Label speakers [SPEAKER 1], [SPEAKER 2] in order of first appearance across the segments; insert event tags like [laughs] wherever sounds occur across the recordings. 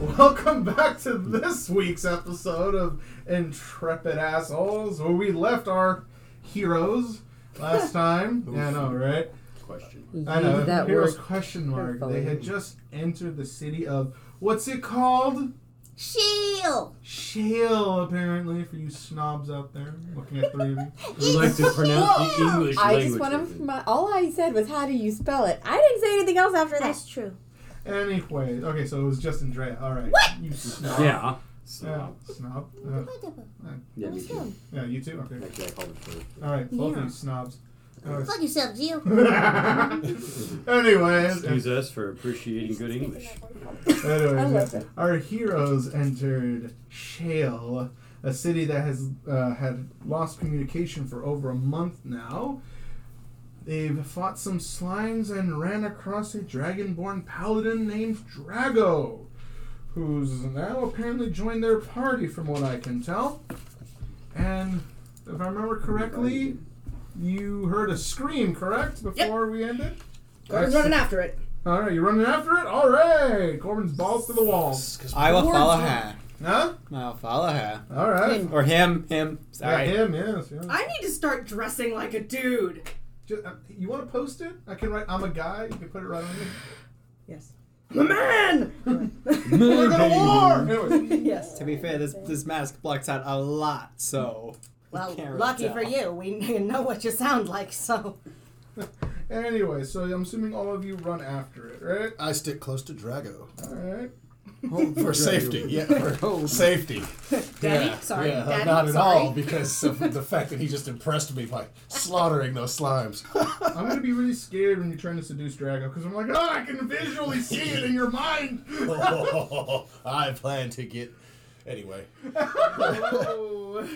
[SPEAKER 1] Welcome back to this week's episode of Intrepid Assholes, where we left our heroes
[SPEAKER 2] [laughs]
[SPEAKER 1] last time. yeah, I know, right?
[SPEAKER 2] You
[SPEAKER 3] Question.
[SPEAKER 1] I know.
[SPEAKER 2] use that
[SPEAKER 1] heroes
[SPEAKER 2] word.
[SPEAKER 1] question mark. They had
[SPEAKER 2] carefully.
[SPEAKER 1] just entered the city of what's it called?
[SPEAKER 4] Shield.
[SPEAKER 1] Shale, apparently, for you snobs out there. Looking at three of
[SPEAKER 2] [laughs]
[SPEAKER 1] you.
[SPEAKER 3] We like to pronounce the English
[SPEAKER 2] I
[SPEAKER 3] language.
[SPEAKER 2] just want
[SPEAKER 3] with
[SPEAKER 2] to.
[SPEAKER 3] it.
[SPEAKER 2] My, all I said was, "How do you spell it?" I didn't say anything else after that.
[SPEAKER 4] That's true.
[SPEAKER 1] Anyway, okay, so it was just Andrea. All right. You snob.
[SPEAKER 3] Yeah.
[SPEAKER 1] Yeah,
[SPEAKER 3] So,
[SPEAKER 1] snob. Uh,
[SPEAKER 3] yeah, me
[SPEAKER 4] Let's go.
[SPEAKER 3] too.
[SPEAKER 1] yeah, you too? Okay.
[SPEAKER 3] Actually, I called it first.
[SPEAKER 1] All right, both of
[SPEAKER 2] Yeah.
[SPEAKER 1] you
[SPEAKER 2] [laughs]
[SPEAKER 1] snobs. Uh,
[SPEAKER 4] Fuck
[SPEAKER 1] [laughs]
[SPEAKER 4] yourself, Gio.
[SPEAKER 1] Anyways,
[SPEAKER 3] Excuse us for appreciating good English.
[SPEAKER 2] I love
[SPEAKER 1] anyways
[SPEAKER 2] it.
[SPEAKER 1] our heroes entered Shale, a city that has uh, had lost communication for over a month now. They've fought some slimes and ran across a dragonborn paladin named Drago, who's now apparently joined their party, from what I can tell. And if I remember correctly, you heard a scream, correct, before we ended?
[SPEAKER 5] Gordon's running after it.
[SPEAKER 1] All right, you running after it? All right, Corbin's balls to the wall.
[SPEAKER 6] I will follow her.
[SPEAKER 1] Huh?
[SPEAKER 6] I'll follow her.
[SPEAKER 1] All right.
[SPEAKER 6] Or him, him.
[SPEAKER 1] Yeah,
[SPEAKER 6] Sorry.
[SPEAKER 1] him, yes, yes.
[SPEAKER 5] I need to start dressing like a dude.
[SPEAKER 1] Ju- uh, you want to post it? I can write. I'm a guy. You can put it right on me.
[SPEAKER 5] Yes. The man.
[SPEAKER 1] [laughs] We're gonna war.
[SPEAKER 5] [laughs]
[SPEAKER 1] Anyway,
[SPEAKER 5] yes.
[SPEAKER 6] To be fair, this this mask blocks out a lot, so.
[SPEAKER 5] Well,
[SPEAKER 6] Can't really
[SPEAKER 5] lucky
[SPEAKER 6] tell.
[SPEAKER 5] for you, we [laughs] know what you sound like. So
[SPEAKER 1] anyway, so I'm assuming all of you run after it, right?
[SPEAKER 7] I stick close to Drago [laughs]
[SPEAKER 1] All right.
[SPEAKER 7] for safety. Yeah, Oh, [laughs] for safety.
[SPEAKER 5] Daddy?
[SPEAKER 7] yeah,
[SPEAKER 5] Sorry,
[SPEAKER 7] yeah, uh,
[SPEAKER 5] Daddy?
[SPEAKER 7] not at
[SPEAKER 5] Sorry.
[SPEAKER 7] all because of the fact that he just impressed me by slaughtering those [laughs] slimes.
[SPEAKER 1] I'm gonna be really scared when you're trying to seduce Drago because I'm like, oh, I can visually see it in your mind.
[SPEAKER 7] I plan to get anyway.
[SPEAKER 1] oh,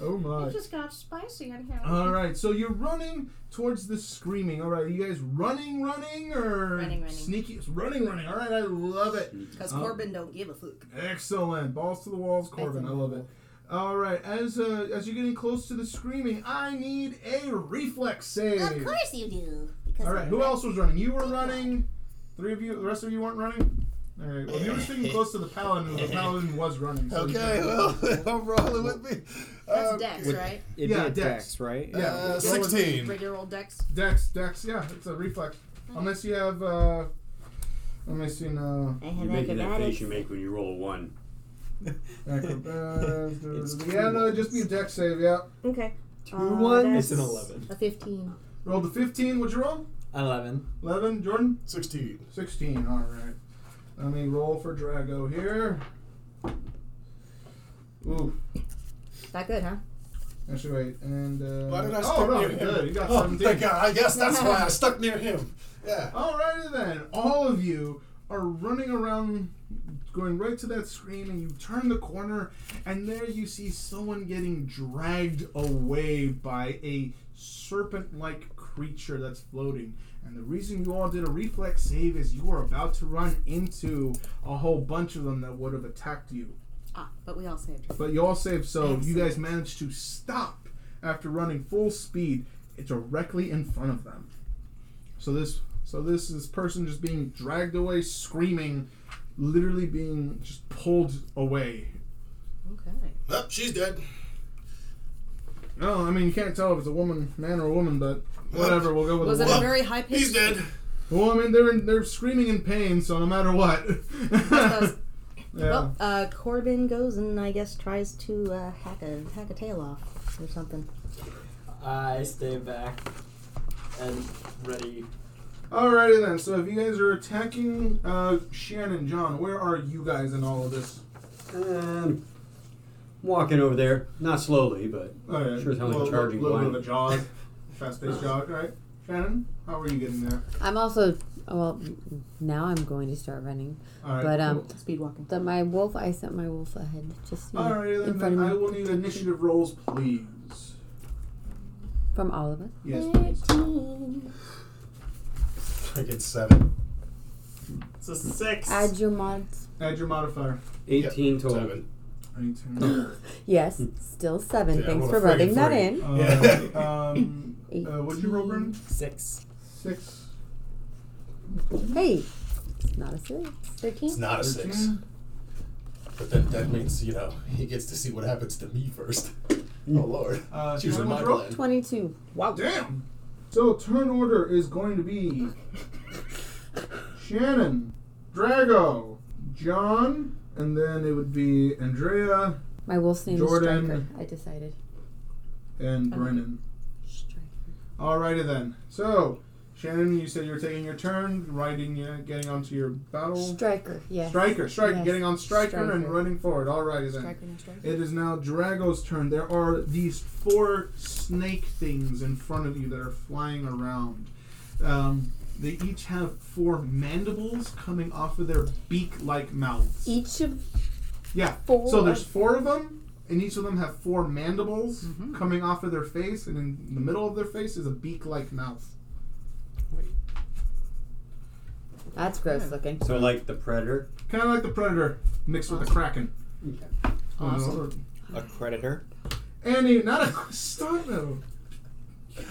[SPEAKER 1] oh my.
[SPEAKER 4] It just got spicy in here.
[SPEAKER 1] All right, so you're running towards the screaming. All right, are you guys running, running, or
[SPEAKER 4] Running, running.
[SPEAKER 1] sneaky? Running, running. All right, I love it.
[SPEAKER 5] because
[SPEAKER 1] Oh.
[SPEAKER 5] Corbin don't give a fuck.
[SPEAKER 1] Excellent. Balls to the walls, Corbin. I love it. All right, as uh, as you're getting close to the screaming, I need a reflex
[SPEAKER 4] Of
[SPEAKER 1] save.
[SPEAKER 4] course you do. Because
[SPEAKER 1] All right, who else was running? You were running. Three of you. The rest of you weren't running. All right. Well, you were sitting close to the paladin. The paladin was running. so you-
[SPEAKER 7] [laughs] Okay, well, I'm rolling with me.
[SPEAKER 4] That's
[SPEAKER 7] Um,
[SPEAKER 4] Dex,
[SPEAKER 6] with-
[SPEAKER 4] right?
[SPEAKER 6] It'd
[SPEAKER 1] Yeah,
[SPEAKER 6] be a
[SPEAKER 1] Dex.
[SPEAKER 6] Dex, right?
[SPEAKER 1] Yeah.
[SPEAKER 7] uh,
[SPEAKER 1] roll with-
[SPEAKER 7] sixteen.
[SPEAKER 4] Regular old Dex.
[SPEAKER 1] Dex, Dex. Yeah, it's a reflex. Unless you have. uh I'm missing uh,
[SPEAKER 4] I
[SPEAKER 3] You're
[SPEAKER 4] have
[SPEAKER 3] making that face
[SPEAKER 4] acrobatics.
[SPEAKER 3] you make when you roll a one.
[SPEAKER 1] acrobatics.
[SPEAKER 6] It's
[SPEAKER 1] yeah, no, just be a dex save. Yeah,
[SPEAKER 4] Okay.
[SPEAKER 6] Two
[SPEAKER 4] Uh,
[SPEAKER 6] one.
[SPEAKER 4] that's
[SPEAKER 6] It's an eleven.
[SPEAKER 4] A 15.
[SPEAKER 1] roll the fifteen. What'd you roll?
[SPEAKER 6] Eleven.
[SPEAKER 1] Eleven. Jordan.
[SPEAKER 7] Sixteen.
[SPEAKER 1] 16, alright. Let me roll for Drago here. Ooh,
[SPEAKER 2] That good, huh?
[SPEAKER 1] actually, wait. And, uh.
[SPEAKER 7] Why did I
[SPEAKER 1] oh,
[SPEAKER 7] stuck
[SPEAKER 1] no,
[SPEAKER 7] near
[SPEAKER 1] you're
[SPEAKER 7] him?
[SPEAKER 1] good. You got
[SPEAKER 7] oh,
[SPEAKER 1] 17.
[SPEAKER 7] thank God. I guess that's why I stuck near him. Yeah.
[SPEAKER 1] Alrighty then. All of you are running around, going right to that screen, and you turn the corner, and there you see someone getting dragged away by a serpent like creature that's floating. And the reason you all did a reflex save is you were about to run into a whole bunch of them that would have attacked you.
[SPEAKER 4] Ah, but we all saved.
[SPEAKER 1] But you all saved, so you guys managed to stop after running full speed directly in front of them. So this, so this is person just being dragged away, screaming, literally being just pulled away.
[SPEAKER 4] Okay.
[SPEAKER 7] Oh, she's dead.
[SPEAKER 1] No, I mean you can't tell if it's a woman, man or a woman, but whatever. We'll go with
[SPEAKER 4] Was
[SPEAKER 1] a
[SPEAKER 4] it a
[SPEAKER 1] woman.
[SPEAKER 4] very high pitch?
[SPEAKER 7] He's dead.
[SPEAKER 1] well, I mean they're in, they're screaming in pain, so no matter what. [laughs]
[SPEAKER 4] Those-
[SPEAKER 1] yeah.
[SPEAKER 4] Well, uh, Corbin goes and I guess tries to uh, hack a hack a tail off or something.
[SPEAKER 6] I stay back and ready.
[SPEAKER 1] Alrighty then. So if you guys are attacking uh, Shannon, John, where are you guys in all of this?
[SPEAKER 3] And walking over there, not slowly, but
[SPEAKER 1] Oh, yeah.
[SPEAKER 3] Sure as hell ain't
[SPEAKER 1] Little-
[SPEAKER 3] charging
[SPEAKER 1] little bit of
[SPEAKER 3] one.
[SPEAKER 1] a
[SPEAKER 3] [laughs]
[SPEAKER 1] jog, fast-paced jog, right? Shannon, how are you getting there?
[SPEAKER 2] I'm also. Well, now I'm going to start running.
[SPEAKER 1] All right.
[SPEAKER 2] But um,
[SPEAKER 5] Speed walking.
[SPEAKER 2] the, my wolf. I sent my wolf ahead. Just you know,
[SPEAKER 1] all right,
[SPEAKER 2] in
[SPEAKER 1] then,
[SPEAKER 2] front
[SPEAKER 1] then
[SPEAKER 2] of
[SPEAKER 1] I
[SPEAKER 2] me.
[SPEAKER 1] will need initiative rolls, please.
[SPEAKER 2] from all of us.
[SPEAKER 1] Yes, please.
[SPEAKER 4] Oh,
[SPEAKER 7] I get seven.
[SPEAKER 6] It's a six.
[SPEAKER 2] Add your mods.
[SPEAKER 1] Add your modifier.
[SPEAKER 3] 18 total.
[SPEAKER 7] Seven.
[SPEAKER 1] Eighteen.
[SPEAKER 2] Yes, still seven.
[SPEAKER 7] Yeah,
[SPEAKER 2] Thanks
[SPEAKER 7] I'm
[SPEAKER 2] for rubbing
[SPEAKER 7] afraid
[SPEAKER 2] that
[SPEAKER 7] for you. [laughs]
[SPEAKER 2] in.
[SPEAKER 1] um, um, uh, what'd you roll, Brendan?
[SPEAKER 6] Six.
[SPEAKER 1] Six.
[SPEAKER 2] Hey, it's not a six.
[SPEAKER 4] Thirteen.
[SPEAKER 7] It's not a six.
[SPEAKER 1] Thirteen?
[SPEAKER 7] But that, that means, you know, [laughs] he gets to see what happens to me first. Oh, Lord.
[SPEAKER 1] Uh,
[SPEAKER 7] Choose
[SPEAKER 1] can I
[SPEAKER 7] my
[SPEAKER 1] roll?
[SPEAKER 7] plan.
[SPEAKER 2] 22.
[SPEAKER 1] Wow, damn! So turn order is going to
[SPEAKER 7] [laughs]
[SPEAKER 1] be Shannon, Drago, John, and then it would be Andrea
[SPEAKER 2] My wolf's name
[SPEAKER 1] Jordan.
[SPEAKER 2] is Striker. I decided.
[SPEAKER 1] and Brennan.
[SPEAKER 2] Striker.
[SPEAKER 1] Alrighty then. So, Shannon, you said you were taking your turn, riding, uh, getting onto your battle.
[SPEAKER 2] Striker, yes.
[SPEAKER 1] Oh. Striker, striker,
[SPEAKER 2] Yes.
[SPEAKER 1] getting on striker, and
[SPEAKER 2] Striker.
[SPEAKER 1] running forward. Alrighty then.
[SPEAKER 4] Striker, no striker.
[SPEAKER 1] It is now Drago's turn. There are these four snake things in front of you that are flying around. Um, they each have four mandibles coming off of their beak-like mouths.
[SPEAKER 2] Each of
[SPEAKER 1] yeah.
[SPEAKER 2] four
[SPEAKER 1] So there's four of them, and each of them have four mandibles
[SPEAKER 2] Mm-hmm.
[SPEAKER 1] coming off of their face, and in the middle of their face is a beak-like mouth.
[SPEAKER 2] That's gross looking.
[SPEAKER 3] So like the predator.
[SPEAKER 1] Kind of like the predator mixed with the kraken. Uh,
[SPEAKER 6] Awesome. A creditor.
[SPEAKER 1] Annie, not a [laughs] stop though.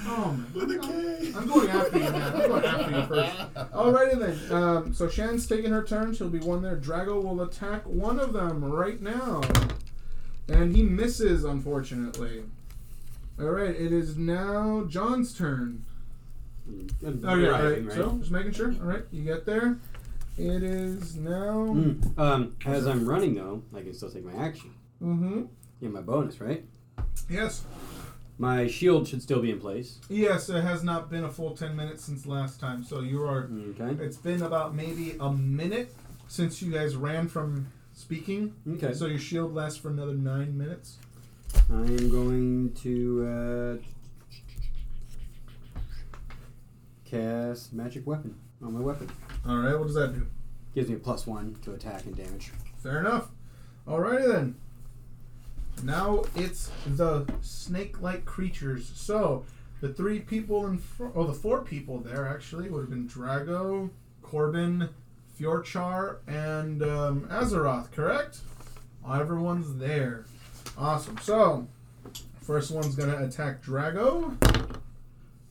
[SPEAKER 1] Oh man.
[SPEAKER 7] With a K.
[SPEAKER 1] I'm going after you, man. I'm going after you first.
[SPEAKER 7] [laughs]
[SPEAKER 1] Alrighty then. Um, so Shan's taking her turn. She'll be one there. Drago will attack one of them right now. And he misses, unfortunately. Alright, it is now John's turn. Oh, yeah,
[SPEAKER 3] Driving,
[SPEAKER 1] right. So, just making sure. Alright, you get there. It is now.
[SPEAKER 3] Mm. Um, as I'm running though, I can still take my action.
[SPEAKER 1] Mm-hmm.
[SPEAKER 3] Yeah, my bonus, right?
[SPEAKER 1] Yes.
[SPEAKER 3] My shield should still be in place.
[SPEAKER 1] Yes, it has not been a full 10 minutes since last time. So you are.
[SPEAKER 3] Okay.
[SPEAKER 1] It's been about maybe a minute since you guys ran from speaking.
[SPEAKER 3] Okay.
[SPEAKER 1] So your shield lasts for another nine minutes.
[SPEAKER 3] I am going to uh, cast magic weapon on my weapon.
[SPEAKER 1] All right, what does that do?
[SPEAKER 3] Gives me a plus one to attack and damage.
[SPEAKER 1] Fair enough. Alrighty then. Now it's the snake-like creatures. So the three people in fr- oh the four people there actually would have been Drago, Corbin, Fjorchar, and um, Azeroth. Correct? Everyone's there. Awesome. So first one's gonna attack Drago.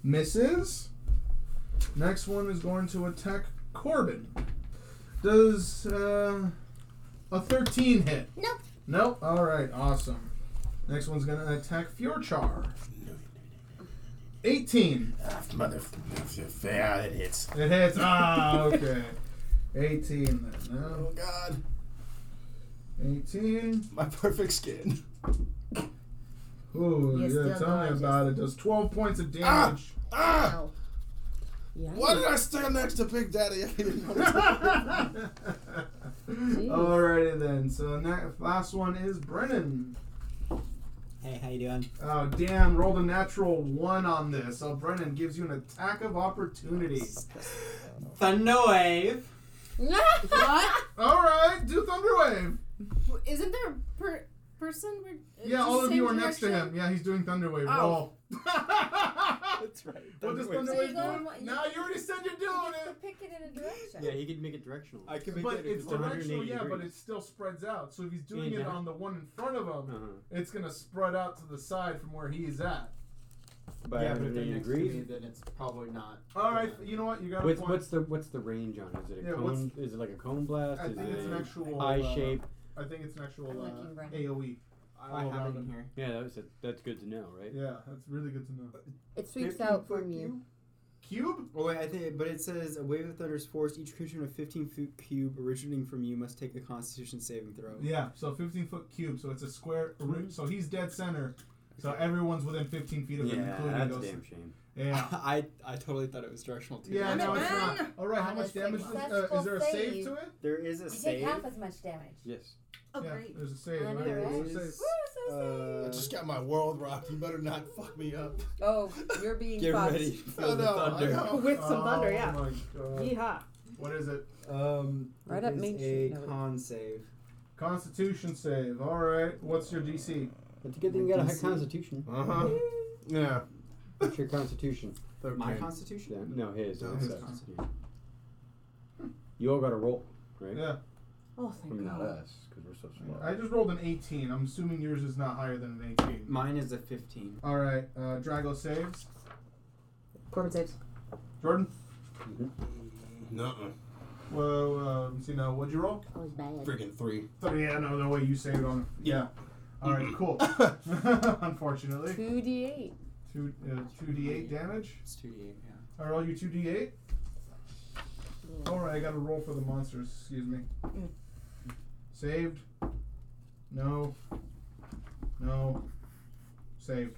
[SPEAKER 1] Misses. Next one is going to attack Corbin. Does uh, a 13 hit?
[SPEAKER 4] Nope.
[SPEAKER 1] Nope. All right. Awesome. Next one's going to attack Fjorchar. 18.
[SPEAKER 7] After mother. Yeah, it hits.
[SPEAKER 1] It hits.
[SPEAKER 4] [laughs]
[SPEAKER 1] Ah, okay. 18 then.
[SPEAKER 7] Oh,
[SPEAKER 1] No.
[SPEAKER 7] God.
[SPEAKER 1] 18.
[SPEAKER 7] My perfect skin.
[SPEAKER 1] Ooh,
[SPEAKER 4] You're
[SPEAKER 1] yeah,
[SPEAKER 4] still
[SPEAKER 1] tell me
[SPEAKER 4] gorgeous.
[SPEAKER 1] about it. Does 12 points of
[SPEAKER 7] Ah!
[SPEAKER 1] damage.
[SPEAKER 7] Ah!
[SPEAKER 4] Ow.
[SPEAKER 2] Yeah. [laughs]
[SPEAKER 7] Why did I stand next to Big Daddy? [laughs] I didn't want to.
[SPEAKER 4] [laughs]
[SPEAKER 1] [laughs] Alrighty then. So next, last one is Brennan.
[SPEAKER 6] Hey, how you doing?
[SPEAKER 1] Oh damn! Rolled a natural one on this. So Brennan gives you an attack of opportunity.
[SPEAKER 6] Thunder wave.
[SPEAKER 5] what?
[SPEAKER 1] All right, do Thunderwave.
[SPEAKER 5] Isn't there a per- person? We're,
[SPEAKER 1] Yeah,
[SPEAKER 5] it's
[SPEAKER 1] all
[SPEAKER 5] the
[SPEAKER 1] of you are
[SPEAKER 5] same
[SPEAKER 1] next to him.
[SPEAKER 5] direction?
[SPEAKER 1] Yeah, he's doing Thunderwave.
[SPEAKER 5] Oh.
[SPEAKER 1] Roll.
[SPEAKER 5] [laughs]
[SPEAKER 1] what
[SPEAKER 6] That's right.
[SPEAKER 1] does
[SPEAKER 5] So you
[SPEAKER 1] Thunderwave
[SPEAKER 5] go in
[SPEAKER 1] do?
[SPEAKER 5] one-
[SPEAKER 1] No, you already said you're doing
[SPEAKER 5] You
[SPEAKER 1] it.
[SPEAKER 5] pick it in a direction.
[SPEAKER 3] Yeah, he could make it directional.
[SPEAKER 6] I can make
[SPEAKER 1] But
[SPEAKER 6] that
[SPEAKER 1] it's
[SPEAKER 6] a-
[SPEAKER 1] directional, yeah, but it
[SPEAKER 3] degrees.
[SPEAKER 1] still spreads out. So if he's doing it
[SPEAKER 3] Yeah.
[SPEAKER 1] on the one in front of him,
[SPEAKER 3] Uh-huh.
[SPEAKER 1] it's gonna spread out to the side from where he's at.
[SPEAKER 3] By
[SPEAKER 6] yeah, but if they're
[SPEAKER 3] 180
[SPEAKER 6] next
[SPEAKER 3] degrees.
[SPEAKER 6] to me, then it's probably not.
[SPEAKER 1] All right, you know what? You got a
[SPEAKER 3] What's,
[SPEAKER 1] point.
[SPEAKER 3] what's the what's the range on? it? Is it a
[SPEAKER 1] Yeah, what's-
[SPEAKER 3] cone? Is it like a cone blast?
[SPEAKER 1] I
[SPEAKER 3] is
[SPEAKER 1] think
[SPEAKER 3] it
[SPEAKER 1] it's an actual
[SPEAKER 3] eye
[SPEAKER 1] uh,
[SPEAKER 3] shape?
[SPEAKER 1] I think it's an actual
[SPEAKER 4] I'm
[SPEAKER 1] uh,
[SPEAKER 4] looking, Brandon.
[SPEAKER 1] AOE.
[SPEAKER 6] I
[SPEAKER 1] All
[SPEAKER 6] have it
[SPEAKER 1] around
[SPEAKER 6] in
[SPEAKER 1] him.
[SPEAKER 6] here.
[SPEAKER 3] Yeah, that's a, that's good to know, right?
[SPEAKER 1] Yeah, that's really good to know.
[SPEAKER 3] Uh,
[SPEAKER 2] It sweeps out from you.
[SPEAKER 1] Cube.
[SPEAKER 6] Oh wait, I think. But it says a wave of thunder is forced. Each creature in a 15 foot cube originating from you must take a Constitution saving throw.
[SPEAKER 1] Yeah, so 15 foot cube, so it's a square
[SPEAKER 4] Mm-hmm.
[SPEAKER 1] root. So he's dead center. So everyone's within 15 feet of him,
[SPEAKER 3] Yeah,
[SPEAKER 1] including
[SPEAKER 3] that's a
[SPEAKER 1] those.
[SPEAKER 3] damn shame.
[SPEAKER 1] Yeah.
[SPEAKER 6] [laughs]
[SPEAKER 3] [laughs]
[SPEAKER 6] I I totally thought it was directional too.
[SPEAKER 1] Yeah,
[SPEAKER 4] Damn
[SPEAKER 1] no,
[SPEAKER 4] it,
[SPEAKER 1] it's not.
[SPEAKER 5] man.
[SPEAKER 1] All right, how
[SPEAKER 4] Not
[SPEAKER 1] much
[SPEAKER 4] a
[SPEAKER 1] damage is, uh,
[SPEAKER 4] successful
[SPEAKER 1] is there a save
[SPEAKER 4] save.
[SPEAKER 1] to it?
[SPEAKER 6] There is a
[SPEAKER 4] You take
[SPEAKER 6] save.
[SPEAKER 4] half as much damage.
[SPEAKER 3] Yes.
[SPEAKER 5] Oh,
[SPEAKER 1] yeah,
[SPEAKER 5] great.
[SPEAKER 1] there's a save.
[SPEAKER 4] I know,
[SPEAKER 1] Right?
[SPEAKER 6] There
[SPEAKER 1] There's a
[SPEAKER 6] is,
[SPEAKER 1] save.
[SPEAKER 6] uh,
[SPEAKER 7] I just got my world rocked. You better not fuck me up.
[SPEAKER 2] Oh, you're being
[SPEAKER 6] get
[SPEAKER 2] fucked.
[SPEAKER 6] [laughs] ready for
[SPEAKER 7] I
[SPEAKER 6] the
[SPEAKER 7] know, I
[SPEAKER 6] thunder.
[SPEAKER 7] know.
[SPEAKER 4] [laughs] With some thunder,
[SPEAKER 1] oh,
[SPEAKER 4] yeah.
[SPEAKER 1] My God.
[SPEAKER 4] Yeehaw.
[SPEAKER 1] What is it?
[SPEAKER 6] Um,
[SPEAKER 2] Right
[SPEAKER 6] it
[SPEAKER 2] up
[SPEAKER 6] is
[SPEAKER 2] Main
[SPEAKER 6] a
[SPEAKER 2] Street, no, wait.
[SPEAKER 6] con save.
[SPEAKER 1] Constitution save. All right. What's your DC?
[SPEAKER 3] That's a good thing you got a high
[SPEAKER 6] DC.
[SPEAKER 3] constitution.
[SPEAKER 7] Uh huh. Yeah.
[SPEAKER 3] What's your
[SPEAKER 1] [laughs]
[SPEAKER 3] constitution?
[SPEAKER 6] My
[SPEAKER 7] Okay.
[SPEAKER 6] Constitution.
[SPEAKER 3] Yeah, no, his.
[SPEAKER 7] No,
[SPEAKER 3] it's
[SPEAKER 7] his
[SPEAKER 3] us.
[SPEAKER 6] constitution.
[SPEAKER 3] You all got a roll, right?
[SPEAKER 1] Yeah.
[SPEAKER 4] Oh,
[SPEAKER 3] I mean,
[SPEAKER 4] thank
[SPEAKER 3] not
[SPEAKER 4] God.
[SPEAKER 3] us, because we're so small.
[SPEAKER 1] I just rolled an 18. I'm assuming yours is not higher than an 18.
[SPEAKER 6] Mine is a 15.
[SPEAKER 1] All right. Uh, Drago saves.
[SPEAKER 4] Corbin saves.
[SPEAKER 1] Jordan?
[SPEAKER 7] Nuh-uh.
[SPEAKER 1] Well, um, so now what'd you roll?
[SPEAKER 4] That was bad.
[SPEAKER 7] Freaking three.
[SPEAKER 1] So, yeah, no, the way you saved on. Yeah. All right, cool. [laughs] Unfortunately,
[SPEAKER 2] Two D eight.
[SPEAKER 1] two uh, two d eight damage.
[SPEAKER 6] It's 2d8, yeah.
[SPEAKER 1] I roll you two d eight. All right, I got to roll for the monsters. Excuse me. Saved. No. No. Saved.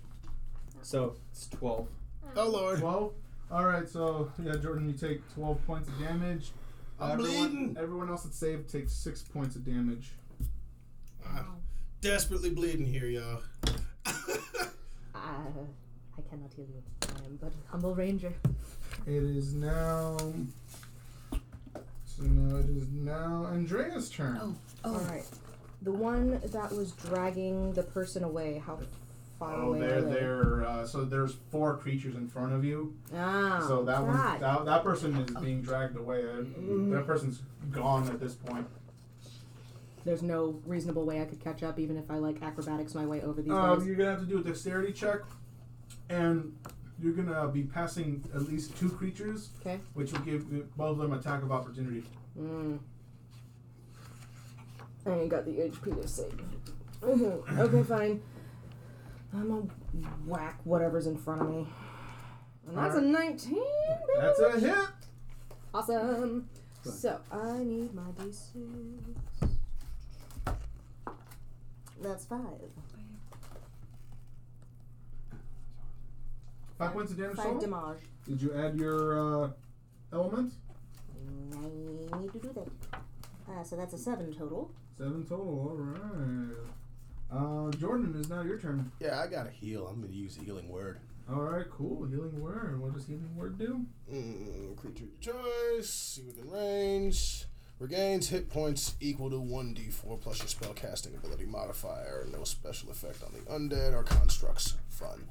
[SPEAKER 6] So it's 12.
[SPEAKER 7] Oh lord.
[SPEAKER 1] Twelve. All right, so yeah, Jordan, you take twelve points of damage.
[SPEAKER 7] I'm
[SPEAKER 1] everyone,
[SPEAKER 7] bleeding.
[SPEAKER 1] Everyone else that's saved takes six points of damage.
[SPEAKER 7] I'm desperately bleeding here, y'all. [laughs]
[SPEAKER 4] Uh, I cannot heal you. I am but a humble ranger.
[SPEAKER 1] It is now. So now it is now Andrea's turn.
[SPEAKER 2] Oh. Oh.
[SPEAKER 4] Alright. The one that was dragging the person away, how far
[SPEAKER 1] Oh,
[SPEAKER 4] away
[SPEAKER 1] they're
[SPEAKER 4] are they?
[SPEAKER 1] they're uh, so there's four creatures in front of you.
[SPEAKER 4] Ah,
[SPEAKER 1] so that one
[SPEAKER 4] God. Oh. Mm-hmm.
[SPEAKER 1] that, that person is being dragged away. Uh, That person's gone at this point.
[SPEAKER 4] There's no reasonable way I could catch up, even if I like acrobatics my way over these
[SPEAKER 1] Um,
[SPEAKER 4] guys.
[SPEAKER 1] you're gonna have to do a dexterity check, and you're gonna be passing at least two creatures,
[SPEAKER 4] 'Kay.
[SPEAKER 1] which will give both of them attack of opportunity.
[SPEAKER 4] Mm. I ain't got the HP to save. Mhm. okay, fine. I'm gonna whack whatever's in front of me. And that's a 19, baby.
[SPEAKER 1] That's a hit.
[SPEAKER 4] Awesome.
[SPEAKER 1] Go ahead.
[SPEAKER 4] So I need my D6. That's five.
[SPEAKER 1] Five points of damage
[SPEAKER 4] Five
[SPEAKER 1] total.
[SPEAKER 4] damage.
[SPEAKER 1] Did you add your uh, element?
[SPEAKER 4] I need to do that. Uh, so that's a seven total.
[SPEAKER 1] Seven total. All right. Uh, Jordan, is now your turn.
[SPEAKER 7] Yeah, I gotta heal. I'm gonna use healing word.
[SPEAKER 1] All right, cool. Healing word. What does healing word do?
[SPEAKER 7] Mm, creature of your choice, see within range. Regains hit points equal to 1d4 plus your spellcasting ability modifier. No special effect on the undead or constructs. Fun.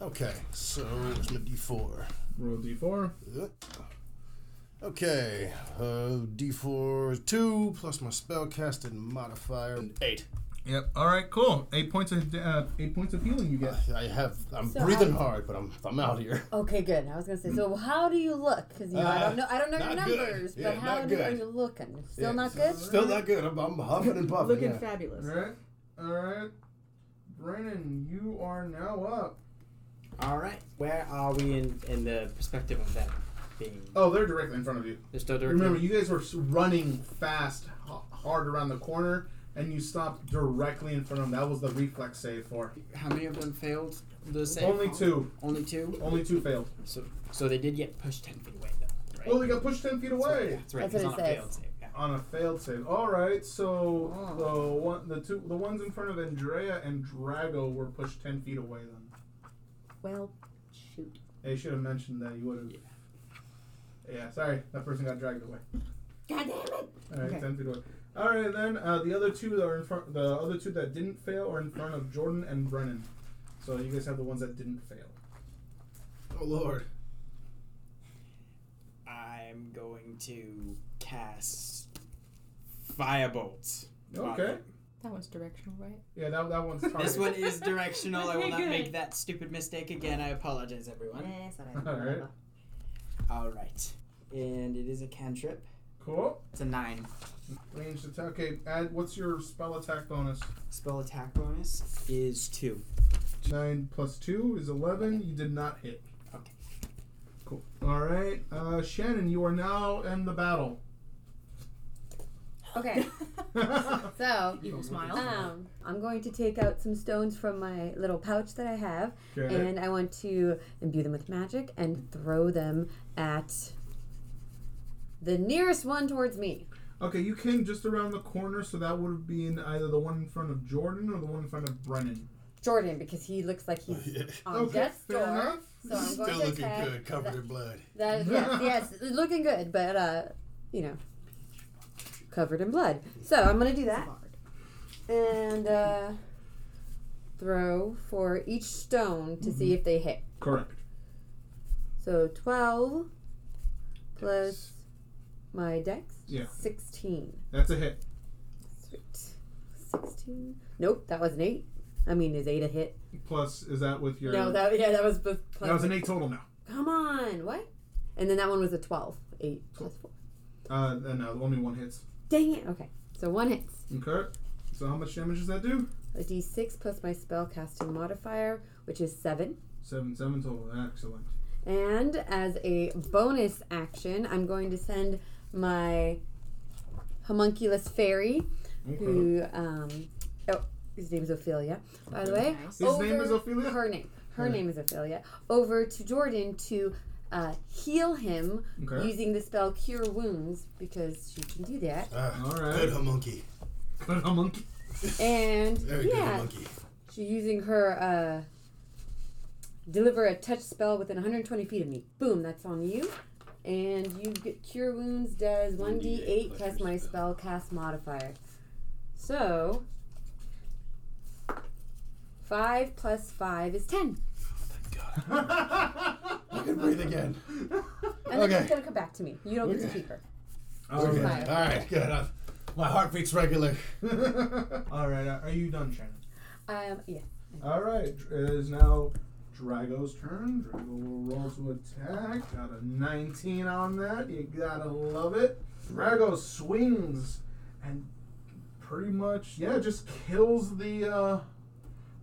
[SPEAKER 7] Okay, so there's my d4.
[SPEAKER 1] Roll d4.
[SPEAKER 7] Okay, uh, d4 is 2 plus my spellcasting modifier. 8.
[SPEAKER 1] Yep. All right, cool. Eight points of uh, eight points of healing you get.
[SPEAKER 7] I have. I'm
[SPEAKER 2] So
[SPEAKER 7] breathing
[SPEAKER 2] how-
[SPEAKER 7] hard, but I'm, I'm out here. [laughs]
[SPEAKER 2] Okay, good. I was gonna say. So, how do you look? Because you know, I
[SPEAKER 7] Uh,
[SPEAKER 2] don't know. I don't know your
[SPEAKER 7] not good.
[SPEAKER 2] numbers,
[SPEAKER 7] Yeah,
[SPEAKER 2] but how
[SPEAKER 7] not
[SPEAKER 2] do, are
[SPEAKER 7] good.
[SPEAKER 2] you looking? Still
[SPEAKER 7] Yeah.
[SPEAKER 2] not good.
[SPEAKER 7] Still not good. I'm, I'm huffing and puffing.
[SPEAKER 4] Looking
[SPEAKER 7] Oh, yeah.
[SPEAKER 1] All
[SPEAKER 4] fabulous.
[SPEAKER 1] right. All right. Brennan, you are now up.
[SPEAKER 6] All right. Where are we in, in the perspective of that being?
[SPEAKER 1] Oh, they're directly in front of you.
[SPEAKER 6] There's no direct.
[SPEAKER 1] Remember, you guys were s- running fast, h- hard around the corner, and you stopped directly in front of them. That was the reflex save for.
[SPEAKER 6] How many of them failed the save?
[SPEAKER 1] Only two.
[SPEAKER 6] Only two.
[SPEAKER 1] Only two failed.
[SPEAKER 6] So so they did get pushed ten feet away though. Right?
[SPEAKER 1] Well, they got pushed ten feet away.
[SPEAKER 6] That's right.
[SPEAKER 2] That's what it
[SPEAKER 6] it's not a
[SPEAKER 2] says.
[SPEAKER 6] failed save. Yeah.
[SPEAKER 1] on a failed save. All right, so the one, the two, the ones in front of Andrea and Drago were pushed ten feet away. Then
[SPEAKER 4] Well, shoot.
[SPEAKER 1] they should have mentioned that. You would have. Yeah. Sorry, that person got dragged away.
[SPEAKER 4] God damn it!
[SPEAKER 1] All right,
[SPEAKER 4] Okay.
[SPEAKER 1] ten feet away. All right, then uh, the other two that are in front, the other two that didn't fail are in front of Jordan and Brennan. So you guys have the ones that didn't fail.
[SPEAKER 7] Oh, Lord.
[SPEAKER 6] I'm going to cast firebolt.
[SPEAKER 1] Okay.
[SPEAKER 4] That one's directional, right?
[SPEAKER 1] Yeah, that, that one's
[SPEAKER 6] This
[SPEAKER 1] target.
[SPEAKER 6] one is
[SPEAKER 2] [laughs]
[SPEAKER 6] directional. I will
[SPEAKER 5] Okay,
[SPEAKER 6] not
[SPEAKER 5] good.
[SPEAKER 6] make that stupid mistake again. I apologize, everyone.
[SPEAKER 4] Yes,
[SPEAKER 1] [laughs] Alright.
[SPEAKER 6] All right. And it is a cantrip.
[SPEAKER 1] Cool.
[SPEAKER 6] It's a nine.
[SPEAKER 1] Ranged attack. Okay, add what's your spell attack bonus?
[SPEAKER 6] Spell attack bonus is two.
[SPEAKER 1] Nine plus two is eleven. You did not hit.
[SPEAKER 6] Okay.
[SPEAKER 1] Cool. All right, uh, Shannon, you are now in the battle. [laughs]
[SPEAKER 2] Okay. So,
[SPEAKER 4] Evil smile.
[SPEAKER 2] um, I'm going to take out some stones from my little pouch that I have,
[SPEAKER 1] okay.
[SPEAKER 2] and I want to imbue them with magic and throw them at the nearest one towards me.
[SPEAKER 1] Okay, you came just around the corner, so that would be in either the one in front of Jordan or the one in front of Brennan.
[SPEAKER 2] Jordan, because he looks like he's
[SPEAKER 7] [laughs]
[SPEAKER 2] on death's
[SPEAKER 1] fair
[SPEAKER 2] door.
[SPEAKER 1] enough.
[SPEAKER 2] So I'm
[SPEAKER 7] Still
[SPEAKER 2] going to
[SPEAKER 7] looking
[SPEAKER 2] attack.
[SPEAKER 7] good, covered in blood. [laughs]
[SPEAKER 2] That, yes, yes, it's looking good, but uh, you know, covered in blood. So I'm gonna do that and uh, throw for each stone to
[SPEAKER 7] Mm-hmm.
[SPEAKER 2] see if they hit.
[SPEAKER 1] Correct.
[SPEAKER 2] So twelve plus my dex,
[SPEAKER 1] Yeah.
[SPEAKER 2] sixteen.
[SPEAKER 1] That's a hit.
[SPEAKER 2] Sweet, sixteen. Nope, that was an eight. I mean, is eight a hit?
[SPEAKER 1] Plus, is that with your?
[SPEAKER 2] No, that yeah, that was plus.
[SPEAKER 1] that was an eight total. Now.
[SPEAKER 2] Come on, what? And then that one was a twelve. Eight plus four.
[SPEAKER 1] Uh, uh, no, only one hits.
[SPEAKER 2] Dang it. Okay. So one hits.
[SPEAKER 1] Okay. So how much damage does that do?
[SPEAKER 2] A d6 plus my spell casting modifier, which is 7.
[SPEAKER 1] Seven, seven total. Excellent.
[SPEAKER 2] And as a bonus action, I'm going to send my homunculus fairy,
[SPEAKER 1] Okay.
[SPEAKER 2] who, um, oh, his name's Ophelia, by the way.
[SPEAKER 1] His name is Ophelia.
[SPEAKER 2] Her name. Her
[SPEAKER 1] Okay.
[SPEAKER 2] name is Ophelia. Over to Jordan to uh, heal him
[SPEAKER 1] Okay.
[SPEAKER 2] using the spell Cure Wounds because she can do that.
[SPEAKER 7] Ah,
[SPEAKER 1] All right.
[SPEAKER 7] Good homunky.
[SPEAKER 1] But a [laughs]
[SPEAKER 2] [laughs]
[SPEAKER 1] monkey.
[SPEAKER 2] And
[SPEAKER 7] Very
[SPEAKER 2] yeah,
[SPEAKER 7] good homunky.
[SPEAKER 2] She's using her uh, deliver a touch spell within 120 feet of me. Boom, that's on you. And you get cure wounds does 1d8 plus my spell cast modifier. So 5 plus 5 is 10.
[SPEAKER 7] I can breathe again.
[SPEAKER 2] And then
[SPEAKER 7] Okay.
[SPEAKER 2] she's going to come back to me. You don't get to
[SPEAKER 7] Okay.
[SPEAKER 2] keep her.
[SPEAKER 7] Okay.
[SPEAKER 2] Fire.
[SPEAKER 7] All right. Good. Uh, my heart beats regular.
[SPEAKER 1] All right. uh, Are you done, Shannon?
[SPEAKER 2] Um, yeah.
[SPEAKER 1] [laughs] All right. It is now Drago's turn. Drago will roll to attack. Got a 19 on that. You gotta love it. Drago swings and pretty much, yeah, just kills the uh,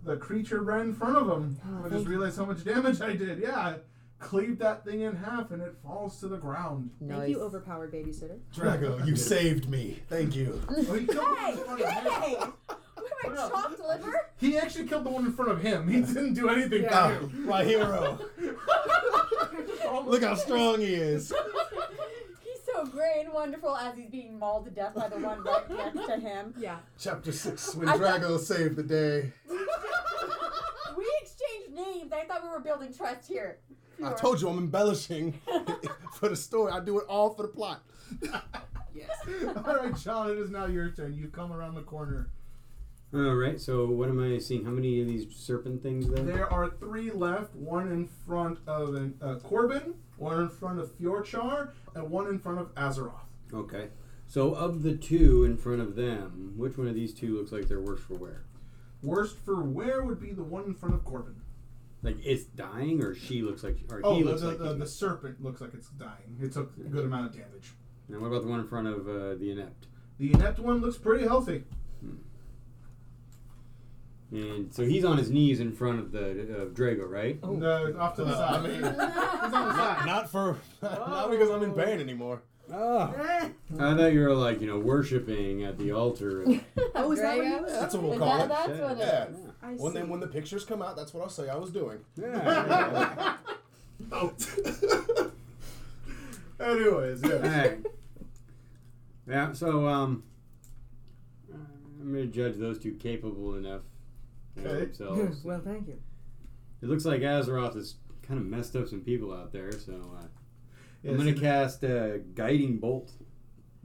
[SPEAKER 1] the creature right in front of him. I just realized how much damage I did. Yeah, I cleaved that thing in half and it falls to the
[SPEAKER 2] [laughs]
[SPEAKER 1] ground.
[SPEAKER 4] Thank
[SPEAKER 2] Nice.
[SPEAKER 4] you,
[SPEAKER 7] [laughs]
[SPEAKER 4] overpowered babysitter.
[SPEAKER 7] Drago, you saved me. Thank you.
[SPEAKER 1] Oh, he killed the one in front of him.
[SPEAKER 2] Hey!
[SPEAKER 1] What
[SPEAKER 2] What
[SPEAKER 1] up?
[SPEAKER 2] am I, chopped liver?
[SPEAKER 1] He actually killed the one in front of him. He didn't do anything
[SPEAKER 7] Ah, [laughs]
[SPEAKER 1] to you.
[SPEAKER 7] my hero. Look how strong he is.
[SPEAKER 2] He's so great and wonderful as he's being mauled to death by the one right next to him.
[SPEAKER 4] Yeah.
[SPEAKER 7] Chapter 6 When
[SPEAKER 2] I thought-
[SPEAKER 7] Drago saved the day.
[SPEAKER 2] We exchanged [laughs] names. I thought we were building trust here.
[SPEAKER 7] I told you I'm embellishing [laughs] for the story. I do it all for the plot.
[SPEAKER 1] [laughs] All right, John, it is now your turn. You come around the corner.
[SPEAKER 3] All right. So what am I seeing? How many of these serpent things there?
[SPEAKER 1] There are three left one in front of an, uh, Corbin, one in front of Fjorchar, and one in front of Azeroth.
[SPEAKER 3] Okay. So of the two in front of them, which one of these two looks like they're worse for wear?
[SPEAKER 1] Worst for where would be the one in front of Corbin.
[SPEAKER 3] Like it's dying, or she looks like, or
[SPEAKER 1] Oh,
[SPEAKER 3] he
[SPEAKER 1] the,
[SPEAKER 3] looks
[SPEAKER 1] the,
[SPEAKER 3] like.
[SPEAKER 1] the,
[SPEAKER 3] he-
[SPEAKER 1] the serpent looks like it's dying. It took a good amount of damage.
[SPEAKER 3] Now, what about the one in front of uh, the inept?
[SPEAKER 1] The inept one looks pretty healthy.
[SPEAKER 3] And so he's on his knees in front of the of Drago, right?
[SPEAKER 1] No, off to the
[SPEAKER 7] Uh,
[SPEAKER 1] side. [laughs]
[SPEAKER 7] I mean,
[SPEAKER 1] He's on the side.
[SPEAKER 7] not for, [laughs] not because I'm in pain anymore.
[SPEAKER 1] Ah.
[SPEAKER 3] I thought you were like you know worshiping at the
[SPEAKER 2] [laughs]
[SPEAKER 3] altar. and-
[SPEAKER 4] [laughs] Oh, is that what you-
[SPEAKER 7] That's what we'll
[SPEAKER 2] Is
[SPEAKER 7] call
[SPEAKER 2] that-
[SPEAKER 7] it.
[SPEAKER 2] that's what it
[SPEAKER 7] Yeah.
[SPEAKER 2] is.
[SPEAKER 4] I
[SPEAKER 7] When then
[SPEAKER 4] see. [laughs]
[SPEAKER 7] when the pictures come out, that's what I'll say I was doing.
[SPEAKER 3] yeah.
[SPEAKER 7] Oh.
[SPEAKER 1] Anyways, yeah.
[SPEAKER 3] Alright. Yeah, so um, I'm gonna judge those two capable enough. you know,
[SPEAKER 1] Okay. [laughs]
[SPEAKER 3] themselves.
[SPEAKER 4] [laughs] well, thank you.
[SPEAKER 3] It looks like Azeroth has kind of messed up some people out there, so uh, I'm
[SPEAKER 1] Yes,
[SPEAKER 3] gonna
[SPEAKER 1] it-
[SPEAKER 3] cast uh, guiding bolt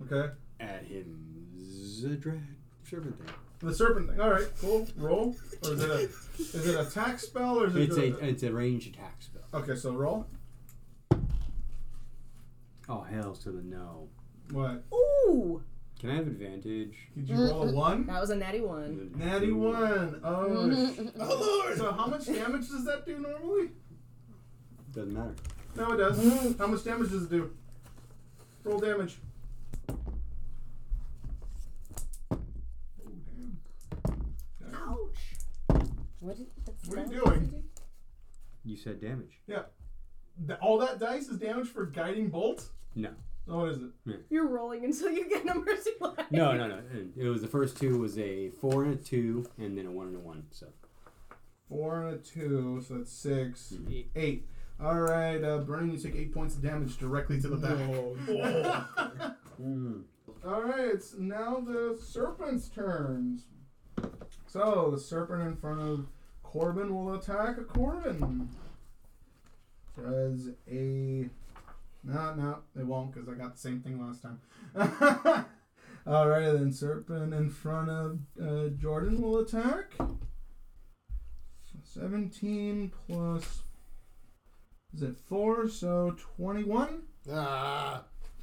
[SPEAKER 1] Okay.
[SPEAKER 3] at him. Zadra- Serpentine.
[SPEAKER 1] The serpent thing. All right, cool. Roll, or is it a is it a attack spell or is it?
[SPEAKER 3] It's a
[SPEAKER 1] a,
[SPEAKER 3] it's a range attack spell.
[SPEAKER 1] okay, so roll.
[SPEAKER 3] Oh hell to the no!
[SPEAKER 1] What?
[SPEAKER 4] Ooh,
[SPEAKER 3] Can I have advantage?
[SPEAKER 1] Did you roll a one?
[SPEAKER 4] that was a natty one.
[SPEAKER 1] Natty one. Oh. sh-
[SPEAKER 7] oh Lord!
[SPEAKER 1] So how much damage does that do normally?
[SPEAKER 3] Doesn't matter.
[SPEAKER 1] No, it does. How much damage does it do? Roll damage. Oh damn!
[SPEAKER 2] What, is, that's
[SPEAKER 1] What are you
[SPEAKER 2] that?
[SPEAKER 1] doing?
[SPEAKER 3] You said damage.
[SPEAKER 1] Th- All that dice is damage for guiding bolt.
[SPEAKER 3] No.
[SPEAKER 1] Oh, what is it?
[SPEAKER 4] You're rolling until you get a mercy line.
[SPEAKER 3] No, no, no. It was the first two was a four and a two, and then a one and a one. So
[SPEAKER 1] Four and a two, so that's six,
[SPEAKER 3] Mhm.
[SPEAKER 1] eight. All right, uh, Burning, you take eight points of damage directly to the back. [laughs] All right, it's now the serpent's turns. So the serpent in front of Corbin will attack a Corbin. Does a no, no, it won't because I got the same thing last time. [laughs] All right, then serpent in front of uh, Jordan will attack. Seventeen plus is it four? So twenty-one.
[SPEAKER 7] Ah,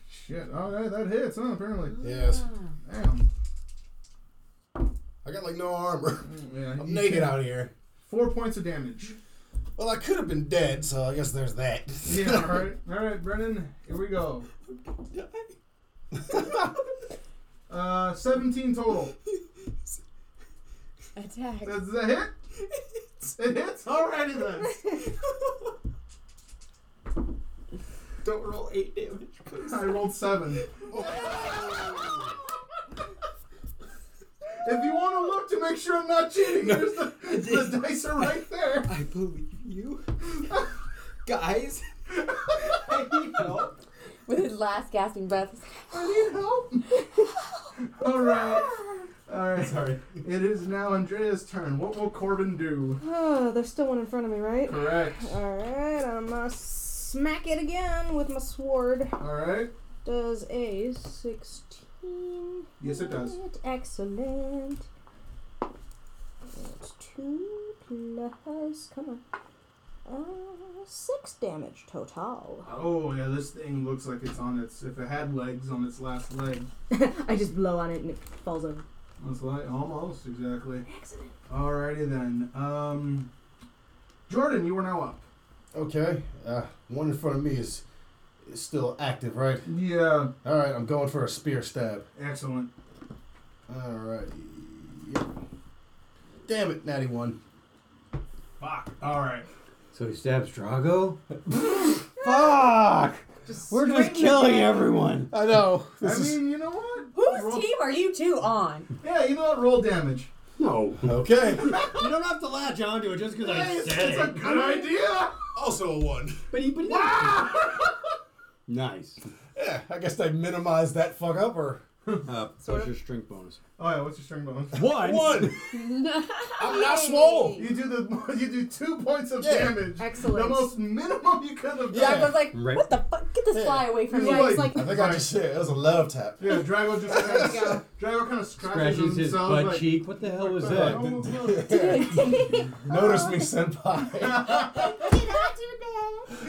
[SPEAKER 1] Shit. All right, that hits, huh? Apparently.
[SPEAKER 7] yes.
[SPEAKER 1] Damn.
[SPEAKER 7] I got like no armor. [laughs]
[SPEAKER 1] Yeah,
[SPEAKER 7] I'm
[SPEAKER 1] you
[SPEAKER 7] naked
[SPEAKER 1] took
[SPEAKER 7] out here.
[SPEAKER 1] Four points of damage.
[SPEAKER 7] Well, I could have been dead, so I guess there's that. [laughs]
[SPEAKER 1] Yeah, all right. All right, Brennan, here we go. Uh, 17 total.
[SPEAKER 2] Attack.
[SPEAKER 1] That's a
[SPEAKER 7] [laughs]
[SPEAKER 1] hit? It hits? Alrighty then.
[SPEAKER 6] [laughs] Don't roll eight damage, please.
[SPEAKER 1] I rolled
[SPEAKER 6] [laughs]
[SPEAKER 1] seven. If you want to look to make sure I'm not cheating,
[SPEAKER 6] No,
[SPEAKER 1] there's the,
[SPEAKER 6] I did.
[SPEAKER 1] the dice are right there.
[SPEAKER 6] I believe you. [laughs] Guys, I need help.
[SPEAKER 2] [laughs] With his last gasping breath.
[SPEAKER 1] I need help. All right. All right.
[SPEAKER 6] Sorry.
[SPEAKER 1] It is now Andrea's turn. What will Corbin do?
[SPEAKER 4] Oh, there's still one in front of me, right?
[SPEAKER 1] Correct.
[SPEAKER 4] Alright, I'm gonna smack it again with my sword.
[SPEAKER 1] All right.
[SPEAKER 4] Does a 16.
[SPEAKER 1] Yes, it does.
[SPEAKER 4] hit? Excellent. That's two plus. Come on. Uh, six damage total. [laughs]
[SPEAKER 1] Oh yeah, this thing looks like it's on its. If it had legs on its last leg,
[SPEAKER 4] I just blow on it and it falls over.
[SPEAKER 1] on its li almost exactly.
[SPEAKER 4] Excellent.
[SPEAKER 1] Alrighty then. Um, Jordan, you are now up.
[SPEAKER 7] Okay. Uh, one in front of me is, is still active, right?
[SPEAKER 1] Yeah.
[SPEAKER 7] All right, I'm going for a spear stab.
[SPEAKER 1] Excellent.
[SPEAKER 7] All right. Yep. Damn it, Natty one.
[SPEAKER 1] Fuck. All right.
[SPEAKER 3] So he stabs Drago?
[SPEAKER 6] Fuck!
[SPEAKER 4] Just
[SPEAKER 6] We're just killing everyone.
[SPEAKER 7] I [laughs] know.
[SPEAKER 1] I mean, you know what?
[SPEAKER 2] Whose
[SPEAKER 1] Roll-
[SPEAKER 2] team are you two on?
[SPEAKER 1] Yeah, you know what? Roll damage.
[SPEAKER 3] No.
[SPEAKER 7] okay.
[SPEAKER 3] you don't have to latch onto it just because
[SPEAKER 1] Hey,
[SPEAKER 3] I
[SPEAKER 1] it's,
[SPEAKER 3] said
[SPEAKER 1] it's a
[SPEAKER 3] it.
[SPEAKER 1] good idea.
[SPEAKER 7] Also a one.
[SPEAKER 3] But he, but he [laughs] Nice.
[SPEAKER 7] Yeah, I guess they minimized that fuck
[SPEAKER 6] [laughs]
[SPEAKER 7] up or
[SPEAKER 3] Uh,
[SPEAKER 4] Sort
[SPEAKER 3] what's
[SPEAKER 4] of.
[SPEAKER 3] your strength bonus?
[SPEAKER 1] Oh yeah, what's your string bonus?
[SPEAKER 3] One.
[SPEAKER 7] one. [laughs] I'm not
[SPEAKER 4] Yay.
[SPEAKER 7] swole.
[SPEAKER 6] [laughs]
[SPEAKER 1] You do the [laughs] you do two points of
[SPEAKER 7] Yeah.
[SPEAKER 1] damage.
[SPEAKER 4] Excellent.
[SPEAKER 1] The most minimum you could have done.
[SPEAKER 2] Yeah, I was like,
[SPEAKER 3] Right.
[SPEAKER 2] what the fuck? Get this fly away from
[SPEAKER 1] He's
[SPEAKER 2] me.
[SPEAKER 1] like-
[SPEAKER 4] like,
[SPEAKER 7] I think I just shit. That was a love tap.
[SPEAKER 6] [laughs]
[SPEAKER 7] [laughs]
[SPEAKER 1] Yeah, Drago just kind
[SPEAKER 4] There you go.
[SPEAKER 1] of, Drago kind of scratches,
[SPEAKER 3] [laughs] Scratches his
[SPEAKER 1] himself.
[SPEAKER 3] butt
[SPEAKER 1] like,
[SPEAKER 3] cheek. What the hell was
[SPEAKER 1] "Oh, [laughs]
[SPEAKER 3] [laughs] that?
[SPEAKER 1] oh, oh."
[SPEAKER 7] Notice me, senpai.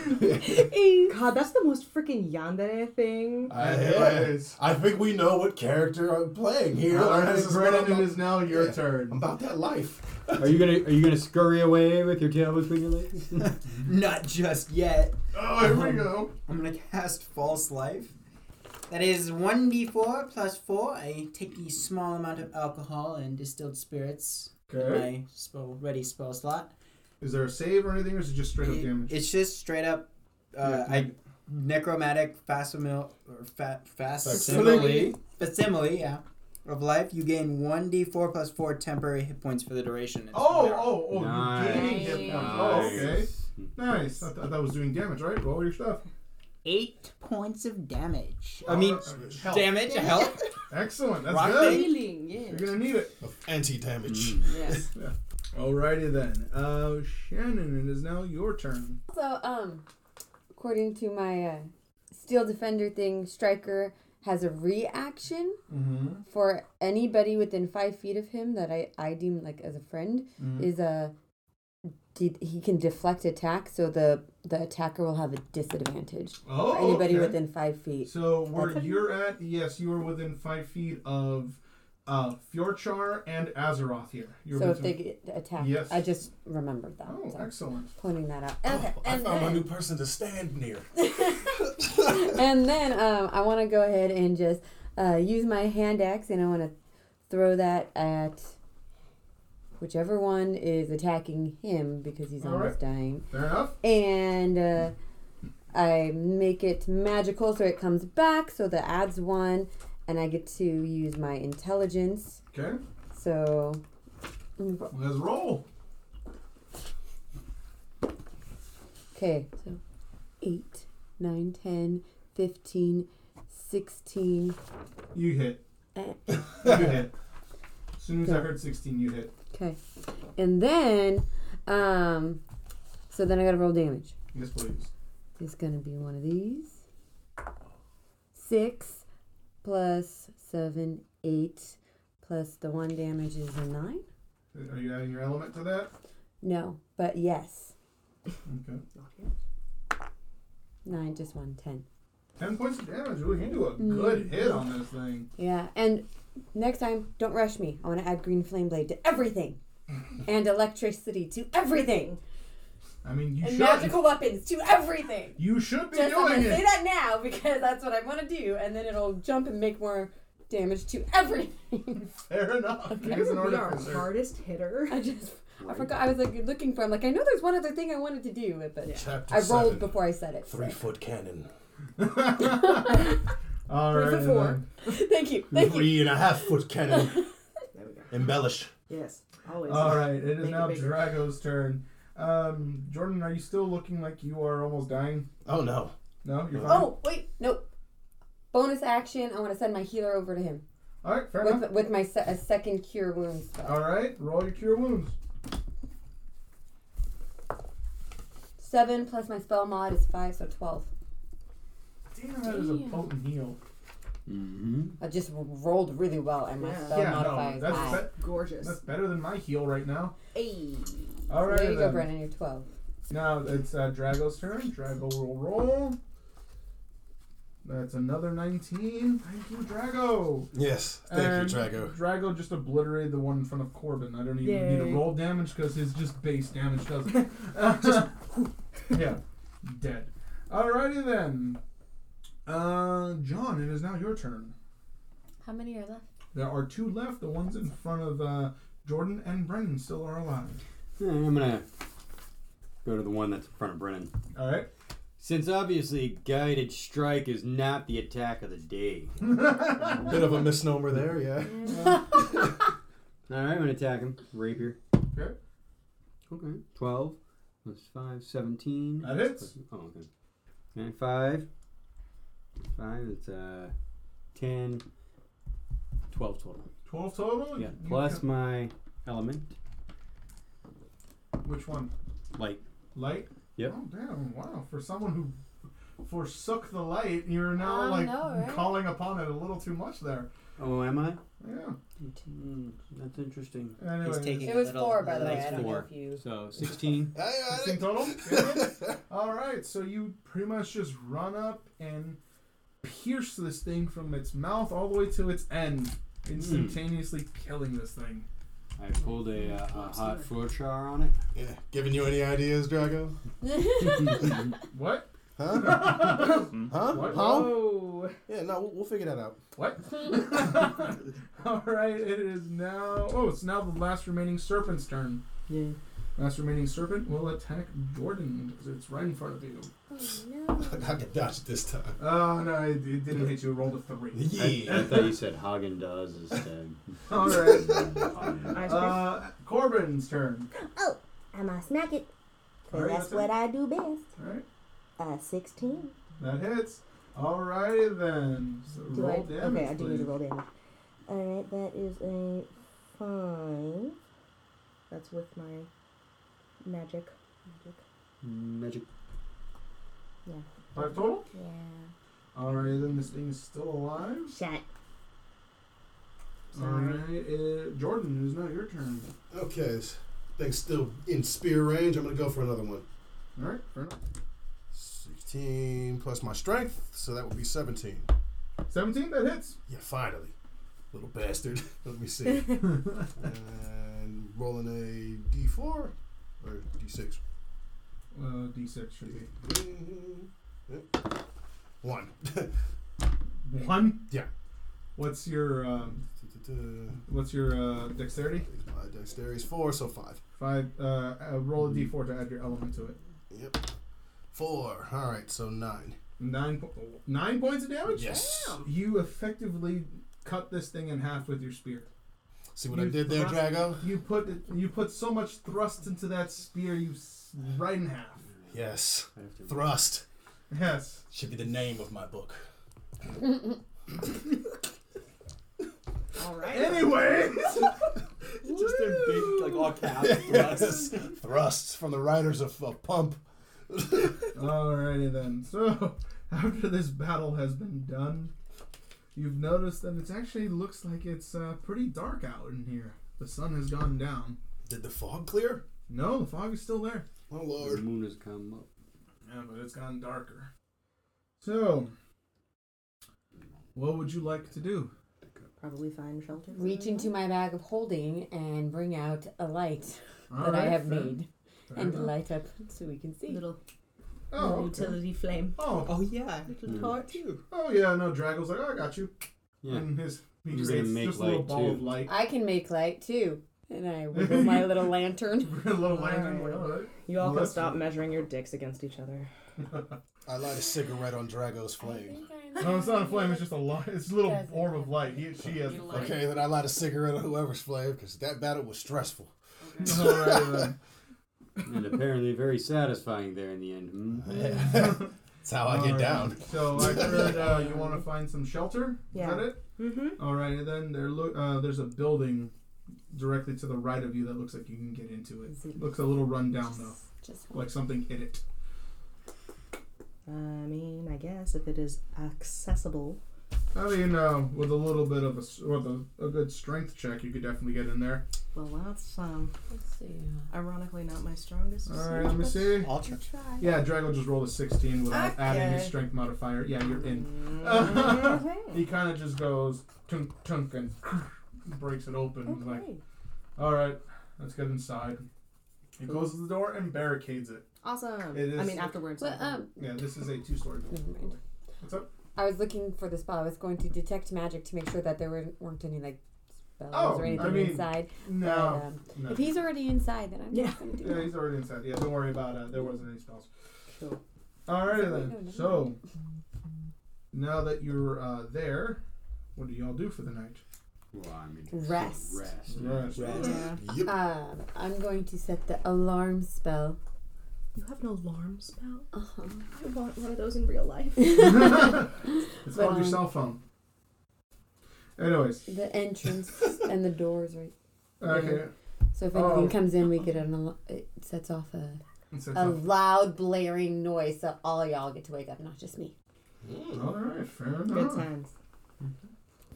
[SPEAKER 4] God, that's the most freaking yandere thing.
[SPEAKER 7] I,
[SPEAKER 1] It is.
[SPEAKER 7] I think we know what character I'm playing here.
[SPEAKER 1] All right,
[SPEAKER 7] This is what
[SPEAKER 1] Brandon,
[SPEAKER 7] I'm
[SPEAKER 1] it is now your
[SPEAKER 7] Yeah. I'm
[SPEAKER 1] turn.
[SPEAKER 7] about that life.
[SPEAKER 3] Are you gonna Are you gonna scurry away with your tail between your [laughs] legs?
[SPEAKER 6] Not just yet.
[SPEAKER 1] Oh, here we go.
[SPEAKER 6] I'm gonna [laughs] cast False Life. That is 1d4 plus 4. I take a small amount of alcohol and distilled spirits in
[SPEAKER 1] Okay.
[SPEAKER 6] my spell, ready spell slot.
[SPEAKER 1] Is there a save or anything, or is it just straight up
[SPEAKER 6] It-
[SPEAKER 1] damage?
[SPEAKER 6] It's just straight up uh,
[SPEAKER 1] Yeah,
[SPEAKER 6] I necromantic facsimile or fa- facsimile
[SPEAKER 7] Facsimile.
[SPEAKER 6] facsimile yeah of life. You gain 1d4 plus 4 temporary hit points for the duration. It's
[SPEAKER 1] Oh,
[SPEAKER 6] there.
[SPEAKER 1] oh, oh!
[SPEAKER 3] Nice.
[SPEAKER 1] You're gaining hit points. Oh, okay. Nice. I thought that was doing damage, right? Roll your stuff.
[SPEAKER 6] 8 points of damage. I
[SPEAKER 1] Oh,
[SPEAKER 6] mean
[SPEAKER 1] Help.
[SPEAKER 6] damage, health.
[SPEAKER 1] Excellent. That's
[SPEAKER 6] Rock
[SPEAKER 1] good.
[SPEAKER 6] baby.
[SPEAKER 4] Healing, yeah.
[SPEAKER 1] You're gonna need it.
[SPEAKER 7] Anti damage.
[SPEAKER 4] Yes.
[SPEAKER 1] [laughs] Alrighty then. Uh, Shannon, it is now your turn.
[SPEAKER 2] So, um, according to my uh, steel defender thing, striker has a reaction
[SPEAKER 1] Mm-hmm.
[SPEAKER 2] for anybody within five feet of him that I, I deem like as a friend
[SPEAKER 1] Mm-hmm.
[SPEAKER 2] is a de- he can deflect attack, so the the attacker will have a disadvantage.
[SPEAKER 1] Oh,
[SPEAKER 2] for anybody
[SPEAKER 1] okay.
[SPEAKER 2] within five feet.
[SPEAKER 1] So where
[SPEAKER 2] That's-
[SPEAKER 1] you're at, yes, you are within five feet of uh, Fjorchar and Azeroth here. You're
[SPEAKER 2] so if
[SPEAKER 1] within-
[SPEAKER 2] they get attacked,
[SPEAKER 1] Yes.
[SPEAKER 2] I just remembered that.
[SPEAKER 1] Oh,
[SPEAKER 2] so
[SPEAKER 1] excellent.
[SPEAKER 2] pointing that out.
[SPEAKER 7] Oh,
[SPEAKER 2] Okay,
[SPEAKER 7] I
[SPEAKER 2] and
[SPEAKER 7] found my
[SPEAKER 2] then-
[SPEAKER 7] new person to stand near.
[SPEAKER 2] and then um, I want to go ahead and just uh, use my hand axe, and I want to throw that at whichever one is attacking him because he's
[SPEAKER 1] All
[SPEAKER 2] almost dying.
[SPEAKER 1] Fair enough.
[SPEAKER 2] And uh, I make it magical, so it comes back. So the adds one, and I get to use my intelligence.
[SPEAKER 1] Okay,
[SPEAKER 2] So
[SPEAKER 1] let's roll.
[SPEAKER 2] Okay, so 8, 9, 10, 15, 16.
[SPEAKER 1] You hit.
[SPEAKER 2] Eh.
[SPEAKER 1] [laughs] you
[SPEAKER 2] [laughs]
[SPEAKER 1] hit. As soon as I heard sixteen, you hit.
[SPEAKER 2] Okay. And then, um, so then I gotta roll damage.
[SPEAKER 1] Yes, please.
[SPEAKER 2] It's gonna be one of these 6 plus 7, 8 plus the 1 damage is a 9?
[SPEAKER 1] Are you adding your element to that?
[SPEAKER 2] No, but yes.
[SPEAKER 1] Okay.
[SPEAKER 2] 9, just 1, 10.
[SPEAKER 1] Ten points of damage. Ooh, you do a
[SPEAKER 2] Mm.
[SPEAKER 1] good hit on this thing.
[SPEAKER 2] Yeah, and next time, don't rush me.
[SPEAKER 1] [laughs]
[SPEAKER 2] I wanna add Green Flame Blade to everything and electricity to everything.
[SPEAKER 1] I mean, you
[SPEAKER 2] and
[SPEAKER 1] should.
[SPEAKER 2] magical weapons to everything.
[SPEAKER 1] You should be
[SPEAKER 2] Just I'm
[SPEAKER 1] doing
[SPEAKER 2] gonna say
[SPEAKER 1] it.
[SPEAKER 2] that now because that's what I want to do, and then it'll jump and make more damage to everything.
[SPEAKER 1] Fair enough. Because an
[SPEAKER 4] we are
[SPEAKER 1] artificer.
[SPEAKER 4] hardest hitter.
[SPEAKER 2] I just I forgot I was like looking for. I'm like I know there's one other thing I wanted to do, but
[SPEAKER 7] Chapter
[SPEAKER 2] I rolled
[SPEAKER 7] seven,
[SPEAKER 2] before I said it. so.
[SPEAKER 7] [laughs] Three foot cannon.
[SPEAKER 1] All
[SPEAKER 4] Three for
[SPEAKER 1] right.
[SPEAKER 4] four.
[SPEAKER 1] then.
[SPEAKER 2] [laughs] Thank you, thank you.
[SPEAKER 7] and a half
[SPEAKER 2] [laughs]
[SPEAKER 7] foot cannon.
[SPEAKER 4] There we go.
[SPEAKER 7] Embellish.
[SPEAKER 4] Yes, always.
[SPEAKER 1] All right. It is
[SPEAKER 4] Make it
[SPEAKER 1] now
[SPEAKER 4] bigger.
[SPEAKER 1] Drago's turn. Um, Jordan, are you still looking like you are almost dying?
[SPEAKER 7] Oh no.
[SPEAKER 1] No, you're fine.
[SPEAKER 2] Oh wait, nope. Bonus action. I want to send my healer over to him
[SPEAKER 1] All right. Fair enough.
[SPEAKER 2] with with my se- a second cure wounds spell.
[SPEAKER 1] All right. Roll your cure wounds.
[SPEAKER 2] Seven plus my spell mod is five, so twelve.
[SPEAKER 1] Damn, that is a potent heal.
[SPEAKER 3] Mm-hmm.
[SPEAKER 2] I just r- rolled really well, and my
[SPEAKER 4] Yeah.
[SPEAKER 2] spell
[SPEAKER 1] yeah,
[SPEAKER 2] modifier
[SPEAKER 1] no,
[SPEAKER 2] is
[SPEAKER 1] that's
[SPEAKER 2] high.
[SPEAKER 1] be-
[SPEAKER 4] Gorgeous.
[SPEAKER 1] that's better than my heal right now.
[SPEAKER 4] Ayy.
[SPEAKER 1] All right.
[SPEAKER 2] there you go,
[SPEAKER 1] then.
[SPEAKER 2] Brennan. You're twelve.
[SPEAKER 1] Now it's uh, Drago's turn. Drago will roll. That's another 19. Thank you, Drago.
[SPEAKER 7] Yes.
[SPEAKER 2] Um,
[SPEAKER 1] And Um, Drago just obliterated the one in front of Corbin. I don't even need to
[SPEAKER 4] Yay.
[SPEAKER 1] roll damage because his just base damage doesn't.
[SPEAKER 2] [laughs]
[SPEAKER 1] just, yeah, dead. Alrighty then. Uh, John, it is now your turn.
[SPEAKER 2] How many are left?
[SPEAKER 1] There are two left. The ones in front of uh, Jordan and Brennan still are alive.
[SPEAKER 3] I'm gonna go to the one that's in front of Brennan.
[SPEAKER 1] All right.
[SPEAKER 3] Since obviously guided strike is not the attack of the day.
[SPEAKER 7] Bit of a misnomer there, yeah.
[SPEAKER 2] Mm.
[SPEAKER 3] All right, I'm gonna attack him. Rapier.
[SPEAKER 1] Okay.
[SPEAKER 3] Okay. Twelve plus five, seventeen.
[SPEAKER 1] That hits.
[SPEAKER 3] Oh, okay. Okay, five. Five. It's uh, ten. Twelve total.
[SPEAKER 1] 12 total?
[SPEAKER 3] Yeah.
[SPEAKER 1] Oh, You
[SPEAKER 3] Plus my element,
[SPEAKER 1] count- Which one?
[SPEAKER 3] light.
[SPEAKER 1] Light?
[SPEAKER 3] Yep.
[SPEAKER 1] Oh damn! Wow, for someone who forsook the light, you're now
[SPEAKER 2] I
[SPEAKER 1] like
[SPEAKER 2] know, right?
[SPEAKER 1] calling upon it a little too much there.
[SPEAKER 3] Oh, am I?
[SPEAKER 1] Yeah. Hmm,
[SPEAKER 3] Mm, that's interesting.
[SPEAKER 1] Anyway,
[SPEAKER 6] He's taking
[SPEAKER 2] It was
[SPEAKER 6] a little
[SPEAKER 2] four, by the way.
[SPEAKER 6] light
[SPEAKER 2] I don't know
[SPEAKER 3] four.
[SPEAKER 2] if you.
[SPEAKER 3] So
[SPEAKER 1] [laughs]
[SPEAKER 3] sixteen.
[SPEAKER 7] I got [laughs]
[SPEAKER 1] total.
[SPEAKER 7] it.
[SPEAKER 1] All right, so you pretty much just run up and pierce this thing from its mouth all the way to its end, instantaneously killing this thing.
[SPEAKER 3] I pulled a, uh, a hot four char on it.
[SPEAKER 7] yeah. Giving you any ideas, Drago?
[SPEAKER 1] [laughs] What?
[SPEAKER 7] Huh?
[SPEAKER 1] [laughs]
[SPEAKER 7] huh?
[SPEAKER 1] What?
[SPEAKER 7] Huh?
[SPEAKER 4] Oh.
[SPEAKER 7] Yeah, no, we'll, we'll figure that [laughs] out.
[SPEAKER 1] What? all right, it is now. Oh, it's now the last remaining serpent's turn.
[SPEAKER 4] Yeah.
[SPEAKER 1] Last remaining serpent will attack Jordan because it's right in front of you.
[SPEAKER 7] I can dodge this time.
[SPEAKER 1] Oh no, it, it didn't hit you. It rolled a three.
[SPEAKER 3] I, I
[SPEAKER 7] Yeah.
[SPEAKER 3] thought you said Hagen does instead.
[SPEAKER 1] [laughs] All
[SPEAKER 3] [laughs]
[SPEAKER 1] right.
[SPEAKER 3] Oh,
[SPEAKER 4] Ice cream.
[SPEAKER 1] Uh, Corbin's turn.
[SPEAKER 8] Oh, I'm gonna smack it. 'cause
[SPEAKER 1] Alright,
[SPEAKER 8] that's
[SPEAKER 1] that's it.
[SPEAKER 8] what I do best.
[SPEAKER 1] All right,
[SPEAKER 8] Uh, 16.
[SPEAKER 1] that hits. All righty then. So
[SPEAKER 8] Do
[SPEAKER 1] roll
[SPEAKER 8] I?
[SPEAKER 1] damage.
[SPEAKER 8] okay, I do need
[SPEAKER 1] please.
[SPEAKER 8] to roll damage. Alright, that is a 5. That's with my magic. Magic.
[SPEAKER 3] Magic.
[SPEAKER 1] Five total.
[SPEAKER 8] Yeah.
[SPEAKER 1] All right, then this thing is still alive.
[SPEAKER 8] Shot.
[SPEAKER 1] All right, uh, Jordan, it is not your turn.
[SPEAKER 7] Okay, this thing's still in spear range. I'm gonna go for another one.
[SPEAKER 1] All right, fair enough.
[SPEAKER 7] 16 plus my strength, so that would be 17.
[SPEAKER 1] Seventeen, that hits.
[SPEAKER 7] Yeah, finally. Little bastard. [laughs] Let me see. and rolling a d4 or d6.
[SPEAKER 1] Uh, D six should be
[SPEAKER 7] One.
[SPEAKER 1] one.
[SPEAKER 7] Yeah.
[SPEAKER 1] What's your um,
[SPEAKER 7] There's
[SPEAKER 1] What's your uh, dexterity?
[SPEAKER 7] my dexterity is four, so five.
[SPEAKER 1] Five. Uh, uh, roll a D four to add your element to it.
[SPEAKER 7] Yep. Four. All right, so nine.
[SPEAKER 1] Nine. Po- nine points of damage.
[SPEAKER 7] Yes.
[SPEAKER 1] You effectively cut this thing in half with your spear.
[SPEAKER 7] See what I
[SPEAKER 1] You
[SPEAKER 7] did there,
[SPEAKER 1] thrust-
[SPEAKER 7] Drago?
[SPEAKER 1] You put it, you put so much thrust into that spear, you s- right in half.
[SPEAKER 7] Yes.
[SPEAKER 3] I have to-
[SPEAKER 7] Thrust
[SPEAKER 1] Yes.
[SPEAKER 7] should be the name of my book.
[SPEAKER 4] All right.
[SPEAKER 1] [laughs] Anyways,
[SPEAKER 6] Just their big, like all caps.
[SPEAKER 7] Yes. Thrusts from the writers of, of Pump. [laughs]
[SPEAKER 1] alrighty then. So after this battle has been done, you've noticed that it actually looks like it's uh, pretty dark out in here. The sun has gone down.
[SPEAKER 7] Did the fog clear?
[SPEAKER 1] No, the fog is still there.
[SPEAKER 7] Oh
[SPEAKER 3] The
[SPEAKER 7] lord.
[SPEAKER 3] moon has come up.
[SPEAKER 1] Yeah, but it's gotten darker. So, what would you like to do?
[SPEAKER 4] Probably find shelter.
[SPEAKER 2] Reach into my bag of holding and bring out a light
[SPEAKER 1] All
[SPEAKER 2] that I
[SPEAKER 1] right,
[SPEAKER 2] have
[SPEAKER 1] fair-
[SPEAKER 2] made. and light up so we can see.
[SPEAKER 9] Little,
[SPEAKER 1] Oh,
[SPEAKER 9] little
[SPEAKER 1] okay.
[SPEAKER 9] utility flame.
[SPEAKER 1] oh,
[SPEAKER 6] Oh yeah, little
[SPEAKER 4] Hmm.
[SPEAKER 3] Mm.
[SPEAKER 6] heart too.
[SPEAKER 1] oh, yeah. No, Draggle's like, oh, I got you.
[SPEAKER 3] Yeah.
[SPEAKER 1] And his he
[SPEAKER 3] He's
[SPEAKER 1] creates
[SPEAKER 3] gonna make
[SPEAKER 1] just a little
[SPEAKER 3] light,
[SPEAKER 1] ball
[SPEAKER 3] too.
[SPEAKER 1] of light. [laughs]
[SPEAKER 2] I can make light too, and I wiggle my little lantern.
[SPEAKER 1] a little light. and
[SPEAKER 4] Alright.
[SPEAKER 1] all right.
[SPEAKER 4] You all
[SPEAKER 1] Well,
[SPEAKER 4] can
[SPEAKER 1] that's
[SPEAKER 4] stop
[SPEAKER 1] fine.
[SPEAKER 4] measuring your dicks against each other.
[SPEAKER 7] I light a cigarette on Drago's
[SPEAKER 5] I
[SPEAKER 2] [laughs]
[SPEAKER 7] flame.
[SPEAKER 5] think I
[SPEAKER 1] [laughs] No, it's not a flame. It's just a light. It's a little
[SPEAKER 5] Doesn't
[SPEAKER 1] orb of light. He, she has.
[SPEAKER 9] You light.
[SPEAKER 7] Okay, then I light a cigarette on whoever's flame because that battle was stressful. [laughs]
[SPEAKER 1] [laughs] All right, then.
[SPEAKER 3] and apparently very satisfying there in the end. Hmm?
[SPEAKER 7] Yeah.
[SPEAKER 2] [laughs]
[SPEAKER 7] [laughs] That's how I
[SPEAKER 1] All
[SPEAKER 7] get
[SPEAKER 1] right.
[SPEAKER 7] down.
[SPEAKER 1] So I heard uh, you want to find some shelter.
[SPEAKER 4] Yeah.
[SPEAKER 1] Is that it?
[SPEAKER 4] Mm-hmm.
[SPEAKER 1] All right, and then there look uh, there's a building directly to the right of you that looks like you can get into it. Looks a little run down though,
[SPEAKER 2] Just
[SPEAKER 1] like something hit it.
[SPEAKER 4] I mean, I guess if it is accessible.
[SPEAKER 1] I mean, uh, with a little bit of a s- with a, a good strength check, you could definitely get in there.
[SPEAKER 4] Well, that's um,
[SPEAKER 2] let's see. uh,
[SPEAKER 4] ironically not my strongest.
[SPEAKER 1] All right, let me see.
[SPEAKER 6] Ultra.
[SPEAKER 1] Yeah, Drago just rolled a 16 without adding his
[SPEAKER 4] Okay.
[SPEAKER 1] strength modifier. Yeah, you're in. [laughs]
[SPEAKER 4] Mm-hmm.
[SPEAKER 1] he kind of just goes tunk tunk and [laughs] breaks it open. He's like, all right, let's get inside. He
[SPEAKER 4] Cool.
[SPEAKER 1] closes the door and barricades it.
[SPEAKER 4] Awesome.
[SPEAKER 1] It
[SPEAKER 4] I
[SPEAKER 1] is-
[SPEAKER 4] mean, afterwards.
[SPEAKER 2] Well, um,
[SPEAKER 1] Yeah, this is a two-story building.
[SPEAKER 2] Never mind.
[SPEAKER 1] What's up?
[SPEAKER 2] I was looking for the spell. I was going to detect magic to make sure that there weren't, weren't any like spells
[SPEAKER 1] Oh,
[SPEAKER 2] or
[SPEAKER 1] I
[SPEAKER 2] anything
[SPEAKER 1] mean,
[SPEAKER 2] inside.
[SPEAKER 1] No.
[SPEAKER 2] But, um,
[SPEAKER 1] no.
[SPEAKER 2] If he's already inside, then I'm
[SPEAKER 4] Yeah.
[SPEAKER 2] just gonna do
[SPEAKER 1] Yeah,
[SPEAKER 2] that.
[SPEAKER 1] he's already inside. Yeah, don't worry about it. There wasn't any spells.
[SPEAKER 4] Cool.
[SPEAKER 1] Alrighty
[SPEAKER 2] So,
[SPEAKER 1] then.
[SPEAKER 2] no, no.
[SPEAKER 1] So, now that you're uh, there, what do y'all do for the
[SPEAKER 2] [laughs]
[SPEAKER 1] night?
[SPEAKER 3] Well, I mean,
[SPEAKER 2] Rest.
[SPEAKER 3] Rest.
[SPEAKER 1] Rest.
[SPEAKER 4] yeah.
[SPEAKER 7] Yep.
[SPEAKER 2] Um, I'm going to set the alarm spell.
[SPEAKER 9] You have an alarm spell?
[SPEAKER 2] Uh-huh.
[SPEAKER 9] I want one of those in real life.
[SPEAKER 1] It's
[SPEAKER 2] But,
[SPEAKER 1] called your
[SPEAKER 2] um,
[SPEAKER 1] cell phone. Anyways,
[SPEAKER 2] The
[SPEAKER 1] [laughs]
[SPEAKER 2] entrance and the doors, right?
[SPEAKER 1] okay.
[SPEAKER 2] So if anything
[SPEAKER 1] Oh.
[SPEAKER 2] comes in, we get an alarm. It sets off a,
[SPEAKER 1] It sets
[SPEAKER 2] a
[SPEAKER 1] off.
[SPEAKER 2] loud, blaring noise so all y'all get to wake up, not just me. Um,
[SPEAKER 1] All right, fair
[SPEAKER 9] [laughs]
[SPEAKER 4] Good
[SPEAKER 1] enough.
[SPEAKER 4] times.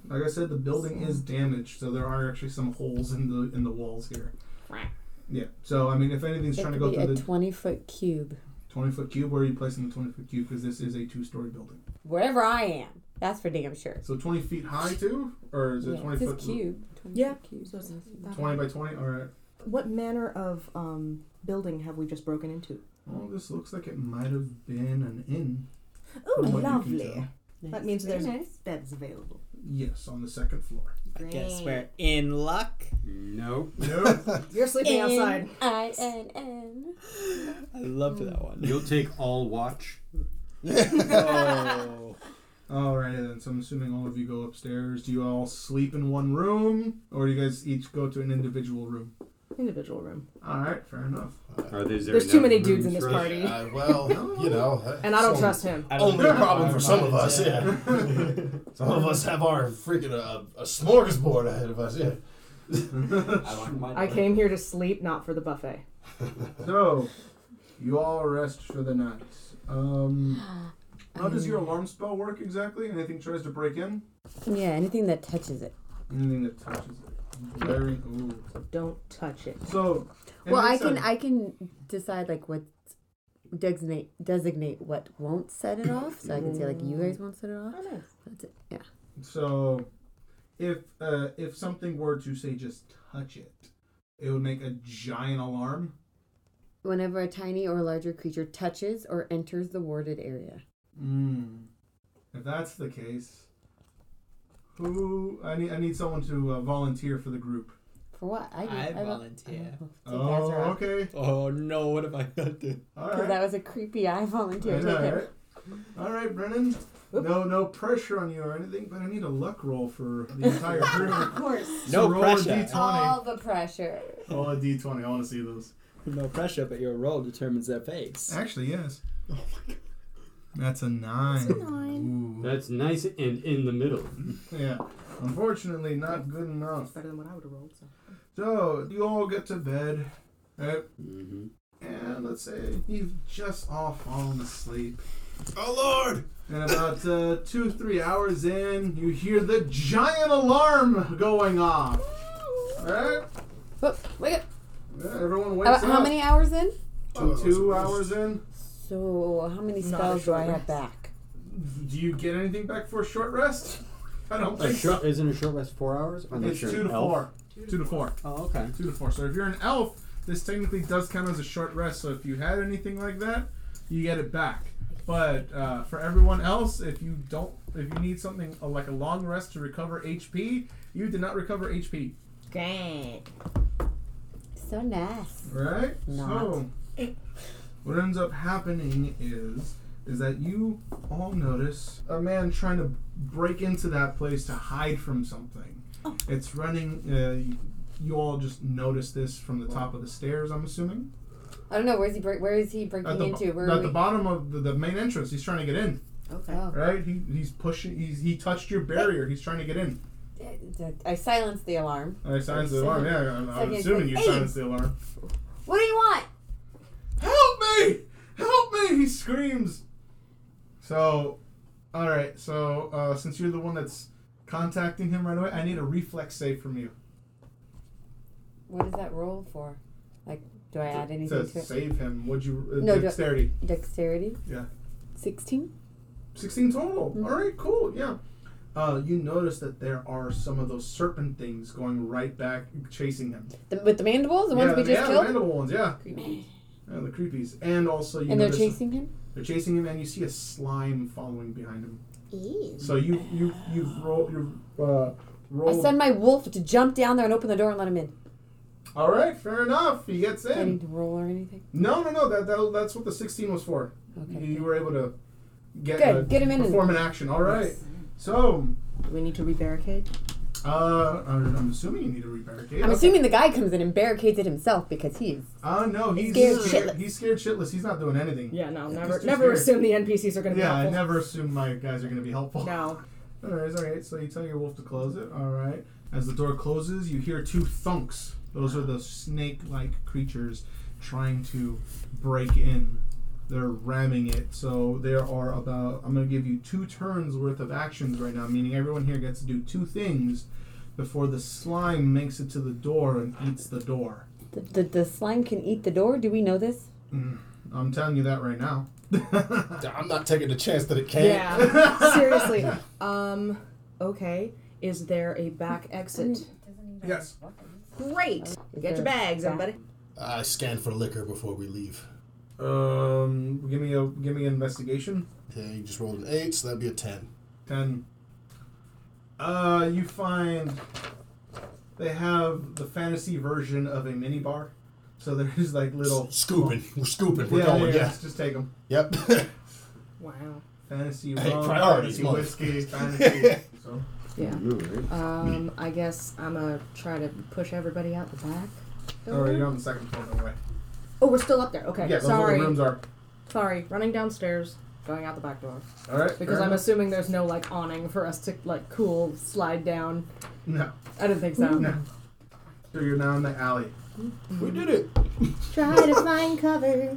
[SPEAKER 1] Like I said, the building is damaged, so there are actually some holes in the in the walls here.
[SPEAKER 4] Right.
[SPEAKER 1] Yeah. So I mean, if anything's
[SPEAKER 2] it
[SPEAKER 1] trying to go
[SPEAKER 2] could be
[SPEAKER 1] through
[SPEAKER 2] a
[SPEAKER 1] the
[SPEAKER 2] 20 foot cube.
[SPEAKER 1] twenty foot cube, where are you placing the twenty foot cube? Because this is a two story building.
[SPEAKER 2] Wherever I am, that's for damn sure.
[SPEAKER 1] So twenty feet high too, or is it
[SPEAKER 2] Yeah,
[SPEAKER 1] twenty
[SPEAKER 2] it's
[SPEAKER 1] foot
[SPEAKER 2] cube. 20
[SPEAKER 4] Yeah.
[SPEAKER 2] foot cube.
[SPEAKER 4] So it's
[SPEAKER 1] Twenty by twenty. All right.
[SPEAKER 4] What manner of um building have we just broken into?
[SPEAKER 1] Well, this looks like it might have been an inn.
[SPEAKER 4] Ooh,
[SPEAKER 1] from what you can
[SPEAKER 4] lovely.
[SPEAKER 1] tell.
[SPEAKER 4] That means
[SPEAKER 2] Very
[SPEAKER 4] there's-
[SPEAKER 2] nice.
[SPEAKER 4] Beds available.
[SPEAKER 1] Yes, on the second floor.
[SPEAKER 6] I guess we're in luck.
[SPEAKER 3] Nope.
[SPEAKER 2] [laughs]
[SPEAKER 1] Nope.
[SPEAKER 4] You're sleeping outside.
[SPEAKER 2] I N N.
[SPEAKER 6] I loved
[SPEAKER 3] [laughs]
[SPEAKER 6] that one.
[SPEAKER 3] You'll take all watch.
[SPEAKER 6] [laughs] oh.
[SPEAKER 1] all right then. So I'm assuming all of you go upstairs. Do you all sleep in one room, or do you guys each go to an individual room?
[SPEAKER 4] Individual room.
[SPEAKER 1] All right, fair enough.
[SPEAKER 3] Are there, is there
[SPEAKER 4] There's too
[SPEAKER 3] enough
[SPEAKER 4] many dudes in
[SPEAKER 3] rooms
[SPEAKER 4] this
[SPEAKER 3] for us?
[SPEAKER 4] party,
[SPEAKER 7] Uh, well, you know. that's
[SPEAKER 4] and I don't
[SPEAKER 7] only-
[SPEAKER 4] trust him.
[SPEAKER 6] I don't
[SPEAKER 7] [laughs] Only a
[SPEAKER 6] know.
[SPEAKER 7] problem for some of us,
[SPEAKER 6] Yeah.
[SPEAKER 7] yeah. [laughs] some of us have our freaking uh, a smorgasbord ahead of us, yeah.
[SPEAKER 3] I like my
[SPEAKER 4] I came here to sleep, not for the buffet.
[SPEAKER 1] So, you all rest for the night. Um, how does your alarm spell work exactly? Anything tries to break in?
[SPEAKER 2] Yeah, anything that touches it.
[SPEAKER 1] Anything that touches it. Very. Ooh.
[SPEAKER 4] Don't touch it.
[SPEAKER 1] So. it
[SPEAKER 2] well, I
[SPEAKER 1] makes
[SPEAKER 2] can
[SPEAKER 1] a-
[SPEAKER 2] I can decide like what designate designate what won't set it off. So I can say like you guys won't set it
[SPEAKER 9] Oh,
[SPEAKER 2] off. That's it. Yeah.
[SPEAKER 1] So, if uh, if something were to say just touch it, it would make a giant alarm.
[SPEAKER 2] Whenever a tiny or larger creature touches or enters the warded area.
[SPEAKER 1] Mm. If that's the case, who I need I need someone to uh, volunteer for the group.
[SPEAKER 2] For what? I,
[SPEAKER 6] I
[SPEAKER 2] vol-
[SPEAKER 6] volunteer.
[SPEAKER 2] Oh, take
[SPEAKER 1] Oh,
[SPEAKER 2] Azra off.
[SPEAKER 1] okay.
[SPEAKER 6] Oh no, what have I done?
[SPEAKER 1] All
[SPEAKER 2] 'Cause
[SPEAKER 1] right.
[SPEAKER 2] that was a creepy I volunteer.
[SPEAKER 1] I
[SPEAKER 2] Take
[SPEAKER 1] know,
[SPEAKER 2] it.
[SPEAKER 1] right? All right, Brennan. No, no pressure on you or anything, but I need a luck roll for [laughs] the entire
[SPEAKER 2] Of
[SPEAKER 1] group.
[SPEAKER 2] course.
[SPEAKER 1] So
[SPEAKER 6] No
[SPEAKER 1] roll
[SPEAKER 6] pressure.
[SPEAKER 1] A D20.
[SPEAKER 2] All the pressure.
[SPEAKER 1] Roll a D20. I want to see those.
[SPEAKER 6] No pressure, but your roll determines their fates.
[SPEAKER 1] Actually, yes. Oh my god. That's a nine. That's a nine.
[SPEAKER 3] That's nice and in the middle.
[SPEAKER 1] Yeah. Unfortunately, not good enough.
[SPEAKER 4] Better than what I would have rolled. So.
[SPEAKER 1] So you all get to bed, right?
[SPEAKER 3] Mm-hmm.
[SPEAKER 1] And let's say you've just all fallen asleep.
[SPEAKER 7] Oh, Lord!
[SPEAKER 1] And about uh, two, three hours in, you hear the giant alarm going off. Right?
[SPEAKER 2] Whoa, wake up.
[SPEAKER 1] Yeah, everyone wakes
[SPEAKER 2] How,
[SPEAKER 1] up.
[SPEAKER 2] how many hours in?
[SPEAKER 1] Two, two hours in.
[SPEAKER 2] So how many
[SPEAKER 4] Not a
[SPEAKER 2] spells do I
[SPEAKER 4] short
[SPEAKER 2] have back?
[SPEAKER 1] Do you get anything back for a short rest? [laughs] I don't
[SPEAKER 3] A
[SPEAKER 1] think so.
[SPEAKER 3] short, isn't a short rest four hours? I'm not
[SPEAKER 1] It's
[SPEAKER 3] sure.
[SPEAKER 1] two to
[SPEAKER 3] Elf?
[SPEAKER 1] four. Two to four.
[SPEAKER 6] Oh, okay.
[SPEAKER 1] Two to four. So if you're an elf, This technically does count as a short rest, so if you had anything like that, you get it back. But uh, for everyone else, if you don't, if you need something uh, like a long rest to recover HP, you did not recover HP.
[SPEAKER 8] Great.
[SPEAKER 2] So nice.
[SPEAKER 1] Right? So
[SPEAKER 2] Not.
[SPEAKER 1] what ends up happening is is that you all notice a man trying to break into that place to hide from something. It's running uh, you all just notice this from the top of the stairs, I'm assuming.
[SPEAKER 2] I don't know. Where's he? Break, where is he breaking
[SPEAKER 1] At the, bo-
[SPEAKER 2] into? Where
[SPEAKER 1] at
[SPEAKER 2] are we?
[SPEAKER 1] the bottom of the, the main entrance, he's trying to get in.
[SPEAKER 2] okay. Oh.
[SPEAKER 1] Right? He, he's pushing. He's he touched your barrier. He's trying to get in.
[SPEAKER 2] I silenced the alarm.
[SPEAKER 1] I silenced the alarm. Yeah, I'm, I'm
[SPEAKER 2] Second,
[SPEAKER 1] assuming you
[SPEAKER 2] eight.
[SPEAKER 1] silenced the alarm.
[SPEAKER 2] What do you want?
[SPEAKER 1] Help me! Help me! He screams. So, all right. So, uh, since you're the one that's contacting him right away, I need a reflex save from you
[SPEAKER 2] What is that roll for? Like, do I add anything
[SPEAKER 1] to
[SPEAKER 2] to, it?
[SPEAKER 1] save him. Would you uh,
[SPEAKER 2] No, do-
[SPEAKER 1] dexterity?
[SPEAKER 2] Dexterity.
[SPEAKER 1] Yeah.
[SPEAKER 2] Sixteen.
[SPEAKER 1] Sixteen total.
[SPEAKER 2] Mm-hmm.
[SPEAKER 1] All right. Cool. Yeah. Uh, you notice that there are some of those serpent things going right back, chasing him.
[SPEAKER 2] The, with the mandibles, the
[SPEAKER 1] yeah,
[SPEAKER 2] ones we
[SPEAKER 1] the-
[SPEAKER 2] just
[SPEAKER 1] yeah,
[SPEAKER 2] killed.
[SPEAKER 1] the mandible ones. Yeah.
[SPEAKER 2] Creepy.
[SPEAKER 1] Yeah, the creepies. And also, you
[SPEAKER 2] and they're
[SPEAKER 1] notice
[SPEAKER 2] chasing him.
[SPEAKER 1] they're chasing him, and you see a slime following behind him.
[SPEAKER 8] Ew.
[SPEAKER 1] So you you you've rolled you've uh,
[SPEAKER 2] I
[SPEAKER 1] rolled.
[SPEAKER 2] send my wolf to jump down there and open the door and let him in.
[SPEAKER 1] All right, fair enough. He gets
[SPEAKER 2] Do I need
[SPEAKER 1] in.
[SPEAKER 2] to roll or anything?
[SPEAKER 1] No, no, no. That, that that's what the sixteen was for. You-
[SPEAKER 2] Okay.
[SPEAKER 1] You were able to get
[SPEAKER 2] Good,
[SPEAKER 1] uh,
[SPEAKER 2] get him in and-
[SPEAKER 1] perform an action. All right. So
[SPEAKER 4] Do we need to rebarricade?
[SPEAKER 1] uh, I'm I'm assuming you need to rebarricade.
[SPEAKER 2] I'm assuming the guy comes in and barricades it himself because he's
[SPEAKER 1] Uh, no, he's
[SPEAKER 2] Scared shitless.
[SPEAKER 1] He's scared shitless. He's not doing anything.
[SPEAKER 4] Yeah, no,
[SPEAKER 1] It's
[SPEAKER 4] never
[SPEAKER 1] just
[SPEAKER 4] never
[SPEAKER 1] here.
[SPEAKER 4] assume the NPCs are gonna
[SPEAKER 1] Yeah, I
[SPEAKER 4] be helpful.
[SPEAKER 1] never assumed my guys are gonna be helpful.
[SPEAKER 2] [laughs]
[SPEAKER 4] No.
[SPEAKER 1] All right, all right. So you tell your wolf to close it. All right. As the door closes, you hear two thunks. Those are the snake-like creatures trying to break in. They're ramming it. So there are about. I'm gonna give you two turns worth of actions right now. Meaning everyone here gets to do two things before the slime makes it to the door and eats the door.
[SPEAKER 2] the, the, the slime can eat the door. Do we know this?
[SPEAKER 1] I'm telling you that right now. [laughs]
[SPEAKER 7] I'm not taking the chance that it can't.
[SPEAKER 4] Yeah. Seriously. Um. Okay. Is there a back exit?
[SPEAKER 1] yes.
[SPEAKER 4] Great. Get your bags, everybody.
[SPEAKER 7] I scan for liquor before we leave.
[SPEAKER 1] Um. Give me a. Give me an investigation.
[SPEAKER 7] Yeah, you just rolled an eight, so that'd be a ten.
[SPEAKER 1] Ten. Uh, you find they have the fantasy version of a mini bar, so there's like little
[SPEAKER 7] Scooping, we're scooping,
[SPEAKER 1] Yeah,
[SPEAKER 7] we're
[SPEAKER 1] yeah,
[SPEAKER 7] going. Yeah.
[SPEAKER 1] just- just take them.
[SPEAKER 7] Yep. [laughs]
[SPEAKER 4] Wow.
[SPEAKER 1] Fantasy
[SPEAKER 7] Hey,
[SPEAKER 1] rum,
[SPEAKER 7] priorities,
[SPEAKER 1] fantasy
[SPEAKER 7] mother. [laughs]
[SPEAKER 1] whiskey, fantasy. so,
[SPEAKER 4] Yeah.
[SPEAKER 3] Ooh,
[SPEAKER 4] Um. I guess I'm gonna try to push everybody out the back.
[SPEAKER 1] all right, you're on the second floor, no way.
[SPEAKER 4] Oh, we're still up there. Okay.
[SPEAKER 1] Oh, Yeah, those are
[SPEAKER 4] Sorry.
[SPEAKER 1] the rooms are.
[SPEAKER 4] Sorry. Running downstairs, going out the back door.
[SPEAKER 1] All right,
[SPEAKER 4] Because
[SPEAKER 1] fair
[SPEAKER 4] I'm
[SPEAKER 1] enough.
[SPEAKER 4] assuming there's no like awning for us to like cool slide down.
[SPEAKER 1] no,
[SPEAKER 4] I don't think so.
[SPEAKER 1] no. So you're now in the alley.
[SPEAKER 7] we did it.
[SPEAKER 2] [laughs]
[SPEAKER 8] Try to find cover.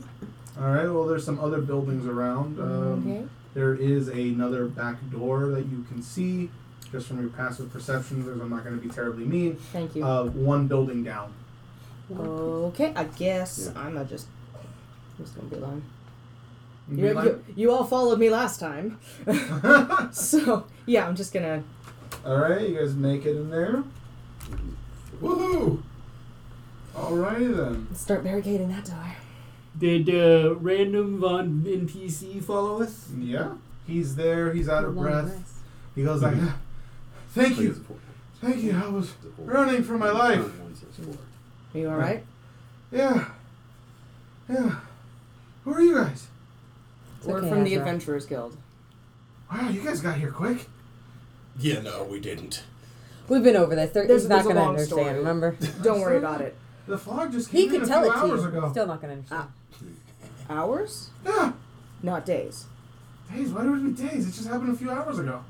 [SPEAKER 1] All right. Well, there's some other buildings around. Um,
[SPEAKER 8] Okay.
[SPEAKER 1] There is another back door that you can see just from your passive perception. Because I'm not going to be terribly mean.
[SPEAKER 4] Thank you.
[SPEAKER 1] Uh, one building down.
[SPEAKER 4] okay. I guess I'm gonna just. I'm just gonna be lying.
[SPEAKER 1] You'd be
[SPEAKER 4] You,
[SPEAKER 1] like-
[SPEAKER 4] you, you all followed me last
[SPEAKER 1] [laughs]
[SPEAKER 4] time. so, yeah, I'm just gonna.
[SPEAKER 1] All right, you guys make it in there. Woohoo! All righty then.
[SPEAKER 4] Start barricading that door.
[SPEAKER 3] Did uh, random von NPC follow us?
[SPEAKER 1] Yeah, he's there. He's out of
[SPEAKER 2] Long
[SPEAKER 1] breath.
[SPEAKER 2] rest.
[SPEAKER 1] He goes like, "Ah, [laughs] "Thank you, thank you. I was running for my life.
[SPEAKER 3] Mm-hmm.
[SPEAKER 4] Are you alright?
[SPEAKER 1] Yeah, yeah. Who are you guys?
[SPEAKER 4] We're
[SPEAKER 2] okay,
[SPEAKER 4] from the
[SPEAKER 2] Ezra.
[SPEAKER 4] Adventurers Guild.
[SPEAKER 1] Wow, you guys got here quick.
[SPEAKER 7] Yeah, no, we didn't.
[SPEAKER 2] We've been over this. They're,
[SPEAKER 4] There's-
[SPEAKER 2] he's not
[SPEAKER 4] there's a
[SPEAKER 2] going to
[SPEAKER 4] long
[SPEAKER 2] understand.
[SPEAKER 1] [laughs]
[SPEAKER 4] story.
[SPEAKER 2] Remember,
[SPEAKER 4] Don't worry about it.
[SPEAKER 1] The fog just came
[SPEAKER 2] he
[SPEAKER 1] in
[SPEAKER 2] could
[SPEAKER 1] a
[SPEAKER 2] tell
[SPEAKER 1] few
[SPEAKER 2] it to
[SPEAKER 1] hours
[SPEAKER 2] you.
[SPEAKER 1] ago.
[SPEAKER 2] Still not going to understand.
[SPEAKER 4] Hours?
[SPEAKER 1] yeah,
[SPEAKER 4] Not days.
[SPEAKER 1] days. Why would it be days? It just happened a few hours ago.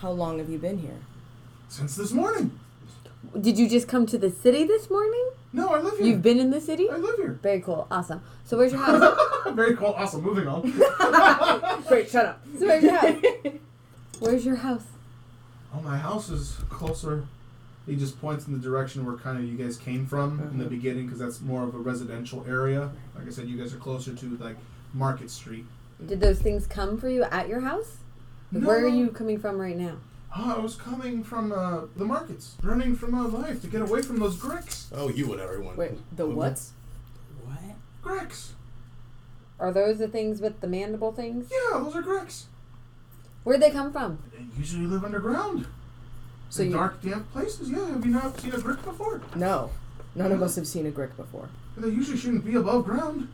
[SPEAKER 4] How long have you been here?
[SPEAKER 1] Since this morning.
[SPEAKER 2] Did you just come to the city this morning?
[SPEAKER 1] No, I live here.
[SPEAKER 2] You've been in the city?
[SPEAKER 1] I live here.
[SPEAKER 2] Very cool. Awesome. So where's your house?
[SPEAKER 1] Very cool. Awesome. Moving on.
[SPEAKER 4] Great, shut up.
[SPEAKER 2] so where's
[SPEAKER 1] [laughs]
[SPEAKER 2] your house? Where's your house?
[SPEAKER 1] Oh, my house is closer. He just points in the direction where kind of you guys came from in the
[SPEAKER 4] Uh-huh.
[SPEAKER 1] beginning, because that's more of a residential area. Like I said, you guys are closer to like Market Street.
[SPEAKER 2] Did those things come for you at your house?
[SPEAKER 1] No.
[SPEAKER 2] Where are you coming from right now?
[SPEAKER 1] Oh, I was coming from uh, the markets, running for my life to get away from those Greeks.
[SPEAKER 7] Oh, you and everyone.
[SPEAKER 4] Wait, the what's?
[SPEAKER 6] What?
[SPEAKER 1] Greeks.
[SPEAKER 2] Are those the things with the mandible things?
[SPEAKER 1] Yeah, those are Greeks.
[SPEAKER 2] Where'd they come from?
[SPEAKER 1] They usually live underground.
[SPEAKER 4] So
[SPEAKER 1] in
[SPEAKER 4] you
[SPEAKER 1] dark, damp places. Yeah, have you not seen a Greek before?
[SPEAKER 4] no, none of us have seen a Grick before.
[SPEAKER 1] They usually shouldn't be above ground.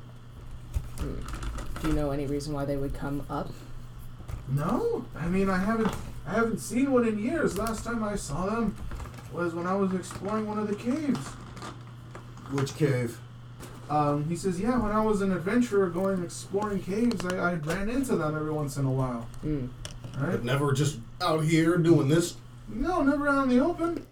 [SPEAKER 4] Do you know any reason why they would come up?
[SPEAKER 1] No, I mean I haven't, I haven't seen one in years. Last time I saw them was when I was exploring one of the caves.
[SPEAKER 6] Which cave?
[SPEAKER 1] Um, he says, yeah, when I was an adventurer going exploring caves, I, I ran into them every once in a while.
[SPEAKER 4] Mm.
[SPEAKER 1] Right?
[SPEAKER 7] But never just out here doing this.
[SPEAKER 1] No, never out in the open.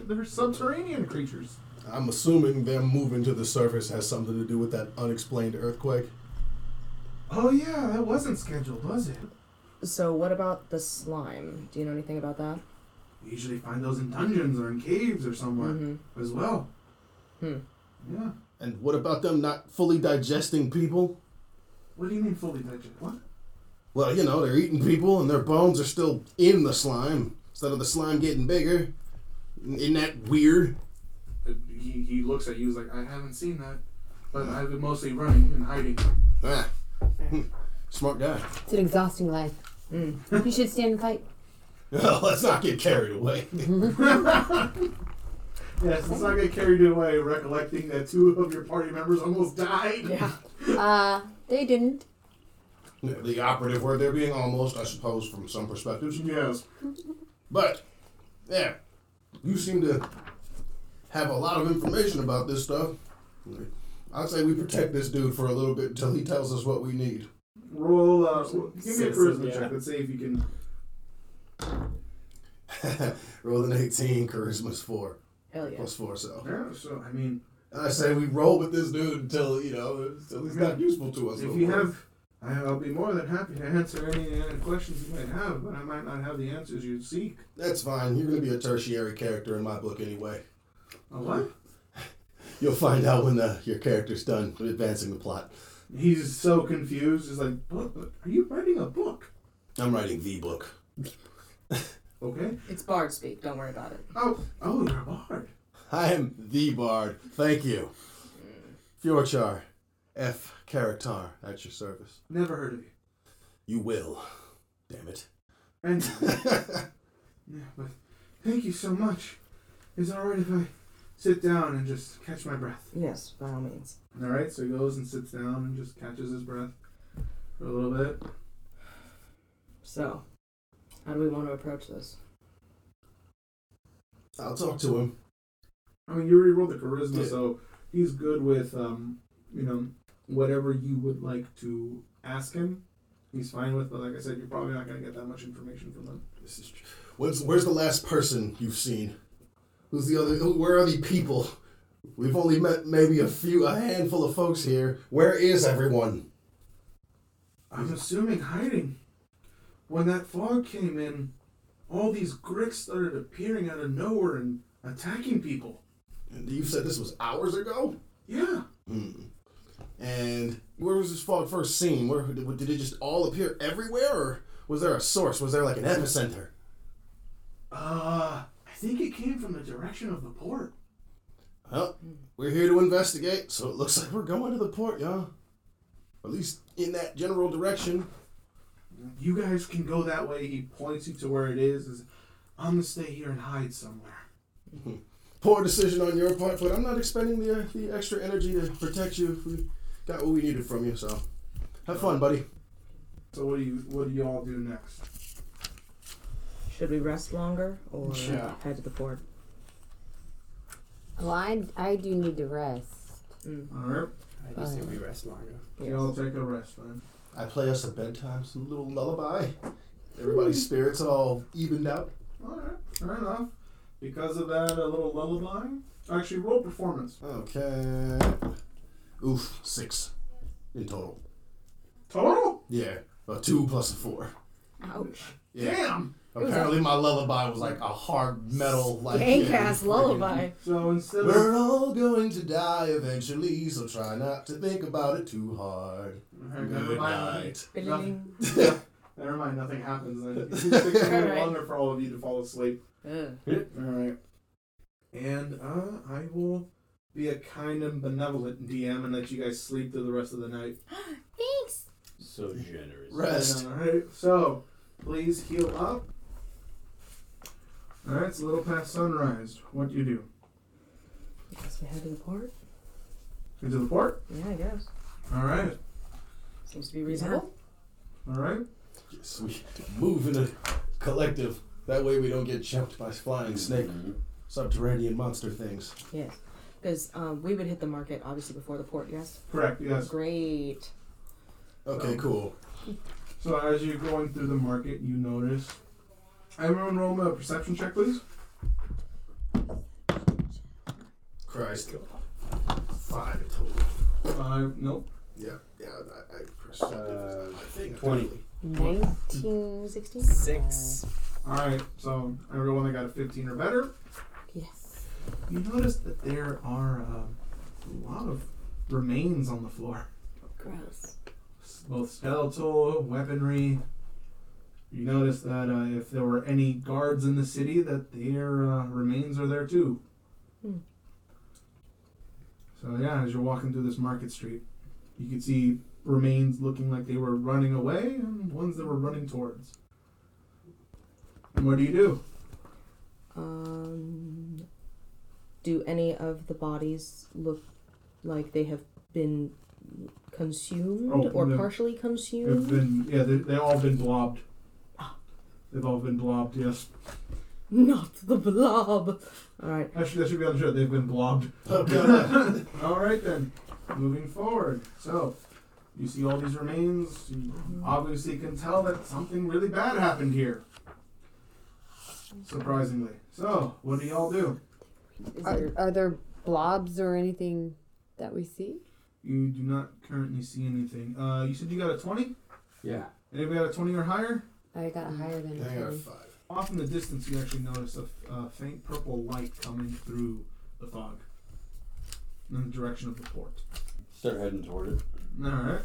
[SPEAKER 1] They're subterranean creatures.
[SPEAKER 7] I'm assuming them moving to the surface has something to do with that unexplained earthquake.
[SPEAKER 1] Oh yeah, that wasn't scheduled, was it?
[SPEAKER 4] So what about the slime? Do you know anything about that?
[SPEAKER 1] We usually find those in dungeons or in caves or somewhere
[SPEAKER 4] Mhm.
[SPEAKER 1] as well.
[SPEAKER 4] Hmm.
[SPEAKER 1] Yeah.
[SPEAKER 7] And what about them not fully digesting people?
[SPEAKER 1] What do you mean fully digested? What?
[SPEAKER 7] Well, you know, they're eating people and their bones are still in the slime instead of the slime getting bigger. Isn't that weird?
[SPEAKER 1] He, he looks at you he's like, I haven't seen that, but I've been mostly running and hiding.
[SPEAKER 7] Ah. Hmm. [laughs] Smart guy.
[SPEAKER 2] It's an exhausting life.
[SPEAKER 1] Mm.
[SPEAKER 2] [laughs] you should stand and fight.
[SPEAKER 7] Let's not get carried away. [laughs]
[SPEAKER 1] Yes, let's not get carried away recollecting that two of your party members almost died. Yeah.
[SPEAKER 2] Uh, they didn't.
[SPEAKER 7] the operative word there being almost, I suppose, from some perspectives.
[SPEAKER 1] Yes.
[SPEAKER 7] But, yeah, you seem to have a lot of information about this stuff. I'd say we protect this dude for a little bit till he tells us what we need. [laughs]
[SPEAKER 1] Roll, uh, give me a
[SPEAKER 6] Citizen,
[SPEAKER 1] charisma
[SPEAKER 6] yeah.
[SPEAKER 1] check. Let's see if you can.
[SPEAKER 7] Roll an 18, charisma's 4.
[SPEAKER 4] Hell yeah.
[SPEAKER 7] Plus 4, so.
[SPEAKER 1] Yeah, so, I mean,
[SPEAKER 7] I say we roll with this dude until, you know, until he's not useful to us.
[SPEAKER 1] if
[SPEAKER 7] no
[SPEAKER 1] you
[SPEAKER 7] more.
[SPEAKER 1] have, I- I'll be more than happy to answer any, uh questions you might have, but I might not have the answers you seek.
[SPEAKER 7] That's fine. You're going to be a tertiary character in my book anyway.
[SPEAKER 1] A what?
[SPEAKER 7] You'll find out when the, your character's done advancing the plot.
[SPEAKER 1] He's so confused. He's like, "Book? Are you writing a book?"
[SPEAKER 7] I'm writing the book.
[SPEAKER 1] Okay.
[SPEAKER 4] It's bard speak. Don't worry about it.
[SPEAKER 1] Oh, oh, you're a bard.
[SPEAKER 7] I am the bard. Thank you. Fjorchar F. Karatar at your service.
[SPEAKER 1] Never heard of you.
[SPEAKER 7] You will. Damn it.
[SPEAKER 1] And yeah, but thank you so much. Is it all right if I sit down and just catch my breath?
[SPEAKER 4] Yes, by all means.
[SPEAKER 1] All right. So he goes and sits down and just catches his breath for a little bit.
[SPEAKER 4] So, how do we want to approach this?
[SPEAKER 7] [laughs] I'll talk to him.
[SPEAKER 1] I mean, you already rolled the charisma,
[SPEAKER 7] Yeah.
[SPEAKER 1] so he's good with um, you know, whatever you would like to ask him. He's fine with, but like I said, you're probably not gonna get that much information from him.
[SPEAKER 7] This is tr- When's, where's the last person you've seen? Who's the other? who- Where are the people? We've only met maybe a few, a handful of folks here. Where is everyone?
[SPEAKER 1] I'm assuming hiding. When that fog came in, all these gricks started appearing out of nowhere and attacking people.
[SPEAKER 7] And You said this was hours ago.
[SPEAKER 1] Yeah.
[SPEAKER 7] Mm. And where was this fog first seen? Where did it just all appear everywhere, or was there a source? Was there like an epicenter?
[SPEAKER 1] Uh, I think it came from the direction of the port.
[SPEAKER 7] Well, we're here to investigate, so it looks [laughs] like we're going to the port, y'all. At least in that general direction.
[SPEAKER 1] You guys can go that way. He points you to where it is. is I'm gonna stay here and hide somewhere.
[SPEAKER 7] Poor decision on your part, but I'm not expending the, uh, the extra energy to protect you. We got what we needed from you, so have fun, buddy.
[SPEAKER 1] So what do you what do you all do next?
[SPEAKER 4] Should we rest longer or
[SPEAKER 7] Yeah.
[SPEAKER 4] head to the port?
[SPEAKER 2] Well, I, I do need to rest.
[SPEAKER 4] Mm.
[SPEAKER 1] All right,
[SPEAKER 6] I just think we rest longer.
[SPEAKER 1] you all take a rest then.
[SPEAKER 7] I play us a bedtime some little lullaby. Everybody's spirits all evened out.
[SPEAKER 1] All right, fair enough. Because of that, a little lullaby. Actually, roll performance.
[SPEAKER 7] Okay. Oof, six in total.
[SPEAKER 1] Total.
[SPEAKER 7] Yeah, a two plus a four.
[SPEAKER 4] Ouch.
[SPEAKER 7] Yeah.
[SPEAKER 1] Damn.
[SPEAKER 7] Apparently, my lullaby was like a hard metal, like
[SPEAKER 4] Yank
[SPEAKER 7] yeah,
[SPEAKER 4] ass lullaby.
[SPEAKER 1] So instead of
[SPEAKER 7] We're all going to die eventually, so try not to think about it too hard.
[SPEAKER 1] Alright, never mind.
[SPEAKER 4] Ba-ding.
[SPEAKER 1] Uh, [laughs] Never mind, nothing happens. Then it takes a little
[SPEAKER 4] Alright.
[SPEAKER 1] longer for all of you to fall asleep.
[SPEAKER 4] Ugh.
[SPEAKER 1] All right. And uh, I will be a kind and benevolent DM and let you guys sleep through the rest of the night.
[SPEAKER 5] Thanks.
[SPEAKER 3] So generous.
[SPEAKER 7] Rest.
[SPEAKER 1] All right. So please heal up. All right. It's a little past sunrise. What do you do?
[SPEAKER 4] Guess we head to the port.
[SPEAKER 1] Go to the port.
[SPEAKER 4] Yeah, I guess.
[SPEAKER 1] All right.
[SPEAKER 4] Seems to be reasonable.
[SPEAKER 1] All right.
[SPEAKER 7] Yes, we move in a collective. That way we don't get jumped by flying snake, subterranean monster things.
[SPEAKER 4] Yes. Because um, we would hit the market obviously before the port. Yes.
[SPEAKER 1] Correct. Yes.
[SPEAKER 4] Great.
[SPEAKER 7] Okay, cool.
[SPEAKER 1] So as you're going through the market, you notice. Everyone, roll me a perception check, please.
[SPEAKER 7] Christ. Five in total.
[SPEAKER 1] Five. Nope.
[SPEAKER 7] Yeah, yeah, I, I perceptive
[SPEAKER 3] Uh,
[SPEAKER 7] is not my thing.
[SPEAKER 3] 20.
[SPEAKER 7] apparently.
[SPEAKER 2] 1916?
[SPEAKER 6] Six.
[SPEAKER 1] All right. So everyone that got a 15 or better,
[SPEAKER 4] Yes.
[SPEAKER 1] you notice that there are uh, a lot of remains on the floor.
[SPEAKER 4] Gross.
[SPEAKER 1] both skeletal weaponry. You notice that uh, if there were any guards in the city, that their uh, remains are there too.
[SPEAKER 4] Hmm.
[SPEAKER 1] So yeah, as you're walking through this market street, you can see remains looking like they were running away and ones that were running towards. And what do you do?
[SPEAKER 4] Um. Do any of the bodies look like they have been consumed
[SPEAKER 1] Oh,
[SPEAKER 4] or
[SPEAKER 1] no.
[SPEAKER 4] partially
[SPEAKER 1] They've
[SPEAKER 4] consumed?
[SPEAKER 1] been yeah, they they all been blobbed. They've all been blobbed. Yes,
[SPEAKER 4] [laughs] Not the blob. All right.
[SPEAKER 1] actually that should be on the shirt. They've been blobbed.
[SPEAKER 7] Oh, God.
[SPEAKER 1] [laughs] All right then, moving forward. So, you see all these remains. You
[SPEAKER 7] Mm-hmm.
[SPEAKER 1] obviously can tell that something really bad happened here. Surprisingly. So, what do y'all do?
[SPEAKER 2] Is there, are there blobs or anything that we see?
[SPEAKER 1] You do not currently see anything. Uh, you said you got a twenty.
[SPEAKER 3] Yeah.
[SPEAKER 1] Anybody got a twenty or higher?
[SPEAKER 2] I got higher than
[SPEAKER 7] I got a
[SPEAKER 2] 10.
[SPEAKER 7] five.
[SPEAKER 1] Off in the distance, you actually notice a, f- a faint purple light coming through the fog in the direction of the port.
[SPEAKER 3] Start heading toward it.
[SPEAKER 1] All right.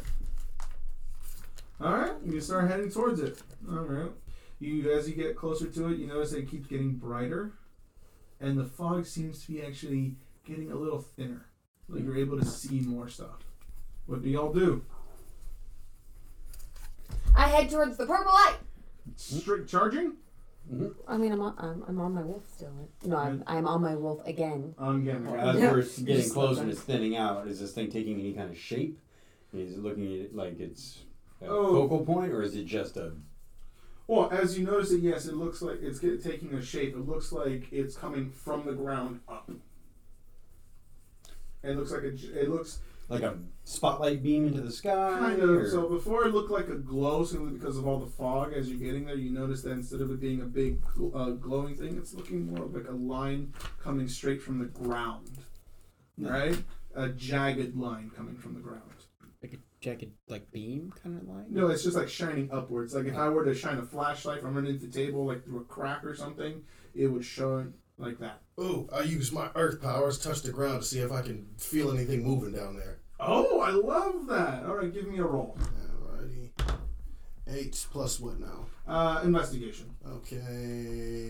[SPEAKER 1] All right. You start heading towards it. All right. You as you get closer to it, you notice that it keeps getting brighter, and the fog seems to be actually getting a little thinner. Like you're able to see more stuff. What do y'all do?
[SPEAKER 5] I head towards the purple light.
[SPEAKER 1] Straight charging?
[SPEAKER 2] I mean, I'm on, I'm, I'm on my wolf still. No, I'm,
[SPEAKER 7] Mm-hmm.
[SPEAKER 2] I'm on my wolf again.
[SPEAKER 1] I'm getting it.
[SPEAKER 3] As
[SPEAKER 4] Yeah.
[SPEAKER 3] we're s- getting
[SPEAKER 4] Just
[SPEAKER 3] closer and
[SPEAKER 4] sometimes.
[SPEAKER 3] it's thinning out, is this thing taking any kind of shape? Is it looking at it like it's a
[SPEAKER 1] Oh.
[SPEAKER 3] focal point, or is it just a?
[SPEAKER 1] Well, as you notice it, yes, it looks like it's get, taking a shape. It looks like it's coming from the ground up. It looks like a, j- it looks
[SPEAKER 3] like a spotlight beam into the sky.
[SPEAKER 1] Kind of.
[SPEAKER 3] or-
[SPEAKER 1] So before it looked like a glow simply because of all the fog as you're getting there, you notice that instead of it being a big gl- uh, glowing thing, it's looking more like a line coming straight from the ground. Right? A jagged line coming from the ground.
[SPEAKER 6] Like a jagged, like beam kind of line.
[SPEAKER 1] No, it's just like shining upwards. Like if I were to shine a flashlight from underneath the table, like through a crack or something, it would show it like that.
[SPEAKER 7] Ooh, I use my earth powers, touch the ground to see if I can feel anything moving down there.
[SPEAKER 1] Oh, I love that. All right, give me a roll.
[SPEAKER 7] Alrighty. Eight plus what now?
[SPEAKER 1] Uh, investigation.
[SPEAKER 7] Okay,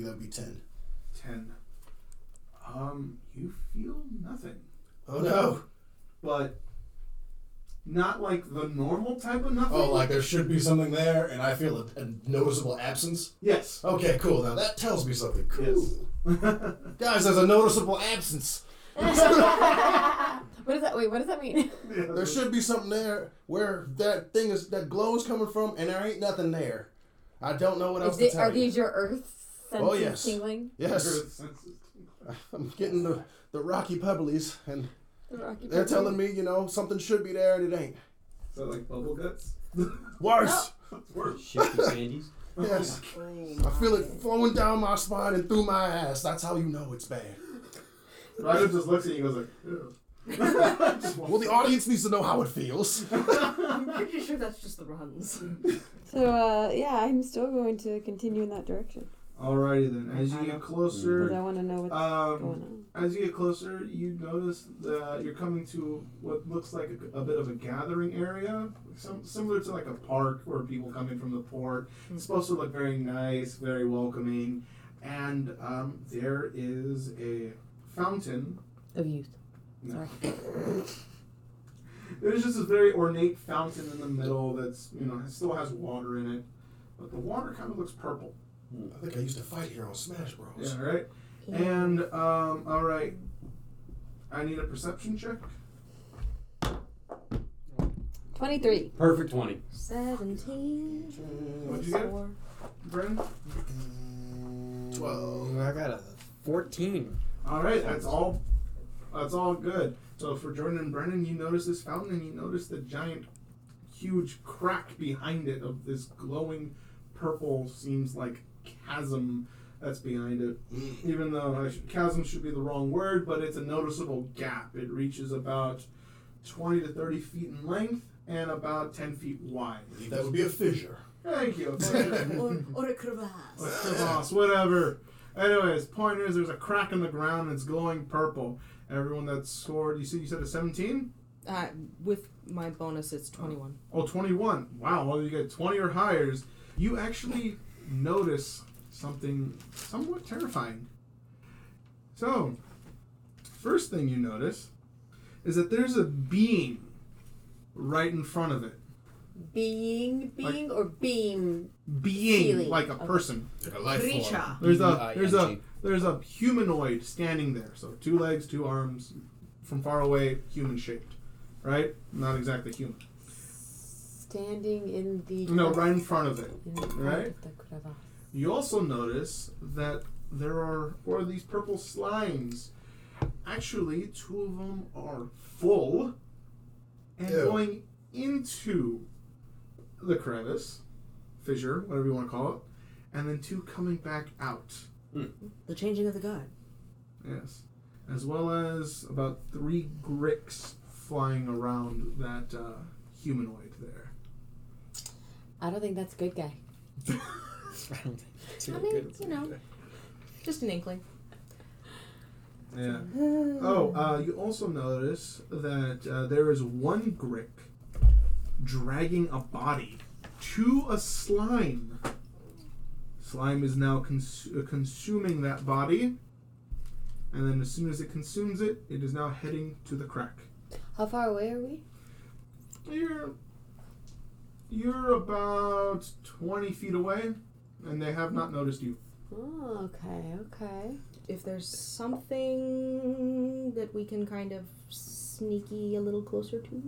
[SPEAKER 7] that'd be ten.
[SPEAKER 1] 10. Um, you feel nothing.
[SPEAKER 7] Oh no!
[SPEAKER 1] but not like the normal type of nothing.
[SPEAKER 7] Oh, like there should be something there, and I feel a, a noticeable absence. [laughs]
[SPEAKER 1] yes.
[SPEAKER 7] Okay, cool. Now that tells me something. Cool.
[SPEAKER 1] Yes.
[SPEAKER 7] Guys, there's a noticeable absence.
[SPEAKER 2] What does that? Wait, what does that mean?
[SPEAKER 1] [laughs]
[SPEAKER 7] There should be something there where that thing is that glow is coming from, and there ain't nothing there. I don't know what else
[SPEAKER 2] Is it,
[SPEAKER 7] to tell
[SPEAKER 2] are
[SPEAKER 7] you.
[SPEAKER 2] these your earth senses
[SPEAKER 7] Oh, yes.
[SPEAKER 2] tingling?
[SPEAKER 7] yes, [laughs] I'm getting the the rocky pebblies, and
[SPEAKER 2] The Rocky
[SPEAKER 7] they're
[SPEAKER 2] Purple?
[SPEAKER 7] telling me, you know, something should be there, and it ain't.
[SPEAKER 1] So like bubble guts.
[SPEAKER 7] Worse.
[SPEAKER 3] Shifty sandies.
[SPEAKER 7] Yes. I feel it flowing down my spine and through my ass. That's how you know it's bad.
[SPEAKER 1] Roger just looks at you and goes like, "Ew." [laughs]
[SPEAKER 7] Well, the audience needs to know how it feels.
[SPEAKER 4] I'm pretty sure that's just the runs.
[SPEAKER 2] So uh, yeah, I'm still going to continue in that direction.
[SPEAKER 1] Alrighty then. As you
[SPEAKER 2] I
[SPEAKER 1] get
[SPEAKER 2] don't-
[SPEAKER 1] closer,
[SPEAKER 2] Because I want to know what's going
[SPEAKER 1] um,
[SPEAKER 2] on.
[SPEAKER 1] as you get closer, you notice that you're coming to what looks like a, a bit of a gathering area, some, similar to like a park where people come in from the port. It's supposed to look very nice, very welcoming, and um, there is a fountain.
[SPEAKER 2] Of youth.
[SPEAKER 1] No. There's just this very ornate fountain in the middle that's you know still has water in it, but the water kind of looks purple.
[SPEAKER 7] I think I used to fight here on Smash Bros.
[SPEAKER 1] Yeah, right? And, um, alright. I need a perception check.
[SPEAKER 2] 23.
[SPEAKER 3] Perfect 20.
[SPEAKER 8] 17.
[SPEAKER 1] What'd you get, Bren?
[SPEAKER 6] Twelve. I got a fourteen.
[SPEAKER 1] Alright, that's all. That's all good. So for Jordan and Brennan, you notice this fountain and you notice the giant, huge crack behind it of this glowing purple, seems like chasm that's behind it.
[SPEAKER 7] Mm.
[SPEAKER 1] Even though I should, chasm should be the wrong word, but it's a noticeable gap. It reaches about 20 to 30 feet in length and about 10 feet wide.
[SPEAKER 7] That would be a fissure.
[SPEAKER 1] Thank
[SPEAKER 7] [laughs]
[SPEAKER 1] you. [laughs]
[SPEAKER 5] or, or a crevasse.
[SPEAKER 1] Like crevasse, whatever. Anyways, point is there's a crack in the ground and it's glowing purple. Everyone that scored, you said you said a 17?
[SPEAKER 4] Uh, with my bonus, it's 21.
[SPEAKER 1] Oh, 21. Wow, well, you get 20 or higher. You actually notice something somewhat terrifying. So, first thing you notice is that there's a beam right in front of it.
[SPEAKER 2] Being, being, or beam?
[SPEAKER 1] Being
[SPEAKER 2] Ceiling.
[SPEAKER 1] like a
[SPEAKER 2] Okay.
[SPEAKER 1] person.
[SPEAKER 7] Like a life form.
[SPEAKER 1] There's a there's a
[SPEAKER 6] B-I-N-G.
[SPEAKER 1] there's a humanoid standing there. So two legs, two arms, from far away, human shaped, right? Not exactly human.
[SPEAKER 2] Standing in the.
[SPEAKER 1] No, right in front of it.
[SPEAKER 2] in front
[SPEAKER 1] right?
[SPEAKER 2] of the crevasse.
[SPEAKER 1] You also notice that there are four of these purple slimes. Actually, two of them are full and
[SPEAKER 7] Ew.
[SPEAKER 1] going into the crevice, fissure, whatever you want to call it, and then two coming back out.
[SPEAKER 4] The changing of the god.
[SPEAKER 1] Yes. As well as about three Gricks flying around that uh, humanoid there. [laughs]
[SPEAKER 2] I don't think that's good, guy.
[SPEAKER 4] I mean, you know, just an inkling.
[SPEAKER 1] Yeah. Oh, uh, you also notice that uh, there is one Grick dragging a body to a slime. Slime is now cons- uh, consuming that body. And then, as soon as it consumes it, it is now heading to the crack.
[SPEAKER 2] How far away are we?
[SPEAKER 1] You're you're about twenty feet away, and they have not noticed you.
[SPEAKER 2] Oh, okay, okay.
[SPEAKER 4] If there's something that we can kind of sneaky a little closer to,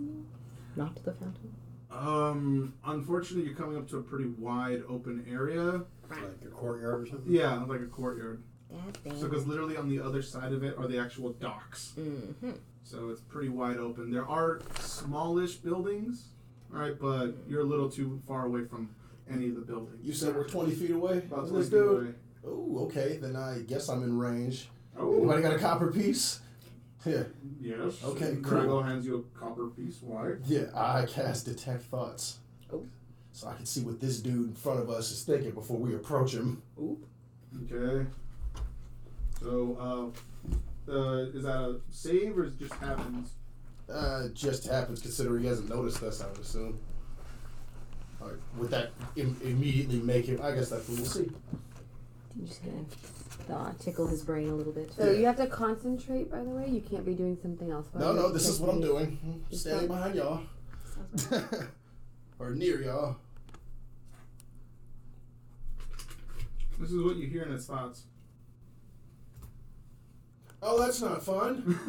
[SPEAKER 4] not to the fountain.
[SPEAKER 1] Um, unfortunately, you're coming up to a pretty wide open area.
[SPEAKER 3] Like a courtyard or something?
[SPEAKER 1] Yeah, like a courtyard.
[SPEAKER 4] God
[SPEAKER 1] So, because literally on the other side of it are the actual docks.
[SPEAKER 4] Mm-hmm.
[SPEAKER 1] So it's pretty wide open. There are smallish buildings, all right, but you're a little too far away from any of the buildings.
[SPEAKER 7] You said we're 20 feet away?
[SPEAKER 1] About
[SPEAKER 7] from
[SPEAKER 1] 20
[SPEAKER 7] this
[SPEAKER 1] feet
[SPEAKER 7] dude?
[SPEAKER 1] away.
[SPEAKER 7] Oh, okay. Then I guess I'm in range.
[SPEAKER 1] Oh,
[SPEAKER 7] Anybody got a copper piece? Here.
[SPEAKER 1] yes.
[SPEAKER 7] Okay,
[SPEAKER 1] Drago
[SPEAKER 7] cool.
[SPEAKER 1] hands you a copper piece. Why?
[SPEAKER 7] Yeah, I cast Detect Thoughts.
[SPEAKER 4] Oh.
[SPEAKER 7] So I can see what this dude in front of us is thinking before we approach him.
[SPEAKER 1] Okay. So, uh, uh, is that a save or is it just happens?
[SPEAKER 7] Uh, it just happens considering he hasn't noticed us, I would assume. All right, would that Im- immediately make him? I guess that's what we'll see.
[SPEAKER 4] Just gonna thought, tickle his brain a little bit.
[SPEAKER 2] So you have to concentrate, by the way. You can't be doing something else. while
[SPEAKER 7] No,
[SPEAKER 2] you're
[SPEAKER 7] no, this is what I'm
[SPEAKER 2] taking-
[SPEAKER 7] doing. Standing behind y'all. [laughs] or near y'all.
[SPEAKER 1] This is what you hear in its thoughts.
[SPEAKER 7] Oh, that's not fun.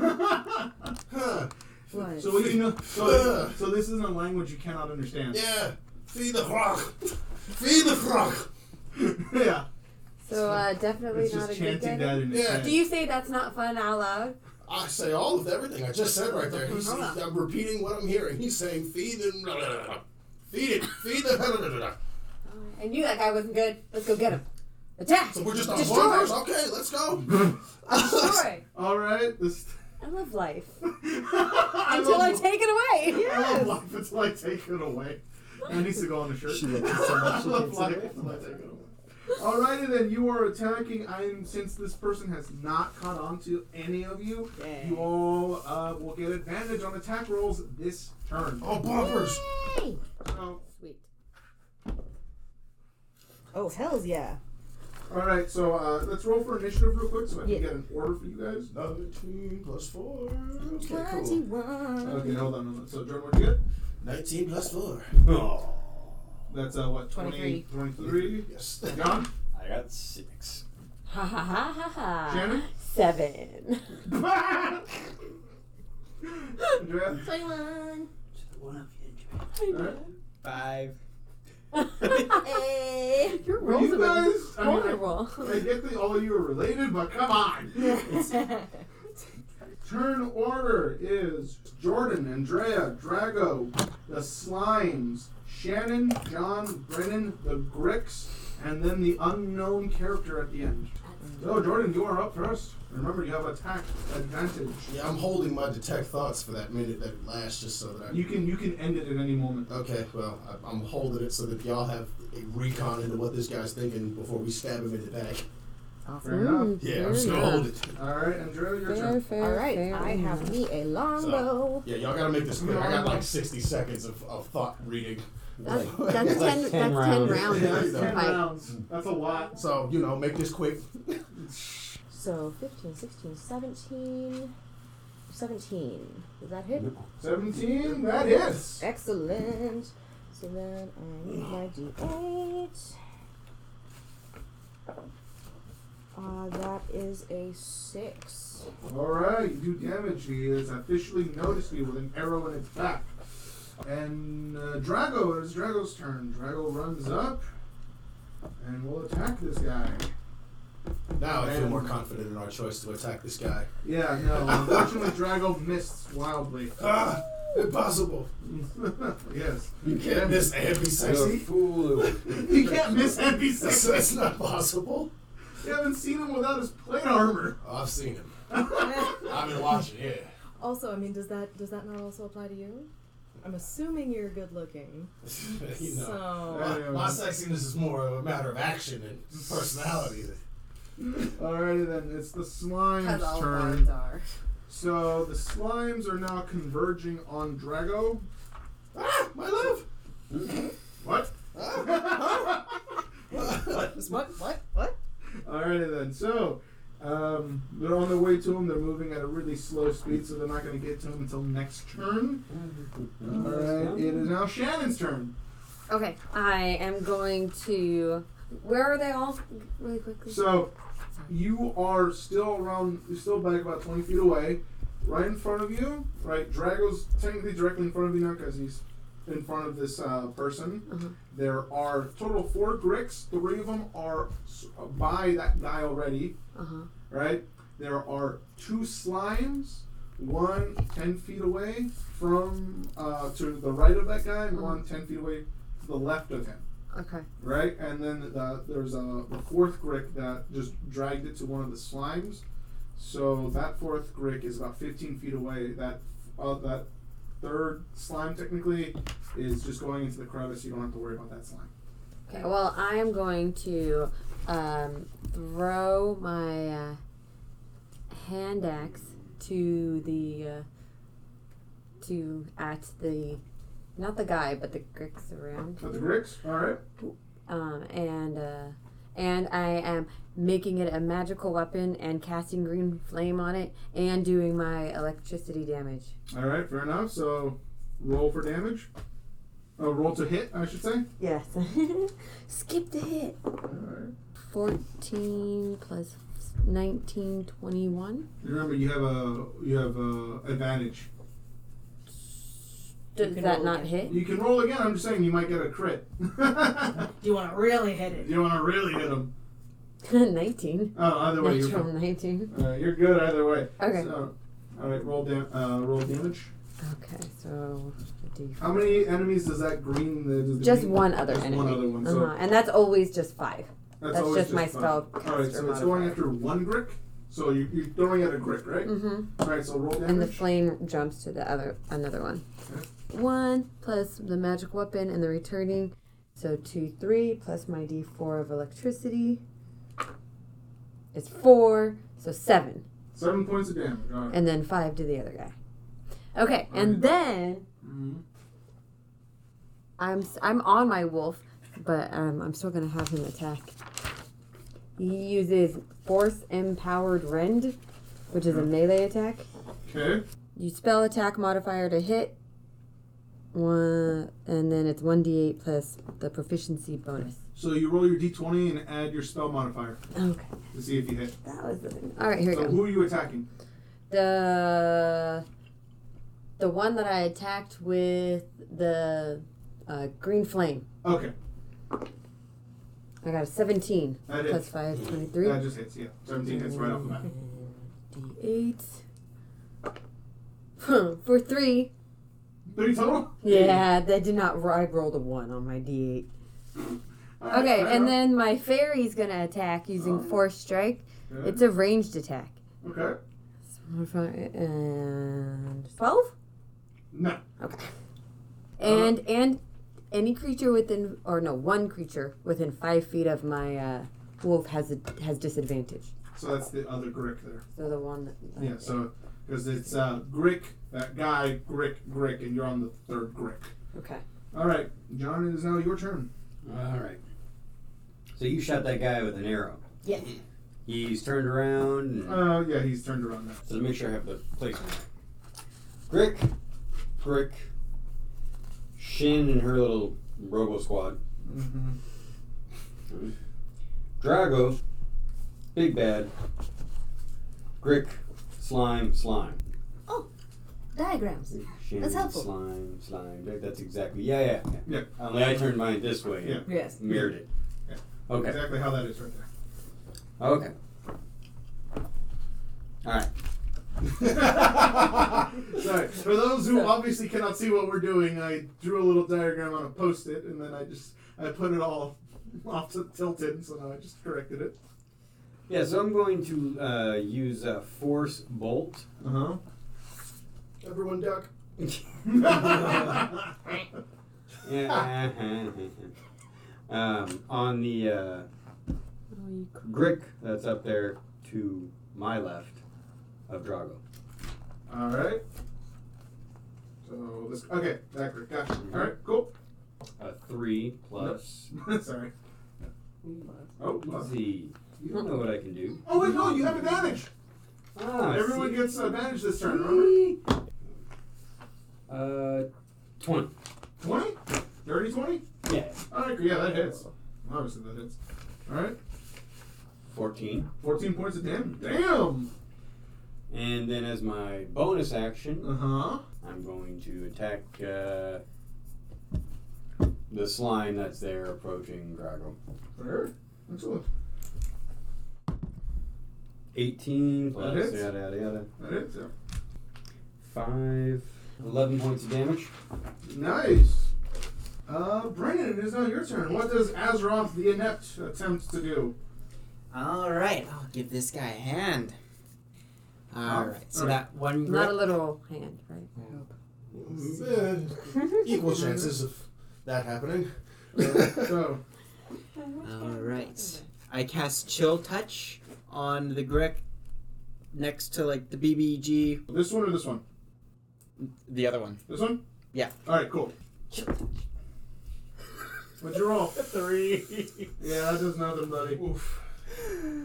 [SPEAKER 7] Huh.
[SPEAKER 4] What?
[SPEAKER 1] so what you know? So, so this isn't a language you cannot understand.
[SPEAKER 7] Yeah. Feed the frog. Feed the frog.
[SPEAKER 1] [laughs] yeah.
[SPEAKER 2] So uh, definitely
[SPEAKER 1] It's
[SPEAKER 2] not
[SPEAKER 1] just
[SPEAKER 2] a good
[SPEAKER 1] chanting
[SPEAKER 2] guy.
[SPEAKER 1] that in its
[SPEAKER 7] Yeah.
[SPEAKER 1] head.
[SPEAKER 2] Do you say that's not fun out loud?
[SPEAKER 7] I say all of everything I just said right there. He's, he's- I'm repeating what I'm hearing. He's saying feed the blah, blah, blah, blah. feed it, feed the blah, blah, blah, blah.
[SPEAKER 2] I knew that guy wasn't good. Let's go get him. Attack!
[SPEAKER 7] So we're just on
[SPEAKER 2] Destroy!
[SPEAKER 7] horse. Okay, let's go. [laughs]
[SPEAKER 2] Destroy!
[SPEAKER 1] All right. This.
[SPEAKER 2] [laughs]
[SPEAKER 1] [laughs]
[SPEAKER 2] I love life. [laughs]
[SPEAKER 1] I
[SPEAKER 2] Until I
[SPEAKER 1] love-
[SPEAKER 2] take it away.
[SPEAKER 1] I love life [laughs] until I take it away. That needs to go on the shirt. [laughs]
[SPEAKER 6] She loves it so much she
[SPEAKER 1] I love
[SPEAKER 6] takes it
[SPEAKER 1] life
[SPEAKER 6] away
[SPEAKER 1] until
[SPEAKER 6] from
[SPEAKER 1] I
[SPEAKER 6] it.
[SPEAKER 1] take it away. Alrighty then, you are attacking. I'm since this person has not caught on to any of you. You all uh, will get advantage on attack rolls this turn.
[SPEAKER 7] Oh, bumpers!
[SPEAKER 1] Oh.
[SPEAKER 2] Sweet.
[SPEAKER 4] Oh, hells yeah.
[SPEAKER 1] All right, so uh, let's roll for initiative real quick so I can
[SPEAKER 4] Yeah.
[SPEAKER 1] get an order for you guys.
[SPEAKER 7] 19 plus 4. Okay, cool.
[SPEAKER 2] 21.
[SPEAKER 1] Okay, hold on. a minute. So, Jordan, what'd you get?
[SPEAKER 7] 19 plus 4.
[SPEAKER 3] Oh,
[SPEAKER 1] That's uh, what 20, 23.
[SPEAKER 7] Yes. [laughs]
[SPEAKER 1] John, [laughs]
[SPEAKER 3] I got six.
[SPEAKER 2] Ha ha ha ha ha.
[SPEAKER 1] Shannon,
[SPEAKER 2] Seven.
[SPEAKER 1] Andrea.
[SPEAKER 2] [laughs]
[SPEAKER 9] 21.
[SPEAKER 6] One of you
[SPEAKER 1] All right.
[SPEAKER 6] Five.
[SPEAKER 2] hey. Your
[SPEAKER 1] Well,
[SPEAKER 2] rolls
[SPEAKER 1] you
[SPEAKER 2] are
[SPEAKER 1] guys, I, mean, I-
[SPEAKER 2] vulnerable.
[SPEAKER 1] I get that all of you are related, but come on.
[SPEAKER 2] [laughs]
[SPEAKER 1] Turn order is Jordan, Andrea, Drago, the Slimes, Shannon, John, Brennan, the Gricks, and then the unknown character at the end. So, Jordan, you are up first. Remember, you have attack advantage.
[SPEAKER 7] Yeah, I'm holding my detect thoughts for that minute that lasts just so that I.
[SPEAKER 1] You can you can end it at any moment.
[SPEAKER 7] Okay, well, I, I'm holding it so that y'all have a recon into what this guy's thinking before we stab him in the back.
[SPEAKER 1] Fair enough.
[SPEAKER 7] Yeah, I'm just gonna hold it.
[SPEAKER 1] All right, Andrea, your
[SPEAKER 2] Mm, Fair,
[SPEAKER 1] turn.
[SPEAKER 2] fair,
[SPEAKER 4] All right,
[SPEAKER 2] fair Mm.
[SPEAKER 4] I have
[SPEAKER 2] enough.
[SPEAKER 4] me a longbow.
[SPEAKER 7] Yeah, y'all gotta make this quick. I got like 60 seconds of, of thought reading.
[SPEAKER 2] That's, that's ten.
[SPEAKER 7] [laughs] Like,
[SPEAKER 2] that's
[SPEAKER 3] 10
[SPEAKER 2] ten
[SPEAKER 3] rounds.
[SPEAKER 2] rounds.
[SPEAKER 7] Yeah,
[SPEAKER 2] That's
[SPEAKER 7] no.
[SPEAKER 1] Ten
[SPEAKER 2] the fight.
[SPEAKER 1] rounds. That's a lot.
[SPEAKER 7] so, you know, make this quick.
[SPEAKER 4] So 15, 16, 17. 17. Does that hit?
[SPEAKER 1] Seventeen. That hits.
[SPEAKER 4] Excellent. So then I need my d8. Uh, that is a [laughs] 6.
[SPEAKER 1] All right, you do damage. He is officially noticed you with an arrow in its back. And uh, Drago, it is Drago's turn. Drago runs up, and we'll attack this guy.
[SPEAKER 7] Now I feel more confident in our choice to attack this guy.
[SPEAKER 1] Yeah, no. Unfortunately, Drago missed wildly.
[SPEAKER 7] Ah! Impossible!
[SPEAKER 1] yes.
[SPEAKER 7] You can't miss and be
[SPEAKER 3] You're a
[SPEAKER 7] sexy.
[SPEAKER 1] [laughs]
[SPEAKER 3] fool.
[SPEAKER 1] You can't miss and be
[SPEAKER 7] That's,
[SPEAKER 1] sexy.
[SPEAKER 7] that's not possible.
[SPEAKER 1] You haven't seen him without his plate armor.
[SPEAKER 7] Oh, I've seen him. I've been watching, yeah. [laughs]
[SPEAKER 9] Also, I mean, does that does that not also apply to you? I'm assuming you're good looking.
[SPEAKER 7] you know.
[SPEAKER 9] So,
[SPEAKER 7] My,
[SPEAKER 2] um,
[SPEAKER 7] my sexiness is more of a matter of action and
[SPEAKER 2] [laughs]
[SPEAKER 7] personality.
[SPEAKER 1] Alrighty then, it's the
[SPEAKER 2] Cut
[SPEAKER 1] slime's
[SPEAKER 2] all
[SPEAKER 1] turn.
[SPEAKER 2] bards are.
[SPEAKER 1] So the slimes are now converging on Drago.
[SPEAKER 7] Ah, my love!
[SPEAKER 3] Mm-hmm.
[SPEAKER 1] What?
[SPEAKER 7] what?
[SPEAKER 4] What? What? What?
[SPEAKER 1] Alrighty then. So, um, they're on their way to him. They're moving at a really slow speed, so they're not going to get to him until next turn. Alright, it is now Shannon's turn.
[SPEAKER 2] Okay, I am going to. Where are they all? Really quickly.
[SPEAKER 1] So, you are still around, you're still back about 20 feet away, right in front of you. Right, Drago's technically directly in front of you now because he's in front of this uh, person.
[SPEAKER 2] Mhm.
[SPEAKER 1] There are total four Gricks. Three of them are s- by that guy already.
[SPEAKER 2] Uh huh.
[SPEAKER 1] right? There are two slimes, one 10 feet away from uh, to the right of that guy, and one 10 feet away to the left of him,
[SPEAKER 2] Okay.
[SPEAKER 1] right? And then the, there's a, the fourth Grick that just dragged it to one of the slimes. So that fourth Grick is about 15 feet away. That uh, that third slime technically is just going into the crevice. You don't have to worry about that slime.
[SPEAKER 2] Okay. Well, I am going to um, throw my uh, hand axe to the uh, to at the not the guy, but the Gricks around,
[SPEAKER 1] But the Gricks, all right.
[SPEAKER 2] um, and uh, and I am making it a magical weapon and casting green flame on it and doing my electricity damage.
[SPEAKER 1] All right, fair enough. So, roll for damage. Uh, roll to hit, I should say.
[SPEAKER 2] Yes. Skip the hit.
[SPEAKER 1] All right.
[SPEAKER 2] 14 plus 19, 21.
[SPEAKER 1] Remember, you have a you have a advantage.
[SPEAKER 2] Does
[SPEAKER 4] can
[SPEAKER 2] that
[SPEAKER 4] roll
[SPEAKER 2] not hit?
[SPEAKER 1] You can roll again. I'm just saying you might get a crit. [laughs] you
[SPEAKER 4] Do you want to really hit it?
[SPEAKER 1] want to really hit him.
[SPEAKER 2] [laughs] 19.
[SPEAKER 1] Oh, either way, you're
[SPEAKER 2] Natural 19.
[SPEAKER 1] uh, you're good either way.
[SPEAKER 2] Okay.
[SPEAKER 1] So, all right, roll dam- uh, roll damage.
[SPEAKER 2] Okay, so. a D4.
[SPEAKER 1] How many enemies does that green? The, does the
[SPEAKER 2] Just
[SPEAKER 1] green-
[SPEAKER 2] one other
[SPEAKER 1] just
[SPEAKER 2] enemy.
[SPEAKER 1] one other one. So
[SPEAKER 2] Uh-huh. And that's always just five.
[SPEAKER 1] that's,
[SPEAKER 2] that's
[SPEAKER 1] always
[SPEAKER 2] just my
[SPEAKER 1] fine.
[SPEAKER 2] spell
[SPEAKER 1] All right,
[SPEAKER 2] caster
[SPEAKER 1] so it's going
[SPEAKER 2] modifier.
[SPEAKER 1] after one grick. So you, you're throwing at a grick, right?
[SPEAKER 2] Mm-hmm.
[SPEAKER 1] All right, so roll damage.
[SPEAKER 2] And the flame jumps to the other another one. One plus the magic weapon and the returning. So two, three plus my d4 of electricity is four, so seven.
[SPEAKER 1] Seven points of damage. All right.
[SPEAKER 2] And then five to the other guy. Okay, and
[SPEAKER 1] Alright.
[SPEAKER 2] then
[SPEAKER 1] Mhm.
[SPEAKER 2] I'm s- I'm on my wolf, but um, I'm still gonna have him attack. He uses force empowered rend, which is a melee attack.
[SPEAKER 1] Okay.
[SPEAKER 2] You spell attack modifier to hit. One, and then it's one d8 plus the proficiency bonus.
[SPEAKER 1] So you roll your d20 and add your spell modifier
[SPEAKER 2] Okay,
[SPEAKER 1] to see if you hit.
[SPEAKER 2] that was the thing. All right, here we
[SPEAKER 1] so
[SPEAKER 2] go.
[SPEAKER 1] who are you attacking?
[SPEAKER 2] The the one that I attacked with the uh, green flame.
[SPEAKER 1] Okay,
[SPEAKER 2] I got a 17
[SPEAKER 1] that
[SPEAKER 2] plus
[SPEAKER 1] hits.
[SPEAKER 2] 5, 23.
[SPEAKER 1] That just hits. Yeah, 17 hits right off
[SPEAKER 2] [laughs]
[SPEAKER 1] the bat.
[SPEAKER 2] D8. Huh, For three.
[SPEAKER 1] Three total.
[SPEAKER 2] Yeah, that did not. ro- I rolled a one on my D8.
[SPEAKER 1] All right,
[SPEAKER 2] Okay,
[SPEAKER 1] fair
[SPEAKER 2] and
[SPEAKER 1] enough.
[SPEAKER 2] then my fairy's gonna attack using
[SPEAKER 1] Oh.
[SPEAKER 2] Force Strike.
[SPEAKER 1] Good.
[SPEAKER 2] It's a ranged attack.
[SPEAKER 1] okay.
[SPEAKER 2] And twelve.
[SPEAKER 1] No.
[SPEAKER 2] Okay. And and any creature within, or no, one creature within five feet of my uh, wolf has a, has disadvantage.
[SPEAKER 1] So that's the other Grick there.
[SPEAKER 2] So the one. That,
[SPEAKER 1] Yeah. So because it's uh, Grick, that guy Grick, Grick, and you're on the third Grick.
[SPEAKER 2] Okay.
[SPEAKER 1] All right, John. It is now your turn.
[SPEAKER 3] All right. So you shot that guy with an arrow.
[SPEAKER 4] Yeah.
[SPEAKER 3] He's turned around. And,
[SPEAKER 1] Uh, yeah, he's turned around now.
[SPEAKER 3] so to make sure I have the placement. Grick, Grick, Shin and her little robo squad.
[SPEAKER 1] Mm-hmm.
[SPEAKER 3] Drago, Big Bad, Grick, Slime, Slime.
[SPEAKER 5] Diagrams.
[SPEAKER 3] Shin,
[SPEAKER 5] That's helpful.
[SPEAKER 3] Slime, Slime. That- That's exactly. Yeah, yeah. yeah.
[SPEAKER 1] Yeah.
[SPEAKER 3] Only I turned mine this way.
[SPEAKER 1] Yeah.
[SPEAKER 4] Yes.
[SPEAKER 3] Mirrored it.
[SPEAKER 1] Yeah.
[SPEAKER 3] Okay.
[SPEAKER 1] Exactly how that is right
[SPEAKER 3] Okay. All right.
[SPEAKER 1] [laughs] there. Sorry. For those who obviously cannot see what we're doing, I drew a little diagram on a post-it, and then I just I put it all [laughs] off to tilted, so now I just corrected it.
[SPEAKER 3] Yeah, so I'm going to uh, use a force bolt.
[SPEAKER 1] Uh [laughs] huh.
[SPEAKER 7] Everyone duck.
[SPEAKER 3] Yeah, [laughs] um, on the uh, Grick that's up there to my left of Drago.
[SPEAKER 1] All right. So let's okay. That group. Gotcha. All right. Cool. [laughs]
[SPEAKER 3] A three plus.
[SPEAKER 1] Sorry.
[SPEAKER 3] Oh, easy. You don't know what I can do.
[SPEAKER 1] Oh wait, no, you have advantage.
[SPEAKER 3] Ah,
[SPEAKER 1] Everyone gets advantage this turn. Remember?
[SPEAKER 3] see? Uh, twenty.
[SPEAKER 1] Twenty. Dirty twenty.
[SPEAKER 3] Yeah.
[SPEAKER 1] All right. Yeah, that hits. Obviously that hits. All right.
[SPEAKER 3] Fourteen.
[SPEAKER 1] Fourteen points of damage. Damn.
[SPEAKER 3] And then as my bonus action,
[SPEAKER 1] Uh huh.
[SPEAKER 3] I'm going to attack uh, the slime that's there approaching Drago.
[SPEAKER 1] Fair. Excellent.
[SPEAKER 3] 18 plus
[SPEAKER 1] That hits.
[SPEAKER 3] yada yada yada.
[SPEAKER 1] That hits. Yeah.
[SPEAKER 3] 5. 11 points of damage.
[SPEAKER 1] Nice. Uh, Brandon, it is now your turn. What does Azeroth the Inept attempt to do?
[SPEAKER 6] All right, I'll give this guy a hand. All right, so
[SPEAKER 1] all right.
[SPEAKER 6] that one
[SPEAKER 2] Not a
[SPEAKER 6] grip.
[SPEAKER 2] literal hand, right?
[SPEAKER 7] Eh, equal chances of
[SPEAKER 2] [laughs]
[SPEAKER 7] that happening.
[SPEAKER 1] So,
[SPEAKER 6] All right, I cast Chill Touch on the Grick next to like the BBG,
[SPEAKER 1] this one or this one?
[SPEAKER 6] the other
[SPEAKER 1] [laughs]
[SPEAKER 6] one.
[SPEAKER 1] This one?
[SPEAKER 6] Yeah.
[SPEAKER 1] Alright, cool. What'd you roll? Three. Yeah, that does nothing, buddy. Oof.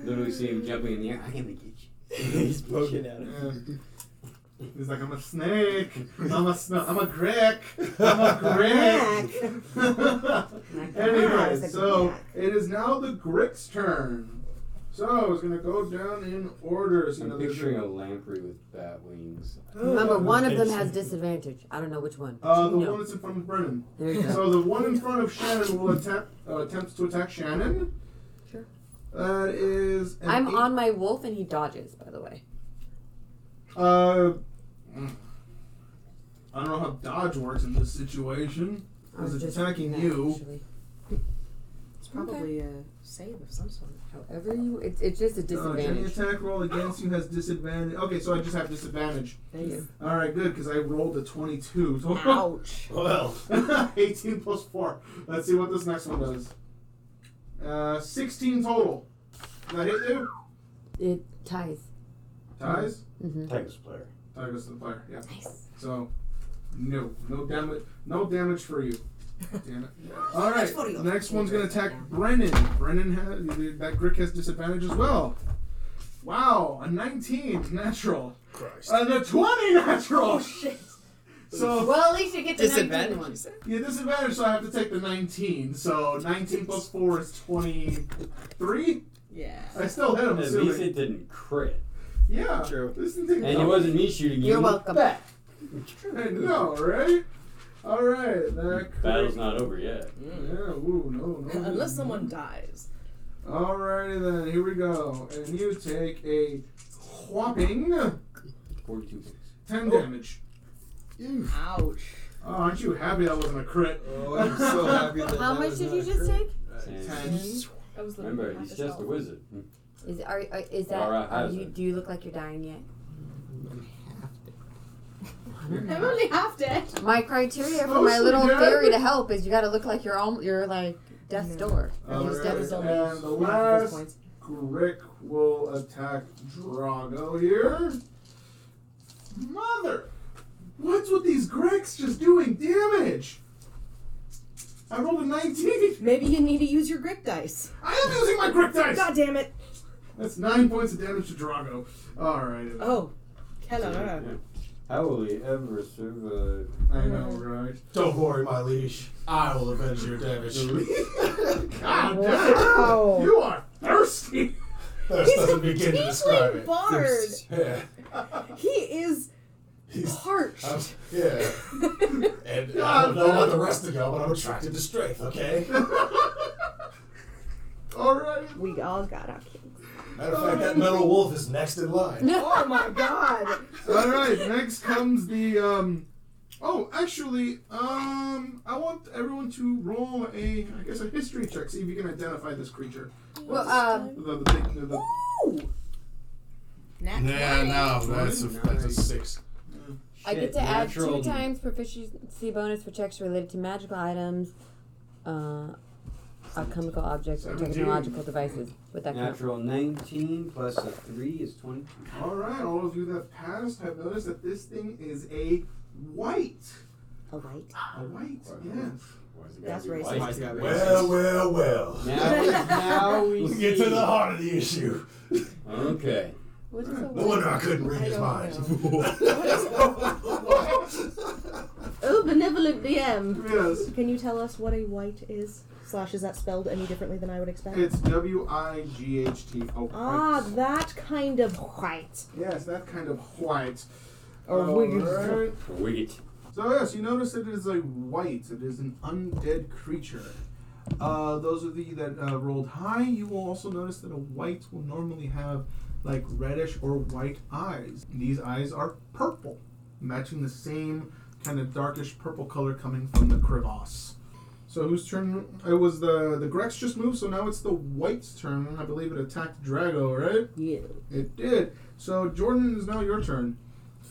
[SPEAKER 3] Literally see him jumping in the air. I'm gonna get you. He's poking at him.
[SPEAKER 1] Yeah. He's like, I'm a snake. I'm a sn- I'm a grek. I'm a grek. [laughs] anyway, so it is now the grick's turn. So it's gonna go down in order. So you know,
[SPEAKER 3] I'm
[SPEAKER 1] there's
[SPEAKER 3] picturing a lamprey with bat wings.
[SPEAKER 1] Oh,
[SPEAKER 2] Remember, one of them has disadvantage. I don't know which one.
[SPEAKER 1] Uh, the
[SPEAKER 2] You know.
[SPEAKER 1] one that's in front of Brennan.
[SPEAKER 2] There
[SPEAKER 1] [laughs]
[SPEAKER 2] you go.
[SPEAKER 1] So the one in front of Shannon will attack. Uh, attempts to attack Shannon.
[SPEAKER 2] Sure.
[SPEAKER 1] That is. an
[SPEAKER 2] I'm
[SPEAKER 1] eight-
[SPEAKER 2] on my wolf and he dodges, by the way.
[SPEAKER 1] Uh, mm. I don't know how dodge works in this situation.
[SPEAKER 2] I was
[SPEAKER 1] Is it
[SPEAKER 2] just
[SPEAKER 1] attacking
[SPEAKER 2] reading that,
[SPEAKER 1] you?
[SPEAKER 2] actually.
[SPEAKER 6] It's probably a save of some sort.
[SPEAKER 2] However you, it's it's just a
[SPEAKER 1] Uh, any
[SPEAKER 2] disadvantage.
[SPEAKER 1] attack roll against you has disadvantage. Okay, so I just have disadvantage.
[SPEAKER 6] There you
[SPEAKER 1] All right, good, because I rolled a 22
[SPEAKER 6] go.
[SPEAKER 1] total.
[SPEAKER 6] [laughs] Ouch.
[SPEAKER 1] Well, [laughs] 18 plus 4. Let's see what this next one does. Uh, 16 total. Did that hit you?
[SPEAKER 2] It ties.
[SPEAKER 1] Ties?
[SPEAKER 2] hmm
[SPEAKER 7] Thanks, player.
[SPEAKER 1] Tie goes to the player, yeah.
[SPEAKER 10] Nice.
[SPEAKER 1] So, no. No damage No damage for you. Damn it.
[SPEAKER 10] How
[SPEAKER 1] All
[SPEAKER 10] much
[SPEAKER 1] right,
[SPEAKER 10] for you?
[SPEAKER 1] next one's going to attack Brennan. Brennan has, that Grick has disadvantage as well. Wow, a 19 natural.
[SPEAKER 11] Christ.
[SPEAKER 1] And a 20 Uh,
[SPEAKER 12] Oh,
[SPEAKER 1] natural!
[SPEAKER 10] Shit.
[SPEAKER 1] So,
[SPEAKER 10] Well, at least you get the
[SPEAKER 13] Disadvantage.
[SPEAKER 10] 19 one.
[SPEAKER 1] Yeah, disadvantage, so I have to take the 19. So 19 plus 4 is 23?
[SPEAKER 6] Yeah.
[SPEAKER 1] I still hit him,
[SPEAKER 3] At least
[SPEAKER 1] assuming.
[SPEAKER 3] it didn't crit.
[SPEAKER 1] Yeah.
[SPEAKER 13] True.
[SPEAKER 1] This didn't take
[SPEAKER 3] And it wasn't me shooting you.
[SPEAKER 2] You're welcome.
[SPEAKER 3] Back.
[SPEAKER 1] I know, right? Alright, that could.
[SPEAKER 3] Battle's not over yet.
[SPEAKER 1] Yeah, ooh, no, no.
[SPEAKER 12] Unless someone dies.
[SPEAKER 1] Alrighty then, here we go. And you take a whopping
[SPEAKER 3] 42 points.
[SPEAKER 12] Oh.
[SPEAKER 1] 10 damage.
[SPEAKER 6] Ouch.
[SPEAKER 1] Oh, aren't you happy that wasn't a crit?
[SPEAKER 7] Oh, I'm so happy that
[SPEAKER 2] How
[SPEAKER 7] that
[SPEAKER 2] much
[SPEAKER 7] was
[SPEAKER 2] did
[SPEAKER 7] not
[SPEAKER 2] you
[SPEAKER 7] a
[SPEAKER 2] just
[SPEAKER 7] crit.
[SPEAKER 2] take?
[SPEAKER 3] And
[SPEAKER 12] I was looking
[SPEAKER 3] remember,
[SPEAKER 12] at
[SPEAKER 3] he's
[SPEAKER 12] the
[SPEAKER 3] just a
[SPEAKER 12] health.
[SPEAKER 3] wizard.
[SPEAKER 2] Is are, are is that?
[SPEAKER 3] Laura
[SPEAKER 2] Are
[SPEAKER 3] has
[SPEAKER 2] you,
[SPEAKER 3] it.
[SPEAKER 2] do you look like you're dying yet?
[SPEAKER 10] I'm only half dead.
[SPEAKER 2] My criteria for
[SPEAKER 1] Mostly
[SPEAKER 2] my little
[SPEAKER 1] dead.
[SPEAKER 2] fairy to help is you got to look like you're alm you're like death's
[SPEAKER 6] No.
[SPEAKER 2] door.
[SPEAKER 1] Alright,
[SPEAKER 2] Just dead
[SPEAKER 1] and the last Grick will attack Drago here. Mother! What's with these Gricks just doing damage? I rolled a 19!
[SPEAKER 6] Maybe you need to use your grip dice.
[SPEAKER 1] I am using my Grick dice!
[SPEAKER 6] God damn it.
[SPEAKER 1] That's 9 points of damage to Drago. Alright.
[SPEAKER 6] Oh.
[SPEAKER 3] Yeah.
[SPEAKER 6] Hello.
[SPEAKER 3] How will he ever survive?
[SPEAKER 1] I know, right? [laughs]
[SPEAKER 7] Don't worry, my liege. I will avenge your damage.
[SPEAKER 1] God damn it. You are thirsty! [laughs]
[SPEAKER 7] There's nothing begin to describe it.
[SPEAKER 6] Bard.
[SPEAKER 7] Yeah,
[SPEAKER 6] He is
[SPEAKER 7] he's
[SPEAKER 6] parched.
[SPEAKER 7] I'm, yeah. And I
[SPEAKER 1] God
[SPEAKER 7] don't know
[SPEAKER 1] damn.
[SPEAKER 7] about the rest of y'all, but I'm attracted to strength. Okay.
[SPEAKER 1] Alright.
[SPEAKER 4] We all got our kings.
[SPEAKER 7] Matter of fact, that metal wolf is next in line.
[SPEAKER 6] oh my god.
[SPEAKER 1] Alright, next comes the um Oh, actually, um I want everyone to roll a I guess a history check, see if you can identify this creature.
[SPEAKER 2] Well, um,
[SPEAKER 1] The, the big the, the,
[SPEAKER 10] Nah.
[SPEAKER 7] Nah, no, that's a that's a
[SPEAKER 1] Nice.
[SPEAKER 7] six.
[SPEAKER 2] [laughs] I get
[SPEAKER 3] Shit,
[SPEAKER 2] to add two
[SPEAKER 3] natural-
[SPEAKER 2] times proficiency bonus for checks related to magical items, uh, alchemical objects, or
[SPEAKER 1] Seventeen.
[SPEAKER 2] technological devices. Would that count?
[SPEAKER 3] Natural 19 plus a 3 is 20.
[SPEAKER 1] Alright, all of you that passed have noticed that this thing is a white.
[SPEAKER 4] A white.
[SPEAKER 1] A white, yes.
[SPEAKER 6] That's racist.
[SPEAKER 3] racist.
[SPEAKER 7] Well, well, well.
[SPEAKER 3] Now,
[SPEAKER 7] [laughs]
[SPEAKER 3] now we
[SPEAKER 7] We
[SPEAKER 3] see.
[SPEAKER 7] get to the heart of the issue.
[SPEAKER 3] Okay.
[SPEAKER 2] What is a
[SPEAKER 7] No
[SPEAKER 2] white?
[SPEAKER 7] wonder I couldn't read
[SPEAKER 6] I
[SPEAKER 7] his
[SPEAKER 6] don't
[SPEAKER 7] mind. [laughs]
[SPEAKER 4] Oh, benevolent
[SPEAKER 1] [laughs]
[SPEAKER 4] DM.
[SPEAKER 1] Yes.
[SPEAKER 4] Can you tell us what a white is? Slash, is that spelled any differently than I would expect?
[SPEAKER 1] It's W I G H T. Oh,
[SPEAKER 4] ah,
[SPEAKER 1] white.
[SPEAKER 4] that kind of white.
[SPEAKER 1] yes, that kind of white.
[SPEAKER 4] Or
[SPEAKER 2] Oh,
[SPEAKER 4] wiggles.
[SPEAKER 1] Alright.
[SPEAKER 3] Wait.
[SPEAKER 1] So yes, you notice that it is a white. It is an undead creature. Uh, those of you that uh, rolled high, you will also notice that a white will normally have like reddish or white eyes. These eyes are purple, matching the same kind of darkish purple color coming from the crevasse. So whose turn? It was the the Grex just moved, so now it's the white's turn. I believe it attacked Drago, right?
[SPEAKER 4] Yeah.
[SPEAKER 1] It did. So Jordan is now your turn.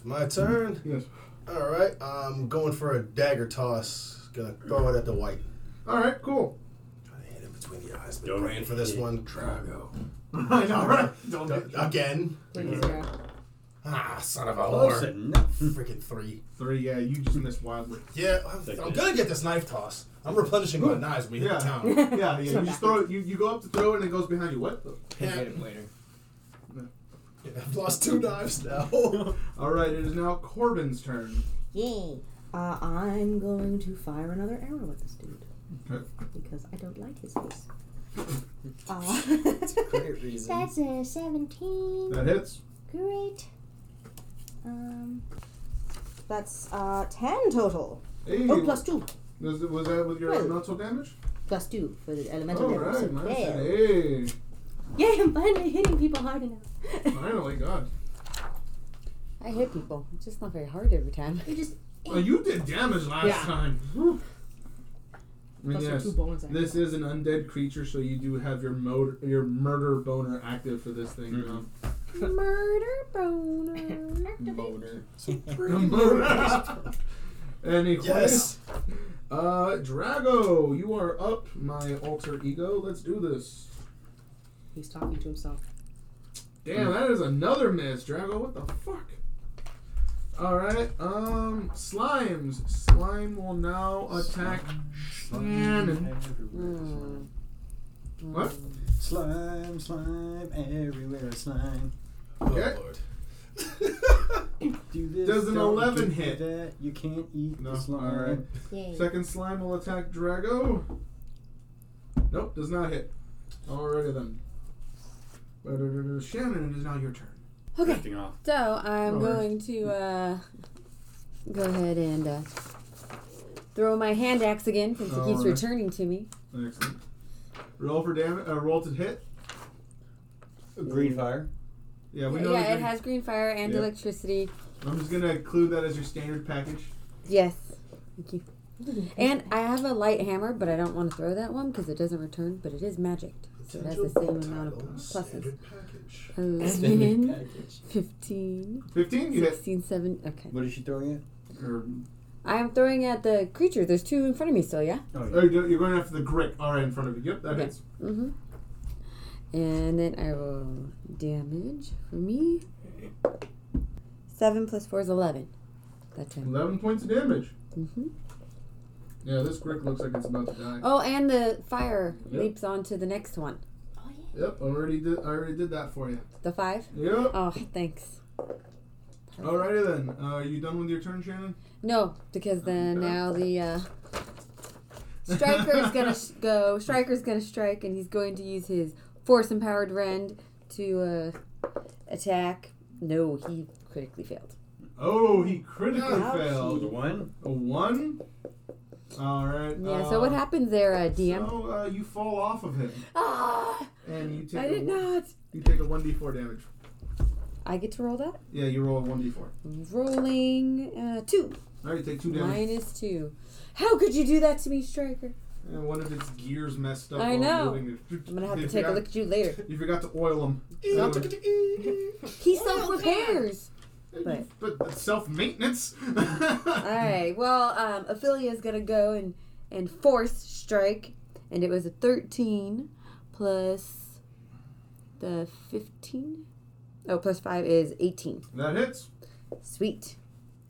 [SPEAKER 7] My turn.
[SPEAKER 1] Yes.
[SPEAKER 7] All right, I'm going for a dagger toss. Gonna throw it at the white.
[SPEAKER 1] All right, cool. [laughs]
[SPEAKER 7] Trying to hit it between the eyes. Been
[SPEAKER 3] Don't
[SPEAKER 7] praying for this
[SPEAKER 3] hit
[SPEAKER 7] one. Drago.
[SPEAKER 1] I know, right? Don't get
[SPEAKER 7] Again.
[SPEAKER 6] Please, yeah.
[SPEAKER 7] Ah, son of a
[SPEAKER 3] Close
[SPEAKER 7] whore.
[SPEAKER 3] enough.
[SPEAKER 7] [laughs] Freaking three.
[SPEAKER 1] Three, yeah, you just missed
[SPEAKER 4] [laughs]
[SPEAKER 1] wildly.
[SPEAKER 7] Yeah, I'm,
[SPEAKER 3] Take
[SPEAKER 7] I'm
[SPEAKER 3] that.
[SPEAKER 7] gonna get this knife toss. I'm replenishing my knives when we hit
[SPEAKER 1] Yeah.
[SPEAKER 7] the town.
[SPEAKER 1] Yeah, yeah. You just throw it. You, you go up to throw it, and it goes behind you. What? the-
[SPEAKER 7] Yeah,
[SPEAKER 13] later.
[SPEAKER 7] I've lost two knives now. [laughs]
[SPEAKER 1] All right, it is now Corbin's turn.
[SPEAKER 4] Yay. Uh, I'm going to fire another arrow at this dude.
[SPEAKER 1] Okay.
[SPEAKER 4] Because I don't like his face. Uh,
[SPEAKER 13] Great reason.
[SPEAKER 4] [laughs] that's a 17.
[SPEAKER 1] That hits.
[SPEAKER 4] Great. Um, that's uh, 10 total.
[SPEAKER 1] Hey,
[SPEAKER 4] Oh, plus 2.
[SPEAKER 1] was, was that with your
[SPEAKER 4] Well.
[SPEAKER 1] mental damage?
[SPEAKER 4] Plus 2 for the elemental
[SPEAKER 1] All
[SPEAKER 4] damage. so
[SPEAKER 1] right, nice.
[SPEAKER 4] 12.
[SPEAKER 1] Hey,
[SPEAKER 4] Yay, I'm finally hitting people hard enough.
[SPEAKER 1] finally, God.
[SPEAKER 2] I hit people. It's just
[SPEAKER 1] Oh,
[SPEAKER 2] not very hard every time.
[SPEAKER 4] you just
[SPEAKER 1] Well, you did damage last
[SPEAKER 2] Yeah.
[SPEAKER 1] time. And
[SPEAKER 4] Plus your
[SPEAKER 1] yes,
[SPEAKER 4] two bonus actions.
[SPEAKER 1] this is an undead creature, so you do have your motor, your murder boner active for this thing. now. [laughs]
[SPEAKER 2] Murder boner.
[SPEAKER 1] Boner. [laughs]
[SPEAKER 2] pretty
[SPEAKER 1] boner. [laughs] Any
[SPEAKER 14] Yes.
[SPEAKER 1] questions? Uh, Drago, you are up, my alter ego. Let's do this.
[SPEAKER 4] He's talking to himself.
[SPEAKER 1] Damn,
[SPEAKER 2] Hmm.
[SPEAKER 1] that is another miss, Drago. What the fuck? All right. Um, slimes. Slime will now attack Shannon.
[SPEAKER 2] Mm.
[SPEAKER 1] What?
[SPEAKER 3] Slime, slime, everywhere slime.
[SPEAKER 1] Okay.
[SPEAKER 3] Do this.
[SPEAKER 1] Does an
[SPEAKER 3] don't
[SPEAKER 1] 11
[SPEAKER 3] do
[SPEAKER 1] hit?
[SPEAKER 3] That. You can't eat
[SPEAKER 1] No.
[SPEAKER 3] the slime.
[SPEAKER 1] All right.
[SPEAKER 8] Yay.
[SPEAKER 1] Second slime will attack Drago. Nope, does not hit. Alrighty then. Ba-da-da-da. Shannon, it is now your turn.
[SPEAKER 2] Okay.
[SPEAKER 3] Drifting off.
[SPEAKER 2] So I'm
[SPEAKER 1] Or-
[SPEAKER 2] going to uh, go ahead and uh, throw my hand axe again since it keeps
[SPEAKER 1] Alright.
[SPEAKER 2] returning to me.
[SPEAKER 1] Excellent. Roll for damage. Uh, roll to hit.
[SPEAKER 3] Green fire.
[SPEAKER 1] Yeah, we
[SPEAKER 2] Yeah,
[SPEAKER 1] know.
[SPEAKER 2] yeah,
[SPEAKER 1] that
[SPEAKER 2] it
[SPEAKER 1] you-
[SPEAKER 2] has green fire and
[SPEAKER 1] Yeah.
[SPEAKER 2] electricity.
[SPEAKER 1] I'm just gonna include that as your standard package.
[SPEAKER 2] Yes. Thank you. And I have a light hammer, but I don't want to throw that one because it doesn't return, but it is magic. So it has the same amount of pluses.
[SPEAKER 14] Standard package.
[SPEAKER 2] 11, 15,
[SPEAKER 1] Fifteen, you hit.
[SPEAKER 2] 16, 7. Okay.
[SPEAKER 3] What is she throwing at?
[SPEAKER 1] Or, oh,
[SPEAKER 2] I'm throwing at the creature. There's two in front of me still, yeah?
[SPEAKER 3] Oh,
[SPEAKER 1] oh, you're you're going after the grit. All right, in front of you. Yep, that
[SPEAKER 2] Yeah.
[SPEAKER 1] hits.
[SPEAKER 2] Mm-hmm. And then I will damage for me. Seven plus four is eleven. That's it.
[SPEAKER 1] Eleven points of damage.
[SPEAKER 2] Mm-hmm.
[SPEAKER 1] Yeah, this grit looks like it's about to die.
[SPEAKER 2] Oh, and the fire
[SPEAKER 1] Yep.
[SPEAKER 2] leaps onto the next one.
[SPEAKER 1] Yep, I already did. I already did that for you.
[SPEAKER 2] The five.
[SPEAKER 1] Yep.
[SPEAKER 2] Oh, thanks.
[SPEAKER 1] Alrighty then. Uh, you done with your turn, Shannon?
[SPEAKER 2] No, because then
[SPEAKER 1] Okay.
[SPEAKER 2] now the uh, striker's gonna sh- go. Striker's gonna strike, and he's going to use his force empowered rend to uh, attack. No, he critically failed.
[SPEAKER 1] Oh, he critically
[SPEAKER 2] Ouch.
[SPEAKER 1] failed.
[SPEAKER 3] one.
[SPEAKER 1] A one. All right.
[SPEAKER 2] Yeah.
[SPEAKER 1] uh,
[SPEAKER 2] so what happens there, uh, DM?
[SPEAKER 1] So uh, you fall off of him,
[SPEAKER 2] Ah!
[SPEAKER 1] and you take
[SPEAKER 2] I did
[SPEAKER 1] a,
[SPEAKER 2] not.
[SPEAKER 1] you take a one d four damage.
[SPEAKER 2] I get to roll that.
[SPEAKER 1] Yeah, you roll a one d four.
[SPEAKER 2] Rolling uh, two
[SPEAKER 1] All right, you take two damage,
[SPEAKER 2] Minus two. How could you do that to me, Striker?
[SPEAKER 1] and one of its gears messed up.
[SPEAKER 2] I
[SPEAKER 1] while
[SPEAKER 2] know.
[SPEAKER 1] Moving. it.
[SPEAKER 2] I'm gonna have
[SPEAKER 1] You [laughs]
[SPEAKER 2] to take a
[SPEAKER 1] forgot-
[SPEAKER 2] look at you later.
[SPEAKER 1] You forgot to oil him.
[SPEAKER 2] He self repairs. But
[SPEAKER 1] But self [laughs] maintenance.
[SPEAKER 2] all right. Well, um, Ophelia is gonna go and and force strike, and it was a thirteen plus the fifteen. Oh, plus five is eighteen.
[SPEAKER 1] That hits.
[SPEAKER 2] Sweet.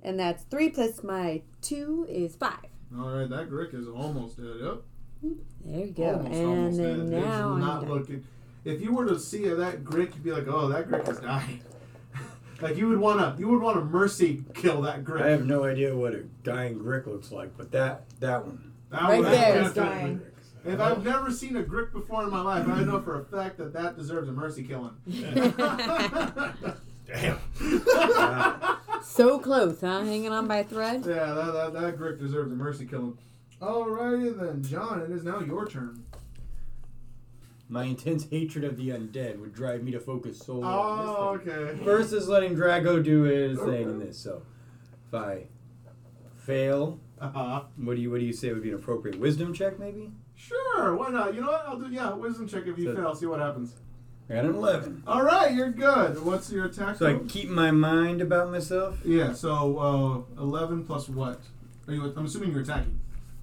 [SPEAKER 2] And that's three plus my two is five.
[SPEAKER 1] All right, that Grick is almost dead. Yep.
[SPEAKER 2] There you go.
[SPEAKER 1] Almost,
[SPEAKER 2] and
[SPEAKER 1] almost
[SPEAKER 2] then
[SPEAKER 1] dead. It's
[SPEAKER 2] now I'm
[SPEAKER 1] not
[SPEAKER 2] done.
[SPEAKER 1] looking. If you were to see that Grick, you'd be like, "Oh, that Grick is dying." [laughs] like you would wanna, you would wanna mercy kill that Grick.
[SPEAKER 3] I have no idea what a dying Grick looks like, but that that one.
[SPEAKER 1] That
[SPEAKER 2] Right
[SPEAKER 1] was
[SPEAKER 2] there.
[SPEAKER 1] definitely-
[SPEAKER 2] It's
[SPEAKER 5] dying.
[SPEAKER 1] If I've never seen a Grick before in my life, I know for a fact that that deserves a mercy
[SPEAKER 2] [laughs]
[SPEAKER 1] killing. [laughs]
[SPEAKER 14] Damn.
[SPEAKER 2] So close, huh? Hanging on by a thread.
[SPEAKER 1] Yeah, that, that, that Grick deserves a mercy killing. Alrighty then, John, it is now your turn.
[SPEAKER 3] My intense hatred of the undead would drive me to focus solely on this thing.
[SPEAKER 1] Oh, okay. [laughs]
[SPEAKER 3] First is letting Drago do his thing in this. So, if I fail,
[SPEAKER 1] Uh-huh.
[SPEAKER 3] what do you what do you say would be an appropriate wisdom check? Maybe
[SPEAKER 1] Sure, why not? You know what? I'll do, yeah, wisdom check if you
[SPEAKER 3] So-
[SPEAKER 1] fail, see what happens.
[SPEAKER 3] I got an eleven.
[SPEAKER 1] Alright, you're good. What's your attack?
[SPEAKER 3] So I
[SPEAKER 1] roll?
[SPEAKER 3] keep my mind about myself.
[SPEAKER 1] Oh. Yeah, so uh, 11 plus what? Are you, I'm assuming you're attacking.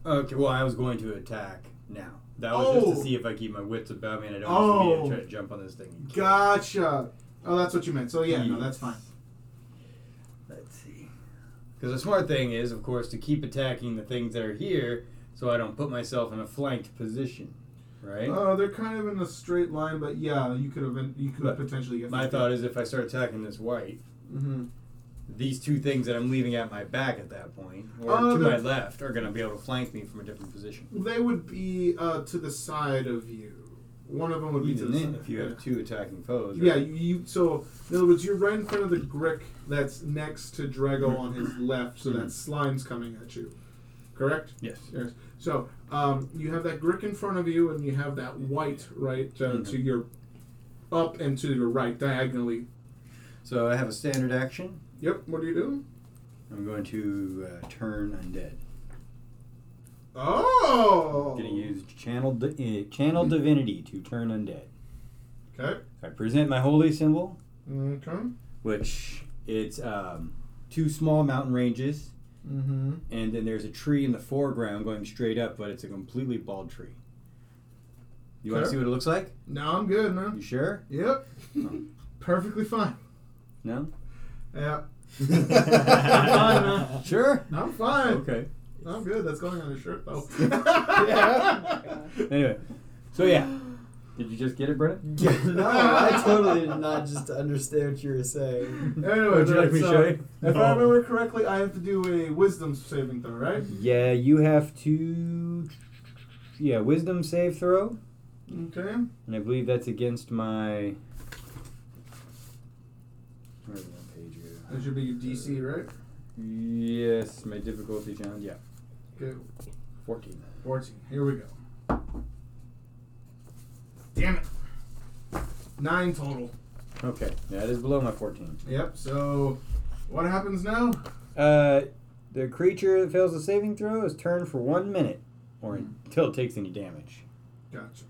[SPEAKER 3] Okay. Well, I was going to attack now. That was just
[SPEAKER 1] Oh.
[SPEAKER 3] to see if I keep my wits about me and I don't
[SPEAKER 1] Oh.
[SPEAKER 3] just immediately try to jump on this thing. and kill it.
[SPEAKER 1] Gotcha. Oh, that's what you meant. So, yeah,
[SPEAKER 3] Mm-hmm.
[SPEAKER 1] no, that's fine.
[SPEAKER 3] Let's see. Because the smart thing is, of course, to keep attacking the things that are here, so I don't put myself in a flanked position, right?
[SPEAKER 1] Uh, they're kind of in a straight line, but yeah, you could have been, you could
[SPEAKER 3] But
[SPEAKER 1] potentially get.
[SPEAKER 3] my thought is, if I start attacking this white.
[SPEAKER 1] Mm-hmm.
[SPEAKER 3] these two things that I'm leaving at my back at that point, or
[SPEAKER 1] Uh,
[SPEAKER 3] to
[SPEAKER 1] the-
[SPEAKER 3] my left, are going to be able to flank me from a different position.
[SPEAKER 1] They would be uh, to the side of you. One of them would
[SPEAKER 3] Even
[SPEAKER 1] be to the
[SPEAKER 3] then,
[SPEAKER 1] side.
[SPEAKER 3] if you have two attacking foes.
[SPEAKER 1] yeah,
[SPEAKER 3] right?
[SPEAKER 1] you, you. So in other words, you're right in front of the Grick that's next to Drago on his left, so
[SPEAKER 3] Mm-hmm.
[SPEAKER 1] that slime's coming at you. Correct.
[SPEAKER 3] Yes.
[SPEAKER 1] Yes. So um, you have that Grick in front of you, and you have that white right uh,
[SPEAKER 3] Mm-hmm.
[SPEAKER 1] to your up and to your right diagonally.
[SPEAKER 3] So I have a standard action.
[SPEAKER 1] Yep. What do you do?
[SPEAKER 3] I'm going to uh, turn undead.
[SPEAKER 7] Oh.
[SPEAKER 15] Gonna use channel
[SPEAKER 3] eh,
[SPEAKER 15] di- uh, channel
[SPEAKER 1] Mm.
[SPEAKER 15] divinity to turn undead.
[SPEAKER 7] Okay.
[SPEAKER 15] I present my holy symbol,
[SPEAKER 1] Okay.
[SPEAKER 15] which it's um, two small mountain ranges,
[SPEAKER 1] Mm-hmm.
[SPEAKER 15] and then there's a tree in the foreground going straight up, but it's a completely bald tree. You want to
[SPEAKER 1] Okay.
[SPEAKER 15] see what it looks like?
[SPEAKER 1] No, I'm good, man.
[SPEAKER 15] You sure?
[SPEAKER 1] Yep. Perfectly fine.
[SPEAKER 15] No.
[SPEAKER 1] Yeah. I'm fine, man.
[SPEAKER 15] Sure.
[SPEAKER 1] I'm fine.
[SPEAKER 15] [laughs] Okay.
[SPEAKER 1] I'm good. That's going on your shirt, though.
[SPEAKER 15] [laughs]
[SPEAKER 1] [laughs]
[SPEAKER 15] Anyway, so yeah. Did you just get it, Brennan?
[SPEAKER 1] [laughs]
[SPEAKER 6] no, I totally did not just understand what you were saying.
[SPEAKER 1] Anyway,
[SPEAKER 15] Would you like me to
[SPEAKER 1] that's,
[SPEAKER 15] show
[SPEAKER 1] uh,
[SPEAKER 15] you? Oh.
[SPEAKER 1] If I
[SPEAKER 15] No.
[SPEAKER 1] remember correctly, I have to do a wisdom saving throw, right?
[SPEAKER 15] Yeah, Uh, you have to. Yeah, wisdom save throw,
[SPEAKER 1] Okay.
[SPEAKER 15] and I believe that's against my. Where's my page here?
[SPEAKER 1] That should be your DC, right?
[SPEAKER 15] Yes, my difficulty challenge. Yeah,
[SPEAKER 1] Okay.
[SPEAKER 15] fourteen.
[SPEAKER 1] 14. Here we go. Damn it. Nine total.
[SPEAKER 15] Okay, that is below my fourteen.
[SPEAKER 1] Yep. So, what happens now?
[SPEAKER 15] Uh, the creature that fails the saving throw is turned for one minute, or until it takes any damage.
[SPEAKER 1] Gotcha.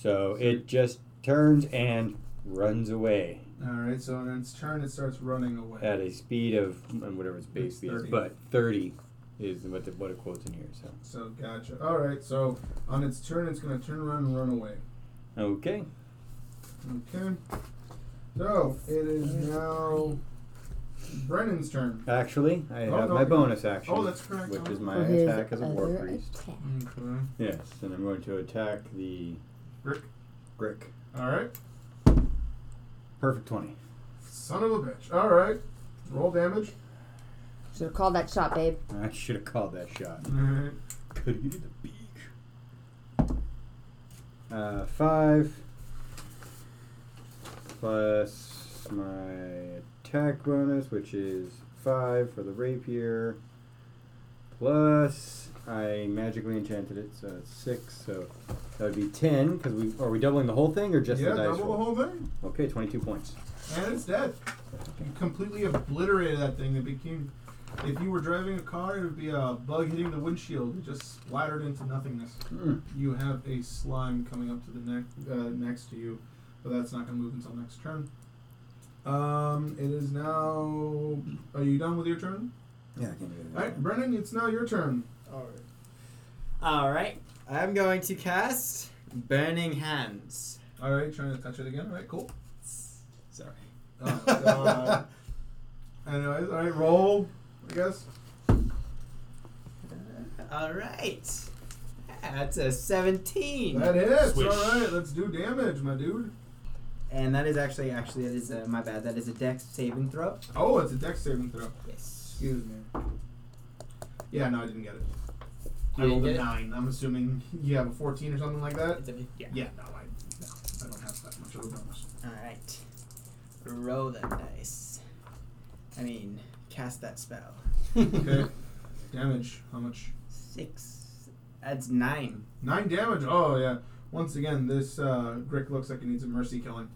[SPEAKER 15] So it just turns and runs away
[SPEAKER 1] All right. So on its turn, it starts running away.
[SPEAKER 15] at a speed of and whatever its base speed is,
[SPEAKER 1] 30.
[SPEAKER 15] but thirty is what the, what it quotes in here. So
[SPEAKER 1] So gotcha. All right. So on its turn, it's gonna turn around and run away.
[SPEAKER 15] okay,
[SPEAKER 1] Okay. So it is now Brennan's turn.
[SPEAKER 15] actually I
[SPEAKER 1] Oh,
[SPEAKER 15] have
[SPEAKER 1] no,
[SPEAKER 15] my
[SPEAKER 1] okay.
[SPEAKER 15] bonus action.
[SPEAKER 1] Oh, that's correct.
[SPEAKER 15] Which
[SPEAKER 1] Oh.
[SPEAKER 15] is my
[SPEAKER 1] For
[SPEAKER 2] his
[SPEAKER 15] attack as a war
[SPEAKER 2] other
[SPEAKER 15] priest.
[SPEAKER 2] attack.
[SPEAKER 1] Okay.
[SPEAKER 15] Yes, and I'm going to attack the
[SPEAKER 1] Brick.
[SPEAKER 15] brick.
[SPEAKER 1] All right.
[SPEAKER 15] Perfect twenty.
[SPEAKER 1] Son of a bitch. All right. Roll damage.
[SPEAKER 2] Should have called that shot, babe.
[SPEAKER 15] I should have called that shot.
[SPEAKER 1] All right.
[SPEAKER 15] Could you do the beak? Uh, five plus my attack bonus, which is five for the rapier. Plus, I magically enchanted it, so it's six. So that would be ten. Because we are we doubling the whole thing or just
[SPEAKER 1] yeah,
[SPEAKER 15] the dice
[SPEAKER 1] double
[SPEAKER 15] roll?
[SPEAKER 1] the whole thing,
[SPEAKER 15] Okay, twenty-two points.
[SPEAKER 1] and it's dead. You completely obliterated that thing. It became. If you were driving a car, it would be a bug hitting the windshield. It just splattered into nothingness.
[SPEAKER 15] Hmm.
[SPEAKER 1] You have a slime coming up to the neck uh, next to you, but that's not going to move until next turn. Um, it is now. Are you done with your turn?
[SPEAKER 15] Yeah, I can do
[SPEAKER 1] All right, Brennan, it's now your turn. All right.
[SPEAKER 6] All right, I'm going to cast Burning Hands.
[SPEAKER 1] All right, trying to touch it again. All right, cool.
[SPEAKER 6] Sorry.
[SPEAKER 1] [laughs] Oh, God. Anyways, all right, roll. I guess.
[SPEAKER 6] All right, that's a 17.
[SPEAKER 1] That hits.
[SPEAKER 6] Swish.
[SPEAKER 1] All right, let's do damage, my dude.
[SPEAKER 6] And that is actually, actually, that is uh, my bad. That is a Dex saving throw.
[SPEAKER 1] Oh, it's a dex saving throw.
[SPEAKER 6] Yes.
[SPEAKER 1] Excuse me. Yeah, no, I didn't get it.
[SPEAKER 6] You
[SPEAKER 1] I
[SPEAKER 6] didn't
[SPEAKER 1] rolled a
[SPEAKER 6] get it?
[SPEAKER 1] nine. I'm assuming you have a 14 or something like that.
[SPEAKER 6] It's a- yeah.
[SPEAKER 1] Yeah, no, I, no, I don't have that much of a bonus.
[SPEAKER 6] All right. Roll that dice. I mean, cast that [laughs] spell.
[SPEAKER 1] Okay. damage. How much?
[SPEAKER 6] Six. That's nine.
[SPEAKER 1] Nine damage. Oh yeah. Once again, this uh, Grick looks like it needs a mercy killing.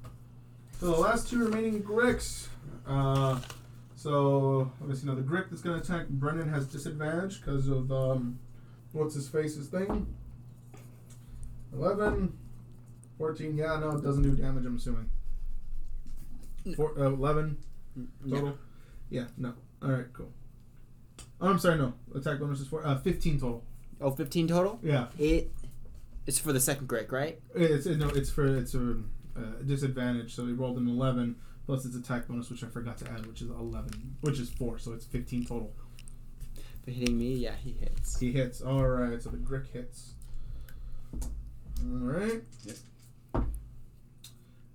[SPEAKER 1] So the last two remaining Gricks. Uh, so let me see. Now the Grick that's going to attack Brennan has disadvantage because of um, what's his face's thing. 11, 14, yeah, no, it doesn't do damage, I'm assuming. Four, uh, 11 total? Yeah, no. Alright, cool. Oh, I'm sorry, no. Attack bonus is 4. Uh, 15 total.
[SPEAKER 6] Oh, 15 total?
[SPEAKER 1] Yeah.
[SPEAKER 6] It. It's for the second Greg, right?
[SPEAKER 1] It's no, it's for it's a uh, disadvantage. So he rolled an eleven plus its attack bonus, which I forgot to add, which is eleven, which is four, so it's fifteen total.
[SPEAKER 6] For hitting me, yeah, he hits. [laughs]
[SPEAKER 1] He hits. All right, so the Grick hits. All right.
[SPEAKER 15] Yep.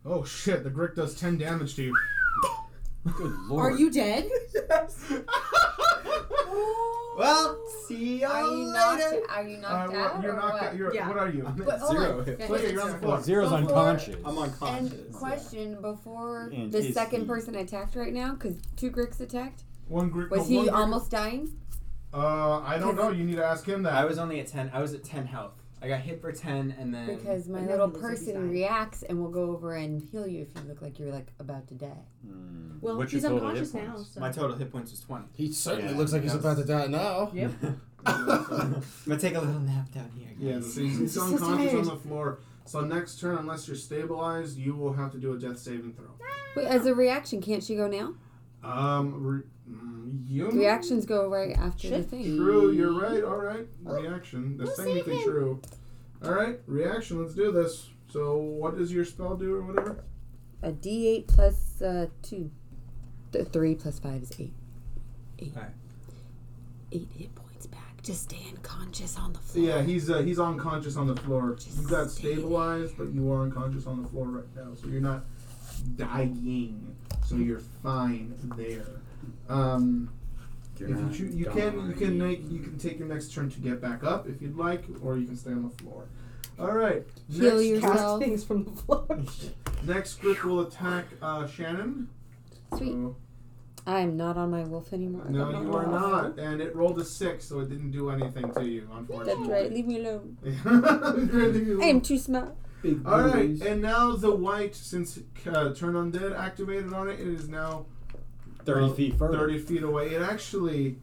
[SPEAKER 1] Oh shit! The Grick does ten damage to you.
[SPEAKER 15] Good
[SPEAKER 4] Are
[SPEAKER 15] lord.
[SPEAKER 4] you dead?
[SPEAKER 6] Well, see you
[SPEAKER 4] Are you knocked? Are you knocked
[SPEAKER 1] Uh,
[SPEAKER 4] out?
[SPEAKER 1] what, you're
[SPEAKER 4] or
[SPEAKER 1] not.
[SPEAKER 4] what?
[SPEAKER 1] You're,
[SPEAKER 16] Yeah.
[SPEAKER 1] What are
[SPEAKER 2] Uh,
[SPEAKER 1] you?
[SPEAKER 4] But hold
[SPEAKER 1] Zero.
[SPEAKER 4] on.
[SPEAKER 1] Look at you're on the floor.
[SPEAKER 7] Zero's
[SPEAKER 4] Before-
[SPEAKER 7] unconscious.
[SPEAKER 6] I'm unconscious.
[SPEAKER 2] And question before
[SPEAKER 7] And
[SPEAKER 2] the
[SPEAKER 7] is
[SPEAKER 2] second
[SPEAKER 7] he-
[SPEAKER 2] person attacked right now, because two Gricks attacked.
[SPEAKER 1] One Grick.
[SPEAKER 2] Was
[SPEAKER 1] oh, one
[SPEAKER 2] he
[SPEAKER 1] Grick-
[SPEAKER 2] almost dying?
[SPEAKER 1] Uh, I don't know. You need to ask him that.
[SPEAKER 6] I was only at 10. I was at 10 health. I got hit for ten, and then
[SPEAKER 2] Because my little person reacts and will go over and heal you if you look like you're like about to die.
[SPEAKER 15] Mm,
[SPEAKER 8] Well,
[SPEAKER 3] What's your
[SPEAKER 8] he's
[SPEAKER 3] total hit
[SPEAKER 8] unconscious
[SPEAKER 3] points?
[SPEAKER 8] now. So.
[SPEAKER 6] my total hit points was twenty.
[SPEAKER 7] He certainly
[SPEAKER 6] Yeah,
[SPEAKER 7] looks like he's
[SPEAKER 6] that
[SPEAKER 7] about to die now.
[SPEAKER 4] Yep.
[SPEAKER 6] I'm
[SPEAKER 7] [laughs]
[SPEAKER 6] gonna take a little nap down here.
[SPEAKER 1] Yeah,
[SPEAKER 6] guys.
[SPEAKER 1] so he's, he's
[SPEAKER 2] So
[SPEAKER 1] unconscious
[SPEAKER 2] tired.
[SPEAKER 1] on the floor. So next turn, unless you're stabilized, you will have to do a death saving throw.
[SPEAKER 2] Wait, as a reaction, can't she go now?
[SPEAKER 1] Um, re- mm, you
[SPEAKER 2] Mm-hmm. Reactions go right after the
[SPEAKER 4] Shit.
[SPEAKER 2] thing.
[SPEAKER 1] True, you're right. All right, reaction. That's technically true. All right, reaction. Let's do this. So, what does your spell do or whatever?
[SPEAKER 2] A D8 plus uh, two, Th- three plus five is eight. Eight.
[SPEAKER 6] Alright.
[SPEAKER 2] Eight hit points back. Just stay unconscious on the
[SPEAKER 1] So
[SPEAKER 2] floor.
[SPEAKER 1] yeah, he's uh, he's unconscious on the floor. You got stabilized, but you are unconscious on the floor right now. So you're not dying. So you're fine there. Um,
[SPEAKER 3] You're
[SPEAKER 1] if you
[SPEAKER 3] not
[SPEAKER 1] choo- you can you can
[SPEAKER 3] dying.
[SPEAKER 1] make you can take your next turn to get back up if you'd like, or you can stay on the floor. All right.
[SPEAKER 2] Heal
[SPEAKER 1] next,
[SPEAKER 4] Cast
[SPEAKER 2] yourself.
[SPEAKER 4] things from the floor.
[SPEAKER 1] next group will attack uh, Shannon.
[SPEAKER 2] Sweet.
[SPEAKER 1] So-
[SPEAKER 2] I'm not on my wolf anymore. I
[SPEAKER 1] No,
[SPEAKER 2] got my
[SPEAKER 1] you
[SPEAKER 2] wolf.
[SPEAKER 1] are not. And it rolled a six, so it didn't do anything to you,
[SPEAKER 2] That's
[SPEAKER 1] unfortunately.
[SPEAKER 2] right. Leave me alone.
[SPEAKER 1] [laughs]
[SPEAKER 2] I am
[SPEAKER 1] right.
[SPEAKER 2] too smart.
[SPEAKER 3] Big
[SPEAKER 1] All right,
[SPEAKER 3] booties.
[SPEAKER 1] and now the white, since uh, Turn Undead activated on it, it is now
[SPEAKER 3] thirty
[SPEAKER 1] uh,
[SPEAKER 3] feet further.
[SPEAKER 1] 30 feet away. It actually,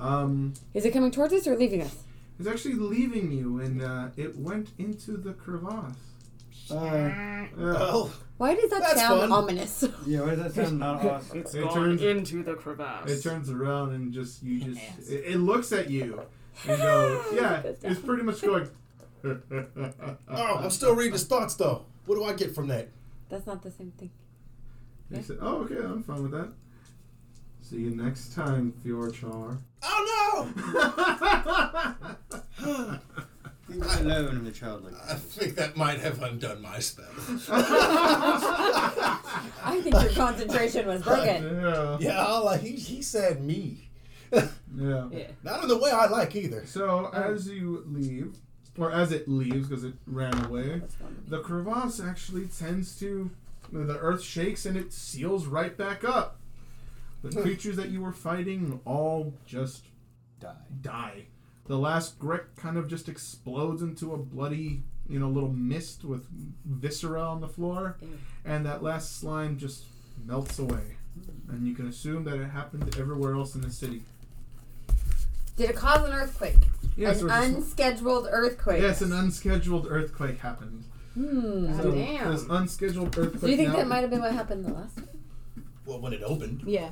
[SPEAKER 1] um,
[SPEAKER 2] Is it coming towards us or leaving us?
[SPEAKER 1] is actually leaving you, and uh, it went into the crevasse.
[SPEAKER 3] Uh,
[SPEAKER 1] Uh,
[SPEAKER 14] Oh,
[SPEAKER 2] Why does that
[SPEAKER 14] That's
[SPEAKER 2] sound
[SPEAKER 14] fun.
[SPEAKER 2] ominous? [laughs]
[SPEAKER 3] yeah, what does that
[SPEAKER 1] [laughs]
[SPEAKER 3] sound? Not awesome.
[SPEAKER 1] It turns-
[SPEAKER 4] into the crevasse.
[SPEAKER 1] It turns around and just you just it, it looks at you and [laughs] goes, yeah, it's pretty much going.
[SPEAKER 14] oh, I'm still reading his thoughts though. What do I get from that?
[SPEAKER 2] That's not the same thing.
[SPEAKER 1] He said, "Oh, okay, I'm fine with that." See you next time, [laughs] Fjorchar.
[SPEAKER 14] Oh
[SPEAKER 3] Leave me alone with a child like
[SPEAKER 14] no! I think that might have undone my spell.
[SPEAKER 2] I think
[SPEAKER 1] [laughs]
[SPEAKER 2] your concentration was broken.
[SPEAKER 1] yeah,
[SPEAKER 14] [laughs] yeah, I like he, he said me.
[SPEAKER 1] yeah.
[SPEAKER 4] Yeah.
[SPEAKER 14] Not in the way I like either.
[SPEAKER 1] So as you leave, or as it leaves because it ran away, the crevasse actually tends to the earth shakes and it seals right back up. The creatures that you were fighting all just
[SPEAKER 3] die.
[SPEAKER 1] die. The last Grek kind of just explodes into a bloody, you know, little mist with viscera on the floor,
[SPEAKER 2] Ew.
[SPEAKER 1] and that last slime just melts away.
[SPEAKER 2] Hmm.
[SPEAKER 1] And you can assume that it happened everywhere else in the city.
[SPEAKER 2] Did it cause an earthquake?
[SPEAKER 1] Yes,
[SPEAKER 2] an
[SPEAKER 1] or just-
[SPEAKER 2] unscheduled earthquake.
[SPEAKER 1] yes, an unscheduled earthquake happened.
[SPEAKER 2] Hmm.
[SPEAKER 1] So
[SPEAKER 2] damn.
[SPEAKER 1] This unscheduled earthquake.
[SPEAKER 2] Do you think
[SPEAKER 1] now-
[SPEAKER 2] that might have been what happened the last time?
[SPEAKER 14] Well, when it opened,
[SPEAKER 4] Yeah.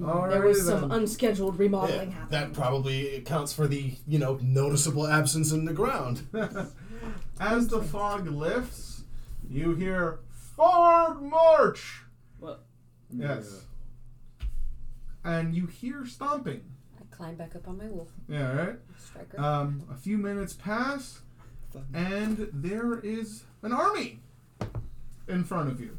[SPEAKER 1] Alrighty
[SPEAKER 4] There was some
[SPEAKER 1] then.
[SPEAKER 4] unscheduled
[SPEAKER 14] yeah,
[SPEAKER 4] remodeling happening.
[SPEAKER 14] that probably accounts for the you know noticeable absence in the ground.
[SPEAKER 1] [laughs] As the fog lifts, you hear forward march.
[SPEAKER 4] What?
[SPEAKER 1] Yes. And you hear stomping.
[SPEAKER 2] I climbed back up on my wolf
[SPEAKER 1] Yeah, right.
[SPEAKER 2] striker.
[SPEAKER 1] Um, a few minutes pass, and there is an army in front of you.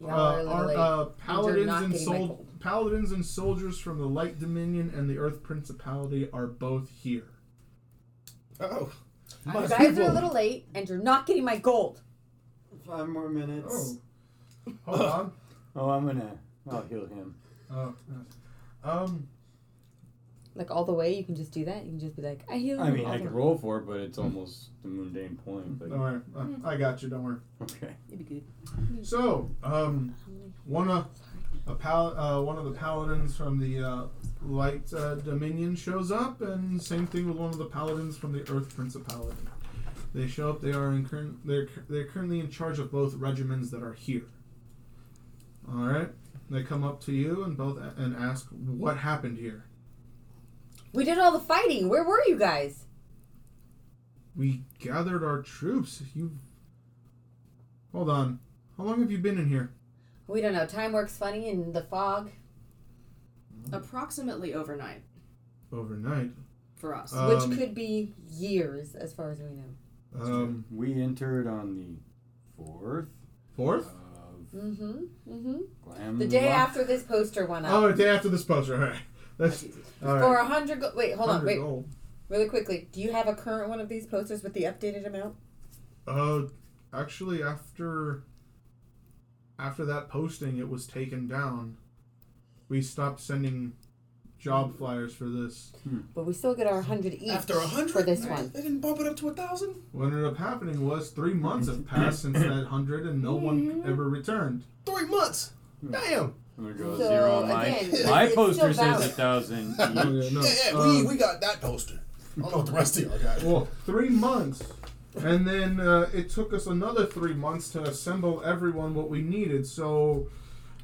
[SPEAKER 2] Y'all are
[SPEAKER 1] Uh,
[SPEAKER 2] a little
[SPEAKER 1] our,
[SPEAKER 2] late.
[SPEAKER 1] uh,
[SPEAKER 2] You're
[SPEAKER 1] paladins
[SPEAKER 2] not
[SPEAKER 1] and
[SPEAKER 2] getting my
[SPEAKER 1] sol-
[SPEAKER 2] gold.
[SPEAKER 1] paladins and soldiers from the Light Dominion and the Earth Principality are both here.
[SPEAKER 14] Oh, my
[SPEAKER 2] You guys are
[SPEAKER 14] people.
[SPEAKER 2] a little late, and you're not getting my gold.
[SPEAKER 3] Five more
[SPEAKER 1] Oh.
[SPEAKER 3] minutes.
[SPEAKER 1] hold on.
[SPEAKER 3] Oh, I'm gonna. I'll heal him.
[SPEAKER 1] Oh, um,
[SPEAKER 2] Like all the way, you can just do that. You can just be like, I heal.
[SPEAKER 3] I
[SPEAKER 2] you
[SPEAKER 3] mean,
[SPEAKER 2] all
[SPEAKER 3] I
[SPEAKER 2] the
[SPEAKER 3] could
[SPEAKER 2] way.
[SPEAKER 3] roll for it, but it's almost the mundane point.
[SPEAKER 1] don't
[SPEAKER 3] But
[SPEAKER 1] worry. Uh, I got you. Don't worry.
[SPEAKER 3] okay.
[SPEAKER 4] It'd be good.
[SPEAKER 1] So, um, one of a pal- uh, one of the paladins from the uh, Light uh, Dominion shows up, and same thing with one of the paladins from the Earth Principality. They show up. They are in current. They're cur- they're currently in charge of both regiments that are here. All right. They come up to you and both a- and ask what happened here.
[SPEAKER 2] We did all the fighting. Where were you guys?
[SPEAKER 1] We gathered our troops. You. Hold on. How long have you been in here?
[SPEAKER 2] We don't know. Time works funny in the fog.
[SPEAKER 4] Approximately overnight
[SPEAKER 1] Overnight.
[SPEAKER 4] for us.
[SPEAKER 1] Uh, Um,
[SPEAKER 2] Which could be years, as far as we know.
[SPEAKER 1] Um,
[SPEAKER 3] We entered on the fourth
[SPEAKER 1] fourth.
[SPEAKER 3] of
[SPEAKER 2] Mm-hmm. Mm-hmm.
[SPEAKER 15] Mm,
[SPEAKER 3] Glam.
[SPEAKER 2] The day
[SPEAKER 3] Rock.
[SPEAKER 2] after this poster went up.
[SPEAKER 1] Oh, the day after this poster. All right. That's,
[SPEAKER 4] That's easy.
[SPEAKER 1] all
[SPEAKER 2] For
[SPEAKER 1] right.
[SPEAKER 2] a hundred. Go- wait, hold on.
[SPEAKER 1] 100
[SPEAKER 2] Wait,
[SPEAKER 1] Oh, gold.
[SPEAKER 2] really quickly. Do you have a current one of these posters with the updated amount?
[SPEAKER 1] Uh, actually, after after that posting, it was taken down. We stopped sending job flyers for this.
[SPEAKER 2] But we still get our 100 each
[SPEAKER 7] After a hundred,
[SPEAKER 2] for this one.
[SPEAKER 7] They didn't bump it up to a thousand.
[SPEAKER 1] What ended up happening was three months have passed
[SPEAKER 7] [coughs]
[SPEAKER 1] since that hundred, and no
[SPEAKER 2] Mm-hmm.
[SPEAKER 1] one ever returned.
[SPEAKER 7] Three months.
[SPEAKER 2] Hmm.
[SPEAKER 7] Damn.
[SPEAKER 3] I'm gonna go
[SPEAKER 7] So,
[SPEAKER 3] zero on mine.
[SPEAKER 7] again, it's-
[SPEAKER 3] My
[SPEAKER 7] it's
[SPEAKER 3] poster
[SPEAKER 7] still
[SPEAKER 3] says a
[SPEAKER 1] [laughs]
[SPEAKER 3] thousand.
[SPEAKER 1] Oh,
[SPEAKER 3] each.
[SPEAKER 7] Yeah, yeah, we, we got that poster. I don't know what the rest of y'all got.
[SPEAKER 1] Um, Well, three months, and then uh, it took us another three months to assemble everyone what we needed. So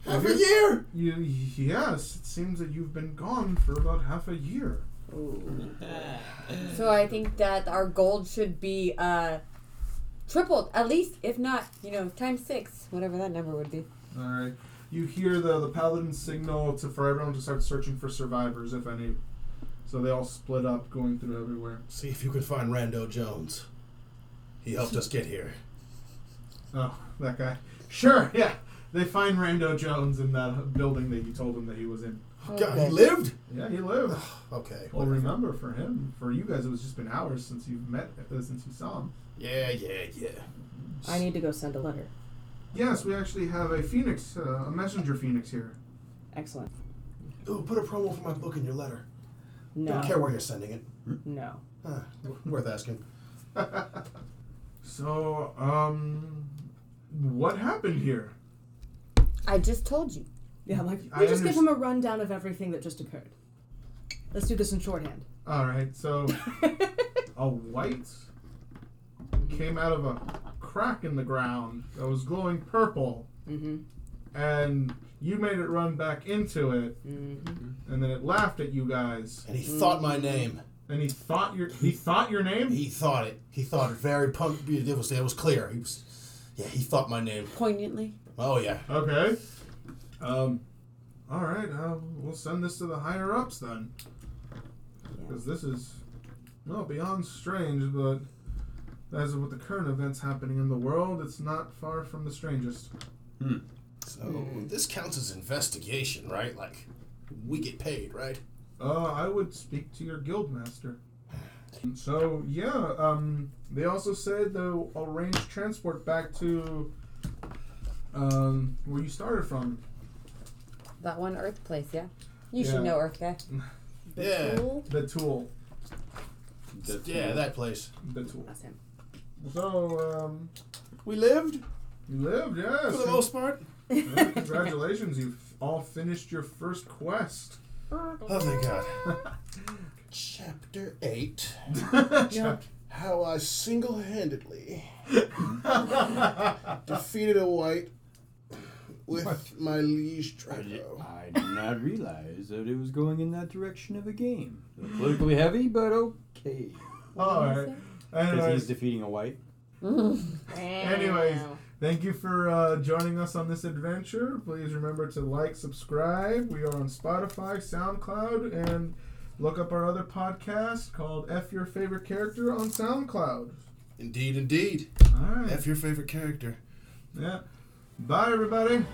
[SPEAKER 7] Half a year.
[SPEAKER 1] You, yes, it seems that you've been gone for about half a year.
[SPEAKER 2] So I think that our gold should be uh, tripled, at least, if not, you know, times six, whatever that number would be.
[SPEAKER 1] All right. You hear the the paladin signal to for everyone to start searching for survivors, if any. So they all split up, going through everywhere.
[SPEAKER 7] See if you can find Rando Jones. He helped us get here.
[SPEAKER 1] Oh, that guy. Sure, yeah. They find Rando Jones in that building that you told him that he was in.
[SPEAKER 7] Oh, God, he lived?
[SPEAKER 1] Yeah, he lived.
[SPEAKER 7] Okay.
[SPEAKER 1] Well, remember for him, for you guys, it was just been hours since you met, uh, since you saw him.
[SPEAKER 7] Yeah, yeah, yeah.
[SPEAKER 4] I need to go send a letter.
[SPEAKER 1] Yes, we actually have a phoenix, uh, a messenger phoenix here.
[SPEAKER 4] Excellent.
[SPEAKER 7] Ooh, put a promo for my book in your letter.
[SPEAKER 4] No.
[SPEAKER 7] Don't care where you're sending it.
[SPEAKER 4] No.
[SPEAKER 7] Huh, w- worth asking.
[SPEAKER 1] So, um, what happened here?
[SPEAKER 2] I just told you.
[SPEAKER 4] Yeah, like
[SPEAKER 1] I
[SPEAKER 4] we just give
[SPEAKER 1] underst-
[SPEAKER 4] him a rundown of everything that just occurred. Let's do this in shorthand.
[SPEAKER 1] All right, so a white came out of a crack in the ground that was glowing purple,
[SPEAKER 4] Mm-hmm.
[SPEAKER 1] and you made it run back into it, and then it laughed at you guys.
[SPEAKER 7] And he thought my name.
[SPEAKER 1] And he thought your he thought your name.
[SPEAKER 7] He thought it. He thought it very punk. It was, it was clear. He was, yeah, he thought my name.
[SPEAKER 2] Poignantly.
[SPEAKER 7] Oh, yeah.
[SPEAKER 1] Okay. Um. All right. Uh, we'll send this to the higher ups then, because this is well beyond strange, but. As with the current events happening in the world, it's not far from the strangest.
[SPEAKER 7] So, this counts as investigation, right? Like, we get paid, right?
[SPEAKER 1] Uh, I would speak to your guildmaster. So yeah, um, they also said they'll arrange transport back to um, where you started from.
[SPEAKER 2] That one Earth place, yeah? You
[SPEAKER 1] Yeah.
[SPEAKER 2] should know Earth guy.
[SPEAKER 7] yeah.
[SPEAKER 1] The tool.
[SPEAKER 7] Yeah, that place.
[SPEAKER 1] The tool.
[SPEAKER 4] That's him.
[SPEAKER 1] So um,
[SPEAKER 7] We lived,
[SPEAKER 1] you lived, yes.
[SPEAKER 7] for the most part.
[SPEAKER 1] Yeah, congratulations, you've all finished your first quest.
[SPEAKER 7] Oh, thank God. [laughs] Chapter 8
[SPEAKER 1] Chuck.
[SPEAKER 7] How I single handedly [laughs] defeated a white with my liege Draco.
[SPEAKER 3] I did not realize that it was going in that direction of the game. Politically heavy, but okay.
[SPEAKER 1] [laughs] All right.
[SPEAKER 3] Because he's
[SPEAKER 1] Anyways,
[SPEAKER 3] defeating a white.
[SPEAKER 1] anyways, Thank you for uh, joining us on this adventure. Please remember to like, subscribe. We are on Spotify, SoundCloud, and look up our other podcast called F Your Favorite Character on SoundCloud.
[SPEAKER 7] Indeed, indeed.
[SPEAKER 1] All right.
[SPEAKER 7] F your favorite character.
[SPEAKER 1] Yeah. Bye, everybody.